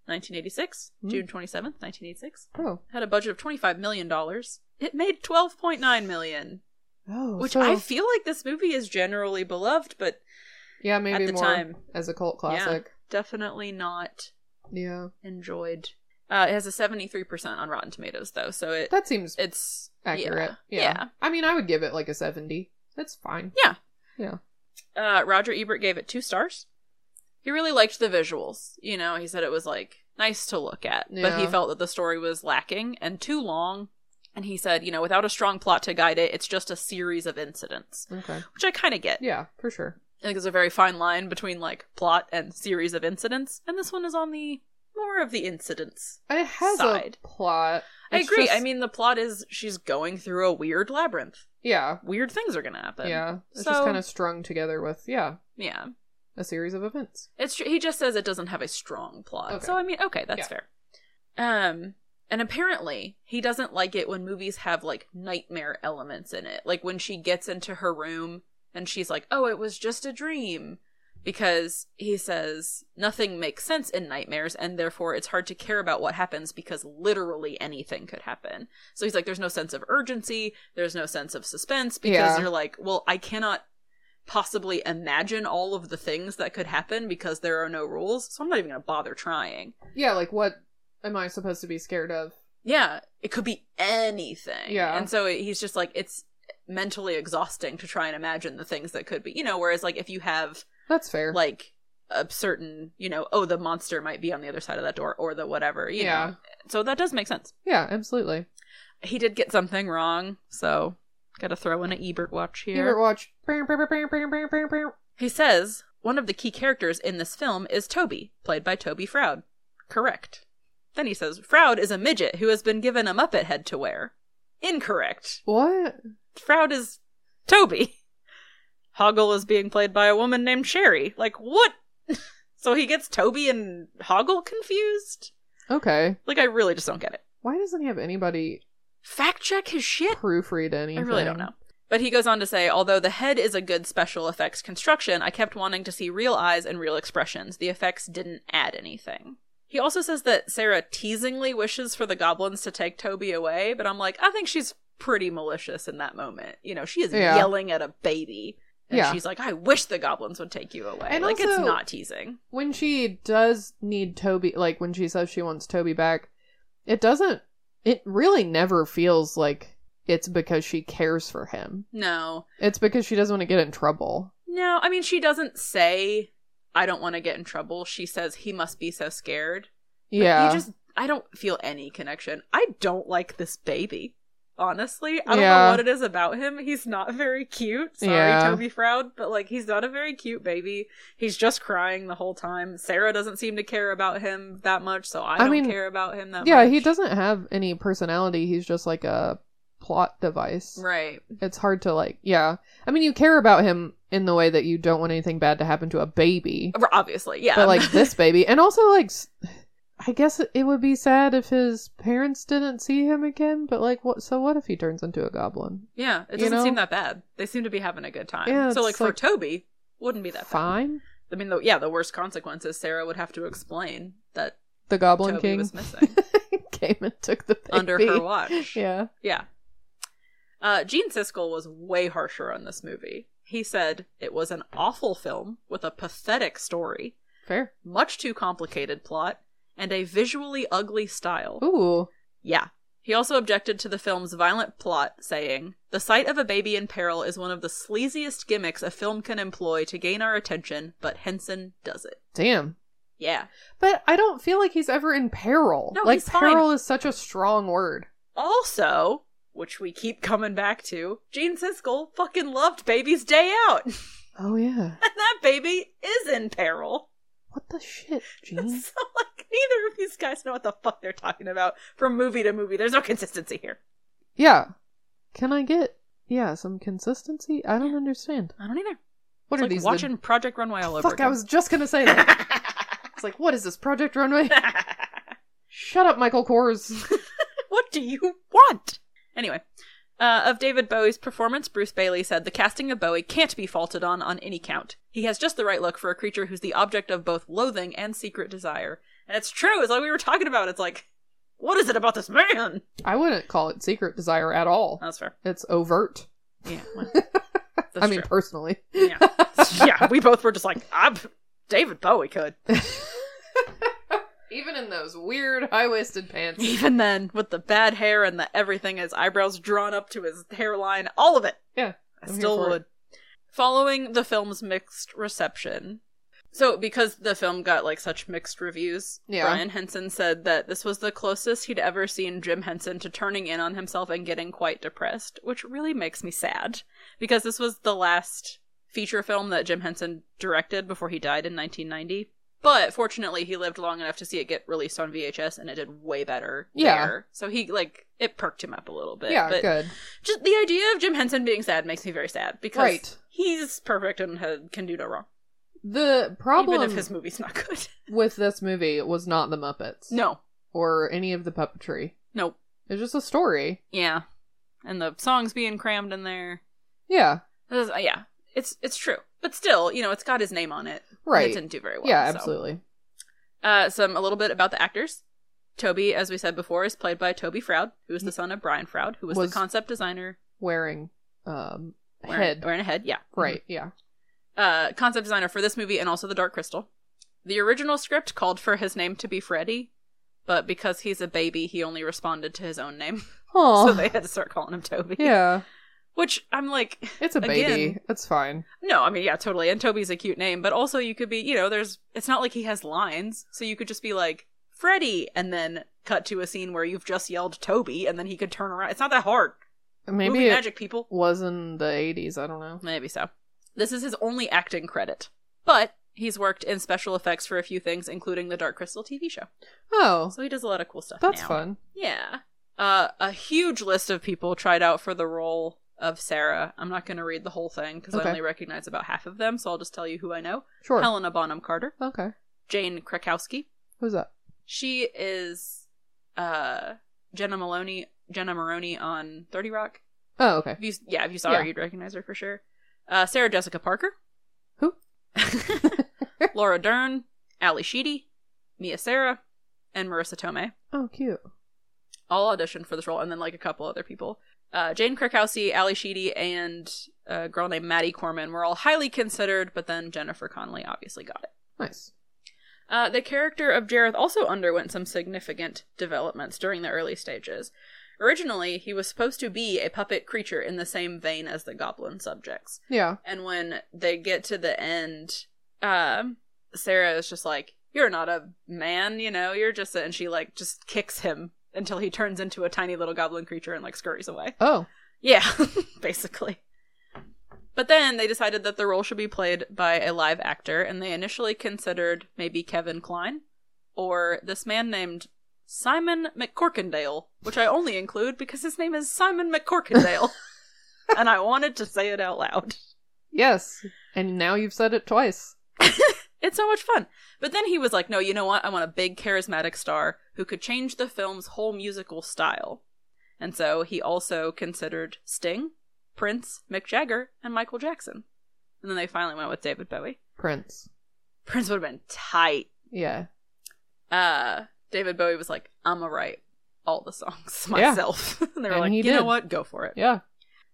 [SPEAKER 1] 1986
[SPEAKER 2] Mm.
[SPEAKER 1] june 27th 1986
[SPEAKER 2] Oh,
[SPEAKER 1] had a budget of 25 million dollars it made 12.9 million
[SPEAKER 2] oh,
[SPEAKER 1] which
[SPEAKER 2] so-
[SPEAKER 1] i feel like this movie is generally beloved but
[SPEAKER 2] yeah maybe
[SPEAKER 1] at the
[SPEAKER 2] more
[SPEAKER 1] time.
[SPEAKER 2] as a cult
[SPEAKER 1] yeah,
[SPEAKER 2] classic.
[SPEAKER 1] definitely not
[SPEAKER 2] Yeah,
[SPEAKER 1] enjoyed uh, it has a 73% on rotten tomatoes though so it
[SPEAKER 2] that seems
[SPEAKER 1] it's
[SPEAKER 2] accurate.
[SPEAKER 1] yeah,
[SPEAKER 2] Yeah.
[SPEAKER 1] yeah.
[SPEAKER 2] I mean, I would give it like a seventy. That's fine.
[SPEAKER 1] Yeah.
[SPEAKER 2] Yeah.
[SPEAKER 1] Uh, Roger Ebert gave it two stars. He really liked the visuals. You know, he said it was like nice to look at, but he
[SPEAKER 2] Yeah.
[SPEAKER 1] felt that the story was lacking and too long. And he said, you know, without a strong plot to guide it, it's just a series of incidents,
[SPEAKER 2] Okay.
[SPEAKER 1] which I kind of get.
[SPEAKER 2] Yeah, for sure.
[SPEAKER 1] I think there's a very fine line between like plot and series of incidents, and this one is on the more of the incidents.
[SPEAKER 2] It has
[SPEAKER 1] Side.
[SPEAKER 2] a plot.
[SPEAKER 1] I
[SPEAKER 2] It's
[SPEAKER 1] agree.
[SPEAKER 2] just-
[SPEAKER 1] I mean, the plot is she's going through a weird labyrinth.
[SPEAKER 2] yeah,
[SPEAKER 1] Weird things are gonna happen.
[SPEAKER 2] yeah. It's
[SPEAKER 1] so,
[SPEAKER 2] just kind of strung together with yeah
[SPEAKER 1] yeah.
[SPEAKER 2] a series of events.
[SPEAKER 1] It's tr- he just says it doesn't have a strong plot.
[SPEAKER 2] Okay.
[SPEAKER 1] So I mean, okay, that's
[SPEAKER 2] Yeah.
[SPEAKER 1] fair. Um and apparently he doesn't like it when movies have like nightmare elements in it. Like when she gets into her room and she's like, "Oh, it was just a dream." Because he says nothing makes sense in nightmares and therefore it's hard to care about what happens because literally anything could happen. So he's like there's no sense of urgency, there's no sense of suspense because
[SPEAKER 2] Yeah.
[SPEAKER 1] you're like, "Well, I cannot possibly imagine all of the things that could happen because there are no rules, so I'm not even going to bother trying.
[SPEAKER 2] Yeah, like what am I supposed to be scared of?
[SPEAKER 1] Yeah, it could be anything.
[SPEAKER 2] Yeah.
[SPEAKER 1] And so he's just like, it's mentally exhausting to try and imagine the things that could be. You know, whereas like if you have
[SPEAKER 2] That's fair.
[SPEAKER 1] like a certain, you know, oh the monster might be on the other side of that door or the whatever, you
[SPEAKER 2] Yeah.
[SPEAKER 1] know. So that does make sense.
[SPEAKER 2] yeah, absolutely.
[SPEAKER 1] He did get something wrong, so got to throw in an Ebert watch here.
[SPEAKER 2] Ebert watch. Bam, bam, bam, bam, bam, bam, bam.
[SPEAKER 1] He says one of the key characters in this film is Toby, played by Toby Froud. Correct. Then he says Froud is a midget who has been given a Muppet head to wear. Incorrect.
[SPEAKER 2] What?
[SPEAKER 1] Froud is Toby. Hoggle is being played by a woman named Sherry. Like what? so he gets Toby and Hoggle confused?
[SPEAKER 2] Okay.
[SPEAKER 1] Like I really just don't get it.
[SPEAKER 2] Why doesn't he have anybody
[SPEAKER 1] Fact check his shit.
[SPEAKER 2] proofread anything?
[SPEAKER 1] I really don't know. But he goes on to say, although the head is a good special effects construction, I kept wanting to see real eyes and real expressions. The effects didn't add anything. He also says that Sarah teasingly wishes for the goblins to take Toby away, but I'm like, I think she's pretty malicious in that moment. You know, she is
[SPEAKER 2] Yeah.
[SPEAKER 1] yelling at a baby. And
[SPEAKER 2] Yeah.
[SPEAKER 1] she's like, I wish the goblins would take you away.
[SPEAKER 2] And
[SPEAKER 1] like, it's
[SPEAKER 2] also-
[SPEAKER 1] not teasing.
[SPEAKER 2] When she does need Toby, like when she says she wants Toby back, it doesn't. It really never feels like it's because she cares for him.
[SPEAKER 1] No.
[SPEAKER 2] It's because she doesn't want to get in trouble.
[SPEAKER 1] No, I mean, she doesn't say, I don't want to get in trouble. She says, he must be so scared.
[SPEAKER 2] Yeah.
[SPEAKER 1] You just I don't feel any connection. I don't like this baby. Honestly, I don't
[SPEAKER 2] Yeah.
[SPEAKER 1] know what it is about him. He's not very cute. Sorry,
[SPEAKER 2] Yeah.
[SPEAKER 1] Toby Froud, but like he's not a very cute baby. He's just crying the whole time. Sarah doesn't seem to care about him that much, so I,
[SPEAKER 2] I
[SPEAKER 1] don't
[SPEAKER 2] mean,
[SPEAKER 1] care about him that
[SPEAKER 2] yeah,
[SPEAKER 1] much.
[SPEAKER 2] he doesn't have any personality. He's just like a plot device.
[SPEAKER 1] Right.
[SPEAKER 2] It's hard to like, yeah. I mean, you care about him in the way that you don't want anything bad to happen to a baby.
[SPEAKER 1] Obviously, yeah.
[SPEAKER 2] But like this baby, and also like, s- I guess it would be sad if his parents didn't see him again. But like, what? So what if he turns into a goblin?
[SPEAKER 1] Yeah, it
[SPEAKER 2] you
[SPEAKER 1] doesn't seem
[SPEAKER 2] know?
[SPEAKER 1] that bad. They seem to be having a good time.
[SPEAKER 2] Yeah,
[SPEAKER 1] so like
[SPEAKER 2] it's
[SPEAKER 1] for
[SPEAKER 2] like-
[SPEAKER 1] Toby, wouldn't be that bad.
[SPEAKER 2] Fine,
[SPEAKER 1] I mean, the, yeah, the worst consequence is Sarah would have to explain that
[SPEAKER 2] the Goblin
[SPEAKER 1] Toby
[SPEAKER 2] King
[SPEAKER 1] was missing.
[SPEAKER 2] came and took the baby
[SPEAKER 1] under her watch.
[SPEAKER 2] Yeah,
[SPEAKER 1] Yeah. Uh, Gene Siskel was way harsher on this movie. He said it was an awful film with a pathetic story,
[SPEAKER 2] fair.
[SPEAKER 1] much too complicated plot, and a visually ugly style.
[SPEAKER 2] Ooh,
[SPEAKER 1] Yeah. He also objected to the film's violent plot, saying, The sight of a baby in peril is one of the sleaziest gimmicks a film can employ to gain our attention, but Henson does it.
[SPEAKER 2] damn.
[SPEAKER 1] Yeah.
[SPEAKER 2] But I don't feel like he's ever in peril.
[SPEAKER 1] No,
[SPEAKER 2] like
[SPEAKER 1] he's fine.
[SPEAKER 2] peril is such a strong word.
[SPEAKER 1] Also, which we keep coming back to, Gene Siskel fucking loved Baby's Day Out.
[SPEAKER 2] Oh yeah.
[SPEAKER 1] and that baby is in peril.
[SPEAKER 2] What the shit,
[SPEAKER 1] So, like,
[SPEAKER 2] Gene?
[SPEAKER 1] neither of these guys know what the fuck they're talking about from movie to movie. There's no consistency here.
[SPEAKER 2] yeah. Can I get yeah some consistency? I don't understand.
[SPEAKER 1] I don't either.
[SPEAKER 2] What
[SPEAKER 1] it's
[SPEAKER 2] are
[SPEAKER 1] like
[SPEAKER 2] these? the-
[SPEAKER 1] watching Project Runway all over
[SPEAKER 2] Fuck!
[SPEAKER 1] again.
[SPEAKER 2] I was just gonna say that. it's like, what is this Project Runway? Shut up, Michael Kors.
[SPEAKER 1] what do you want? Anyway, uh, of David Bowie's performance, Bruce Bailey said the casting of Bowie can't be faulted on on any count. He has just the right look for a creature who's the object of both loathing and secret desire. And it's true. It's like we were talking about. It's like, what is it about this man?
[SPEAKER 2] I wouldn't call it secret desire at all.
[SPEAKER 1] That's fair.
[SPEAKER 2] It's overt.
[SPEAKER 1] Yeah. Well, that's
[SPEAKER 2] I mean,
[SPEAKER 1] true.
[SPEAKER 2] personally.
[SPEAKER 1] Yeah. yeah, we both were just like, I'm David Bowie could.
[SPEAKER 2] Even in those weird high waisted pants.
[SPEAKER 1] Even then, with the bad hair and the everything, his eyebrows drawn up to his hairline, all of it.
[SPEAKER 2] Yeah.
[SPEAKER 1] I
[SPEAKER 2] I'm here
[SPEAKER 1] still
[SPEAKER 2] for it.
[SPEAKER 1] would. Following the film's mixed reception. So because the film got like such mixed reviews,
[SPEAKER 2] Yeah.
[SPEAKER 1] Brian Henson said that this was the closest he'd ever seen Jim Henson to turning in on himself and getting quite depressed, which really makes me sad because this was the last feature film that Jim Henson directed before he died in 1990. But fortunately, he lived long enough to see it get released on VHS, and it did way better.
[SPEAKER 2] Yeah.
[SPEAKER 1] there. So he like it perked him up a little bit.
[SPEAKER 2] Yeah,
[SPEAKER 1] but
[SPEAKER 2] good.
[SPEAKER 1] Just the idea of Jim Henson being sad makes me very sad because
[SPEAKER 2] Right.
[SPEAKER 1] he's perfect and ha- can do no wrong,
[SPEAKER 2] The problem
[SPEAKER 1] even if his movie's not good.
[SPEAKER 2] with this movie was not the Muppets.
[SPEAKER 1] no,
[SPEAKER 2] Or any of the puppetry.
[SPEAKER 1] nope.
[SPEAKER 2] It's just a story.
[SPEAKER 1] Yeah, and the songs being crammed in there.
[SPEAKER 2] Yeah.
[SPEAKER 1] This is- uh, yeah, it's it's true, but still, you know, it's got his name on it. and
[SPEAKER 2] Right.
[SPEAKER 1] it didn't do very well.
[SPEAKER 2] yeah,
[SPEAKER 1] so.
[SPEAKER 2] absolutely.
[SPEAKER 1] Uh, some a little bit about the actors. Toby, as we said before, is played by Toby Froud, who is the son of Brian Froud, who was,
[SPEAKER 2] Was-
[SPEAKER 1] the concept designer.
[SPEAKER 2] Wearing um
[SPEAKER 1] Wearing,
[SPEAKER 2] head.
[SPEAKER 1] wearing a head, yeah,
[SPEAKER 2] Right, yeah.
[SPEAKER 1] Uh, concept designer for this movie and also the Dark Crystal. The original script called for his name to be Freddy, but because he's a baby, he only responded to his own name,
[SPEAKER 2] Oh
[SPEAKER 1] so they had to start calling him Toby.
[SPEAKER 2] yeah.
[SPEAKER 1] Which I'm like,
[SPEAKER 2] It's a baby.
[SPEAKER 1] Again.
[SPEAKER 2] It's fine.
[SPEAKER 1] no, I mean, yeah, totally. And Toby's a cute name, but also you could be, you know, there's, it's not like he has lines. So you could just be like, Freddy, and then cut to a scene where you've just yelled Toby, and then he could turn around. It's not that hard.
[SPEAKER 2] Maybe
[SPEAKER 1] Movie
[SPEAKER 2] it
[SPEAKER 1] magic, people.
[SPEAKER 2] was in the 80s. I don't know.
[SPEAKER 1] Maybe so. This is his only acting credit, but he's worked in special effects for a few things, including the Dark Crystal TV show.
[SPEAKER 2] Oh,
[SPEAKER 1] So he does a lot of cool stuff.
[SPEAKER 2] that's
[SPEAKER 1] now.
[SPEAKER 2] fun.
[SPEAKER 1] Yeah. Uh, a huge list of people tried out for the role of Sarah. I'm not going to read the whole thing because
[SPEAKER 2] Okay.
[SPEAKER 1] I only recognize about half of them, so I'll just tell you who I know.
[SPEAKER 2] Sure.
[SPEAKER 1] Helena Bonham Carter,
[SPEAKER 2] Okay.
[SPEAKER 1] Jane Krakowski.
[SPEAKER 2] Who's that?
[SPEAKER 1] She is uh, Jenna Maloney, Jenna Maroney on 30 Rock.
[SPEAKER 2] Oh, okay.
[SPEAKER 1] If you, yeah, if you saw her,
[SPEAKER 2] Yeah.
[SPEAKER 1] you'd recognize her for sure. Uh, Sarah Jessica Parker.
[SPEAKER 2] Who?
[SPEAKER 1] Laura Dern, Ali Sheedy, Mia Sarah, and Marissa Tomei
[SPEAKER 2] Oh, cute.
[SPEAKER 1] all auditioned for this role, and then like a couple other people. Uh, Jane Krakowski, Ali Sheedy, and a girl named Maddie Corman were all highly considered, but then Jennifer Connelly obviously got it.
[SPEAKER 2] Nice.
[SPEAKER 1] Uh, the character of Jareth also underwent some significant developments during the early stages. Originally, he was supposed to be a puppet creature in the same vein as the goblin subjects.
[SPEAKER 2] Yeah.
[SPEAKER 1] And when they get to the end, um, Sarah is just like, "You're not a man, you know. You're just," a-" and she like just kicks him until he turns into a tiny little goblin creature and like scurries away.
[SPEAKER 2] Oh,
[SPEAKER 1] Yeah, basically. But then they decided that the role should be played by a live actor, and they initially considered maybe Kevin Klein or this man named Simon McCorkindale, which I only include because his name is Simon McCorkindale, and I wanted to say it out loud.
[SPEAKER 2] yes. And now you've said it twice.
[SPEAKER 1] It's so much fun. But then he was like, no, you know what? I want a big charismatic star who could change the film's whole musical style. And so he also considered Sting, Prince, Mick Jagger, and Michael Jackson. And then they finally went with David Bowie.
[SPEAKER 2] Prince.
[SPEAKER 1] Prince would have been tight.
[SPEAKER 2] Yeah.
[SPEAKER 1] Uh, David Bowie was like, I'm gonna write all the songs
[SPEAKER 2] Yeah.
[SPEAKER 1] myself. and they were
[SPEAKER 2] And
[SPEAKER 1] like,
[SPEAKER 2] he
[SPEAKER 1] you know
[SPEAKER 2] did.
[SPEAKER 1] what? Go for it.
[SPEAKER 2] Yeah.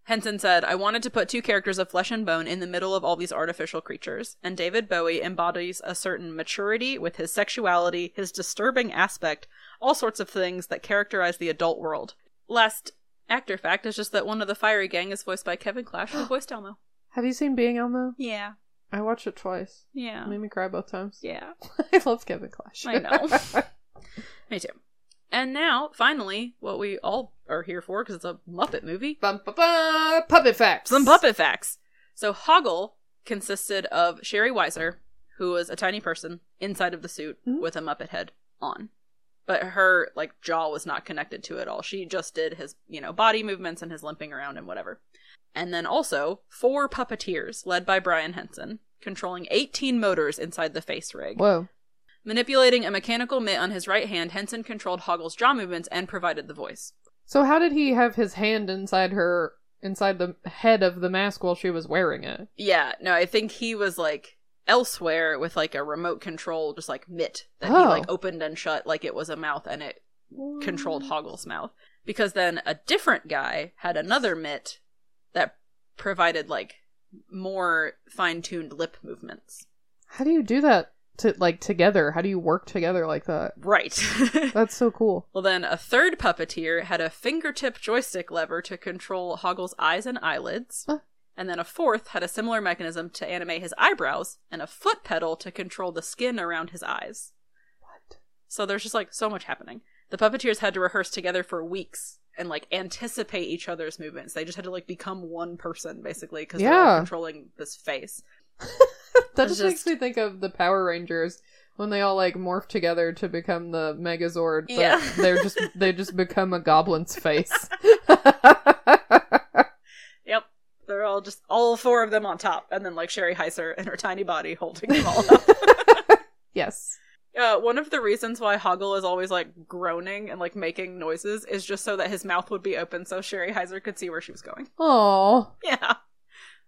[SPEAKER 1] Henson said, I wanted to put two characters of flesh and bone in the middle of all these artificial creatures, and David Bowie embodies a certain maturity with his sexuality, his disturbing aspect, all sorts of things that characterize the adult world. Last actor fact is just that one of the fiery gang is voiced by Kevin Clash, who voiced Elmo.
[SPEAKER 2] Have you seen Being Elmo?
[SPEAKER 1] Yeah.
[SPEAKER 2] I watched it twice.
[SPEAKER 1] Yeah.
[SPEAKER 2] It made me cry both times.
[SPEAKER 1] Yeah.
[SPEAKER 2] I love Kevin Clash.
[SPEAKER 1] I know. Me too. And now, finally, what we all are here for, because it's a Muppet movie,
[SPEAKER 2] Bum, ba, ba, puppet facts.
[SPEAKER 1] Some puppet facts. So Hoggle consisted of Sherry Weiser, who was a tiny person inside of the suit
[SPEAKER 2] Mhm.
[SPEAKER 1] with a Muppet head on. But her like jaw was not connected to it at all. She just did his, you know, body movements and his limping around and whatever. And then also four puppeteers led by Brian Henson, controlling 18 motors inside the face rig.
[SPEAKER 2] Whoa.
[SPEAKER 1] Manipulating a mechanical mitt on his right hand, Henson controlled Hoggle's jaw movements and provided the voice.
[SPEAKER 2] So how did he have his hand inside her, inside the head of the mask while she was wearing it?
[SPEAKER 1] Yeah, no, I think he was like elsewhere with like a remote control, just like mitt that he
[SPEAKER 2] Oh.
[SPEAKER 1] like opened and shut like it was a mouth and it controlled Hoggle's mouth. Because then a different guy had another mitt that provided like more fine tuned lip movements.
[SPEAKER 2] How do you do that? To like together? How do you work together like that?
[SPEAKER 1] Right.
[SPEAKER 2] That's so cool.
[SPEAKER 1] well, then a third puppeteer had a fingertip joystick lever to control Hoggle's eyes and eyelids.
[SPEAKER 2] Huh.
[SPEAKER 1] And then a fourth had a similar mechanism to animate his eyebrows and a foot pedal to control the skin around his eyes.
[SPEAKER 2] What?
[SPEAKER 1] So there's just like so much happening. The puppeteers had to rehearse together for weeks and like anticipate each other's movements. They just had to like become one person basically because they
[SPEAKER 2] Yeah.
[SPEAKER 1] were controlling this face.
[SPEAKER 2] That
[SPEAKER 1] It's
[SPEAKER 2] just, makes
[SPEAKER 1] just-
[SPEAKER 2] me think of the Power Rangers when they all like morph together to become the Megazord, but
[SPEAKER 1] Yeah.
[SPEAKER 2] they're just they just become a goblin's face.
[SPEAKER 1] Yep. They're all just all four of them on top, and then like Sherry Heiser and her tiny body holding them all up.
[SPEAKER 2] yes.
[SPEAKER 1] Uh, one of the reasons why Hoggle is always like groaning and like making noises is just so that his mouth would be open so Sherry Heiser could see where she was going.
[SPEAKER 2] Oh.
[SPEAKER 1] Yeah.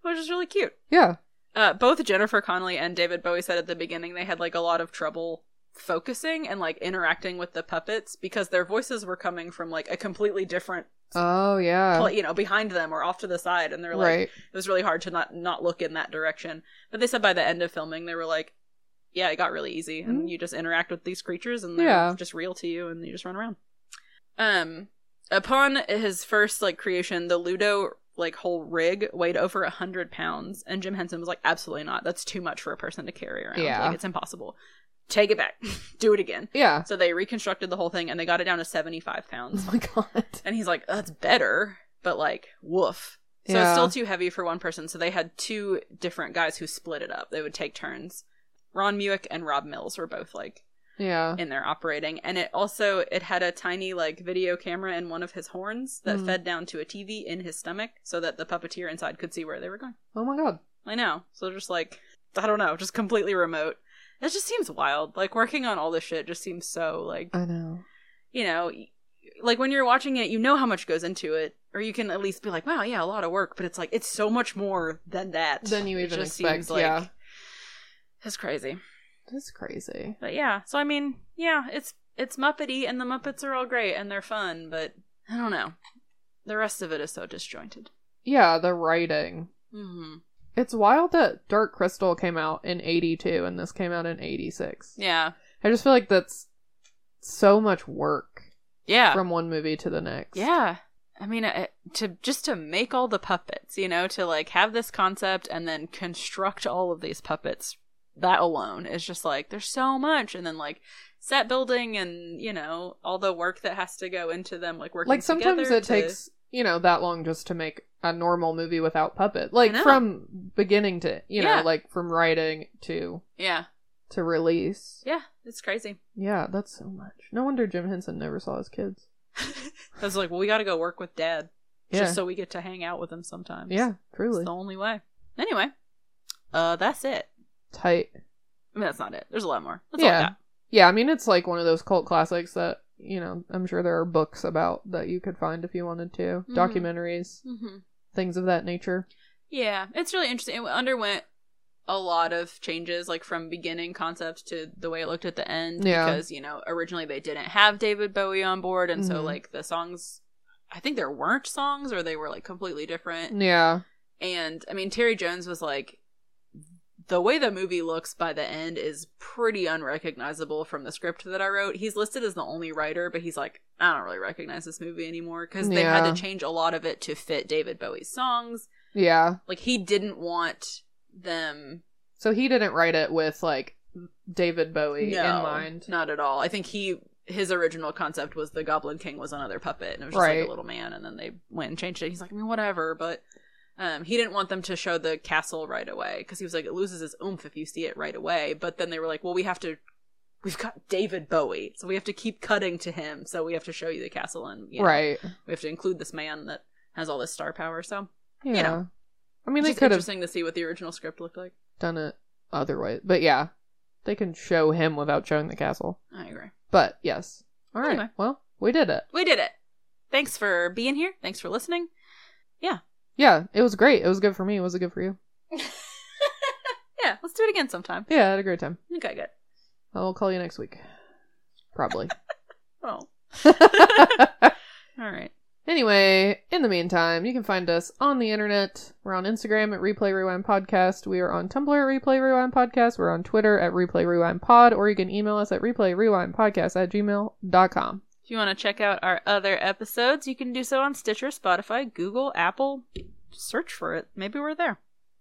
[SPEAKER 1] Which is really cute.
[SPEAKER 2] Yeah.
[SPEAKER 1] Uh, both Jennifer Connelly and David Bowie said at the beginning they had like a lot of trouble focusing and like interacting with the puppets because their voices were coming from like a completely different,
[SPEAKER 2] Oh yeah.
[SPEAKER 1] pla- you know, behind them or off to the side, and they're like,
[SPEAKER 2] right.
[SPEAKER 1] it was really hard to not not look in that direction. But they said by the end of filming, they were like, "Yeah, it got really easy, and
[SPEAKER 2] Mhm.
[SPEAKER 1] you just interact with these creatures, and they're
[SPEAKER 2] Yeah.
[SPEAKER 1] just real to you, and you just run around." Um, upon his first like creation, the Ludo like whole rig weighed over a hundred pounds, and Jim Henson was like, "Absolutely not. That's too much for a person to carry around.
[SPEAKER 2] Yeah.
[SPEAKER 1] Like it's impossible. Take it back. Do it again."
[SPEAKER 2] Yeah.
[SPEAKER 1] So they reconstructed the whole thing, and they got it down to seventy-five pounds.
[SPEAKER 2] Oh my god.
[SPEAKER 1] And he's like, that's better, but like, woof. So
[SPEAKER 2] Yeah.
[SPEAKER 1] it's still too heavy for one person. So they had two different guys who split it up. They would take turns. Ron Muick and Rob Mills were both like
[SPEAKER 2] Yeah.
[SPEAKER 1] in there operating. And it also it had a tiny like video camera in one of his horns that
[SPEAKER 2] Mhm.
[SPEAKER 1] fed down to a TV in his stomach so that the puppeteer inside could see where they were going.
[SPEAKER 2] Oh my god.
[SPEAKER 1] I know. So just like I don't know, just completely remote. It just seems wild. Like working on all this shit just seems so like
[SPEAKER 2] I know.
[SPEAKER 1] you know, y- like when you're watching it, you know how much goes into it, or you can at least be like, wow, yeah, a lot of work, but it's like it's so much more than that
[SPEAKER 2] Than you
[SPEAKER 1] It
[SPEAKER 2] even
[SPEAKER 1] just
[SPEAKER 2] expect,
[SPEAKER 1] Seems like,
[SPEAKER 2] yeah.
[SPEAKER 1] it's crazy.
[SPEAKER 2] That's crazy.
[SPEAKER 1] But yeah, so I mean, yeah, it's it's Muppety, and the Muppets are all great and they're fun, but I don't know, the rest of it is so disjointed.
[SPEAKER 2] Yeah, the writing. Mm-hmm.
[SPEAKER 1] hmm
[SPEAKER 2] It's wild that Dark Crystal came out in 82 and this came out in 86.
[SPEAKER 1] Yeah,
[SPEAKER 2] I just feel like that's so much work
[SPEAKER 1] yeah,
[SPEAKER 2] from one movie to the next.
[SPEAKER 1] yeah. I mean, uh, to just to make all the puppets, you know, to like have this concept and then construct all of these puppets that alone is just like there's so much and then like set building and you know all the work that has to go into them like working
[SPEAKER 2] Like sometimes
[SPEAKER 1] together
[SPEAKER 2] it
[SPEAKER 1] to-
[SPEAKER 2] takes, you know, that long just to make a normal movie without puppet.
[SPEAKER 1] I
[SPEAKER 2] Like
[SPEAKER 1] know.
[SPEAKER 2] from beginning to, you know,
[SPEAKER 1] Yeah.
[SPEAKER 2] like from writing to
[SPEAKER 1] yeah
[SPEAKER 2] to release.
[SPEAKER 1] yeah it's crazy
[SPEAKER 2] Yeah, that's so much. No wonder Jim Henson never saw his kids.
[SPEAKER 1] i was like well we got to go work with dad
[SPEAKER 2] Yeah.
[SPEAKER 1] just so we get to hang out with him sometimes
[SPEAKER 2] yeah,
[SPEAKER 1] it's
[SPEAKER 2] truly.
[SPEAKER 1] the only way anyway uh that's it
[SPEAKER 2] Tight.
[SPEAKER 1] i mean that's not it there's a lot more that's all I
[SPEAKER 2] yeah.
[SPEAKER 1] got.
[SPEAKER 2] Yeah, I mean it's like one of those cult classics that, you know, I'm sure there are books about that you could find if you wanted to.
[SPEAKER 1] Mhm.
[SPEAKER 2] Documentaries,
[SPEAKER 1] mm-hmm.
[SPEAKER 2] things of that nature.
[SPEAKER 1] Yeah, it's really interesting. It underwent a lot of changes, like from beginning concept to the way it looked at the end.
[SPEAKER 2] Yeah.
[SPEAKER 1] Because, you know, originally they didn't have David Bowie on board. And so,
[SPEAKER 2] Mhm.
[SPEAKER 1] like, the songs, I think there weren't songs or they were, like, completely different.
[SPEAKER 2] Yeah.
[SPEAKER 1] And, I mean, Terry Jones was like, the way the movie looks by the end is pretty unrecognizable from the script that I wrote. He's listed as the only writer, but he's like, I don't really recognize this movie anymore because they had
[SPEAKER 2] Yeah.
[SPEAKER 1] to change a lot of it to fit David Bowie's songs
[SPEAKER 2] Yeah.
[SPEAKER 1] like he didn't want them
[SPEAKER 2] So he didn't write it with like David Bowie
[SPEAKER 1] no,
[SPEAKER 2] in mind.
[SPEAKER 1] Not at all. I think he his original concept was the Goblin King was another puppet and it was just like
[SPEAKER 2] Right.
[SPEAKER 1] a little man and then they went and changed it. He's like, I mean whatever, but um, he didn't want them to show the castle right away because he was like, it loses its oomph if you see it right away. But then they were like, well, we have to, we've got David Bowie, so we have to keep cutting to him. So we have to show you the castle and you know,
[SPEAKER 2] Right.
[SPEAKER 1] we have to include this man that has all this star power. So
[SPEAKER 2] Yeah.
[SPEAKER 1] know.
[SPEAKER 2] I mean
[SPEAKER 1] it's
[SPEAKER 2] they
[SPEAKER 1] just
[SPEAKER 2] could have
[SPEAKER 1] interesting to see what the original script looked like.
[SPEAKER 2] done it other ways. But yeah. They can show him without showing the castle.
[SPEAKER 1] I agree.
[SPEAKER 2] But yes. All right.
[SPEAKER 1] Anyway.
[SPEAKER 2] Well, we did it.
[SPEAKER 1] we did it. Thanks for being here. Thanks for listening.
[SPEAKER 2] Yeah, it was great. It was good for me. Was it good for you?
[SPEAKER 1] Yeah, let's do it again sometime.
[SPEAKER 2] Yeah, I had a great time.
[SPEAKER 1] Okay, good.
[SPEAKER 2] I'll call you next week. Probably.
[SPEAKER 1] Oh, all right.
[SPEAKER 2] anyway, in the meantime, you can find us on the internet. We're on Instagram at Replay Rewind Podcast. We are on Tumblr at Replay Rewind Podcast. We're on Twitter at Replay Rewind Pod, or you can email us at Replay Rewind Podcast at gmail.com.
[SPEAKER 1] If you want to check out our other episodes, you can do so on Stitcher, Spotify, Google, Apple. Search for it. Maybe we're there.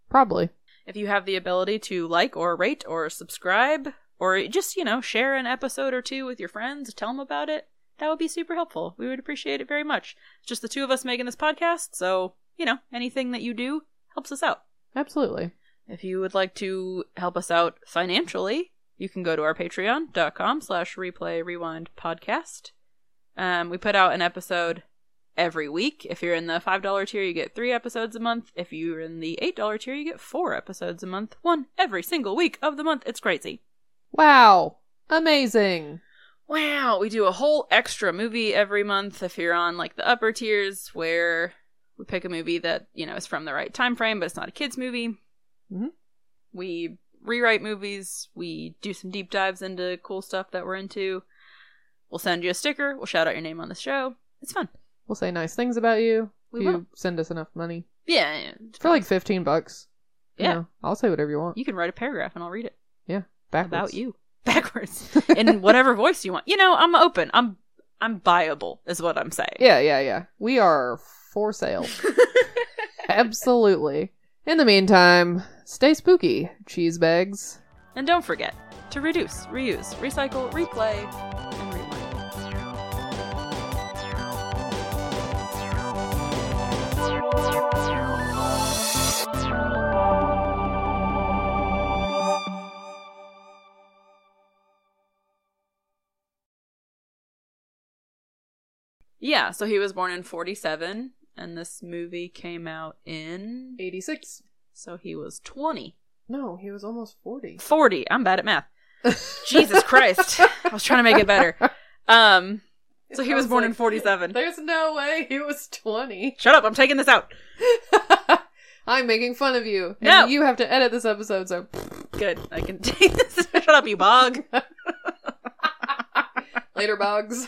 [SPEAKER 2] Probably.
[SPEAKER 1] If you have the ability to like or rate or subscribe or just, you know, share an episode or two with your friends, tell them about it, that would be super helpful. We would appreciate it very much. It's just the two of us making this podcast, so, you know, anything that you do helps us out.
[SPEAKER 2] Absolutely.
[SPEAKER 1] If you would like to help us out financially, you can go to our patreon.com slash replay rewind podcast. Um, we put out an episode every week. If you're in the $5 tier, you get three episodes a month. If you're in the $8 tier, you get four episodes a month, one every single week of the month. It's crazy.
[SPEAKER 2] Wow. Amazing.
[SPEAKER 1] Wow, we do a whole extra movie every month if you're on like the upper tiers where we pick a movie that, you know, is from the right time frame, but it's not a kids movie.
[SPEAKER 2] Mhm.
[SPEAKER 1] We rewrite movies, we do some deep dives into cool stuff that we're into. We'll send you a sticker, we'll shout out your name on the show. It's fun.
[SPEAKER 2] We'll say nice things about you.
[SPEAKER 1] We
[SPEAKER 2] if you
[SPEAKER 1] will.
[SPEAKER 2] send us enough money.
[SPEAKER 1] Yeah. yeah, it's
[SPEAKER 2] For
[SPEAKER 1] fun.
[SPEAKER 2] like 15 bucks. you
[SPEAKER 1] Yeah.
[SPEAKER 2] know, I'll say whatever you want.
[SPEAKER 1] You can write a paragraph and I'll read it
[SPEAKER 2] yeah. Backwards.
[SPEAKER 1] about you. Backwards. In whatever voice you want. You know, I'm open. I'm I'm buyable is what I'm saying.
[SPEAKER 2] Yeah, yeah, yeah. We are for sale. Absolutely. In the meantime, stay spooky, cheese bags.
[SPEAKER 1] And don't forget to reduce, reuse, recycle, replay, and rewind. Yeah, so he was born in 47, and this movie came out in.
[SPEAKER 2] 86.
[SPEAKER 1] So he was 20.
[SPEAKER 2] No, he was almost 40.
[SPEAKER 1] 40. I'm bad at math. Jesus Christ. I was trying to make it better. Um, so he was born in 47.
[SPEAKER 2] There's no way he was 20.
[SPEAKER 1] Shut up. I'm taking this out.
[SPEAKER 2] I'm making fun of you. And
[SPEAKER 1] No.
[SPEAKER 2] you have to edit this episode, so
[SPEAKER 1] Good. I can take this. Shut up, you bog.
[SPEAKER 2] later, Boggs.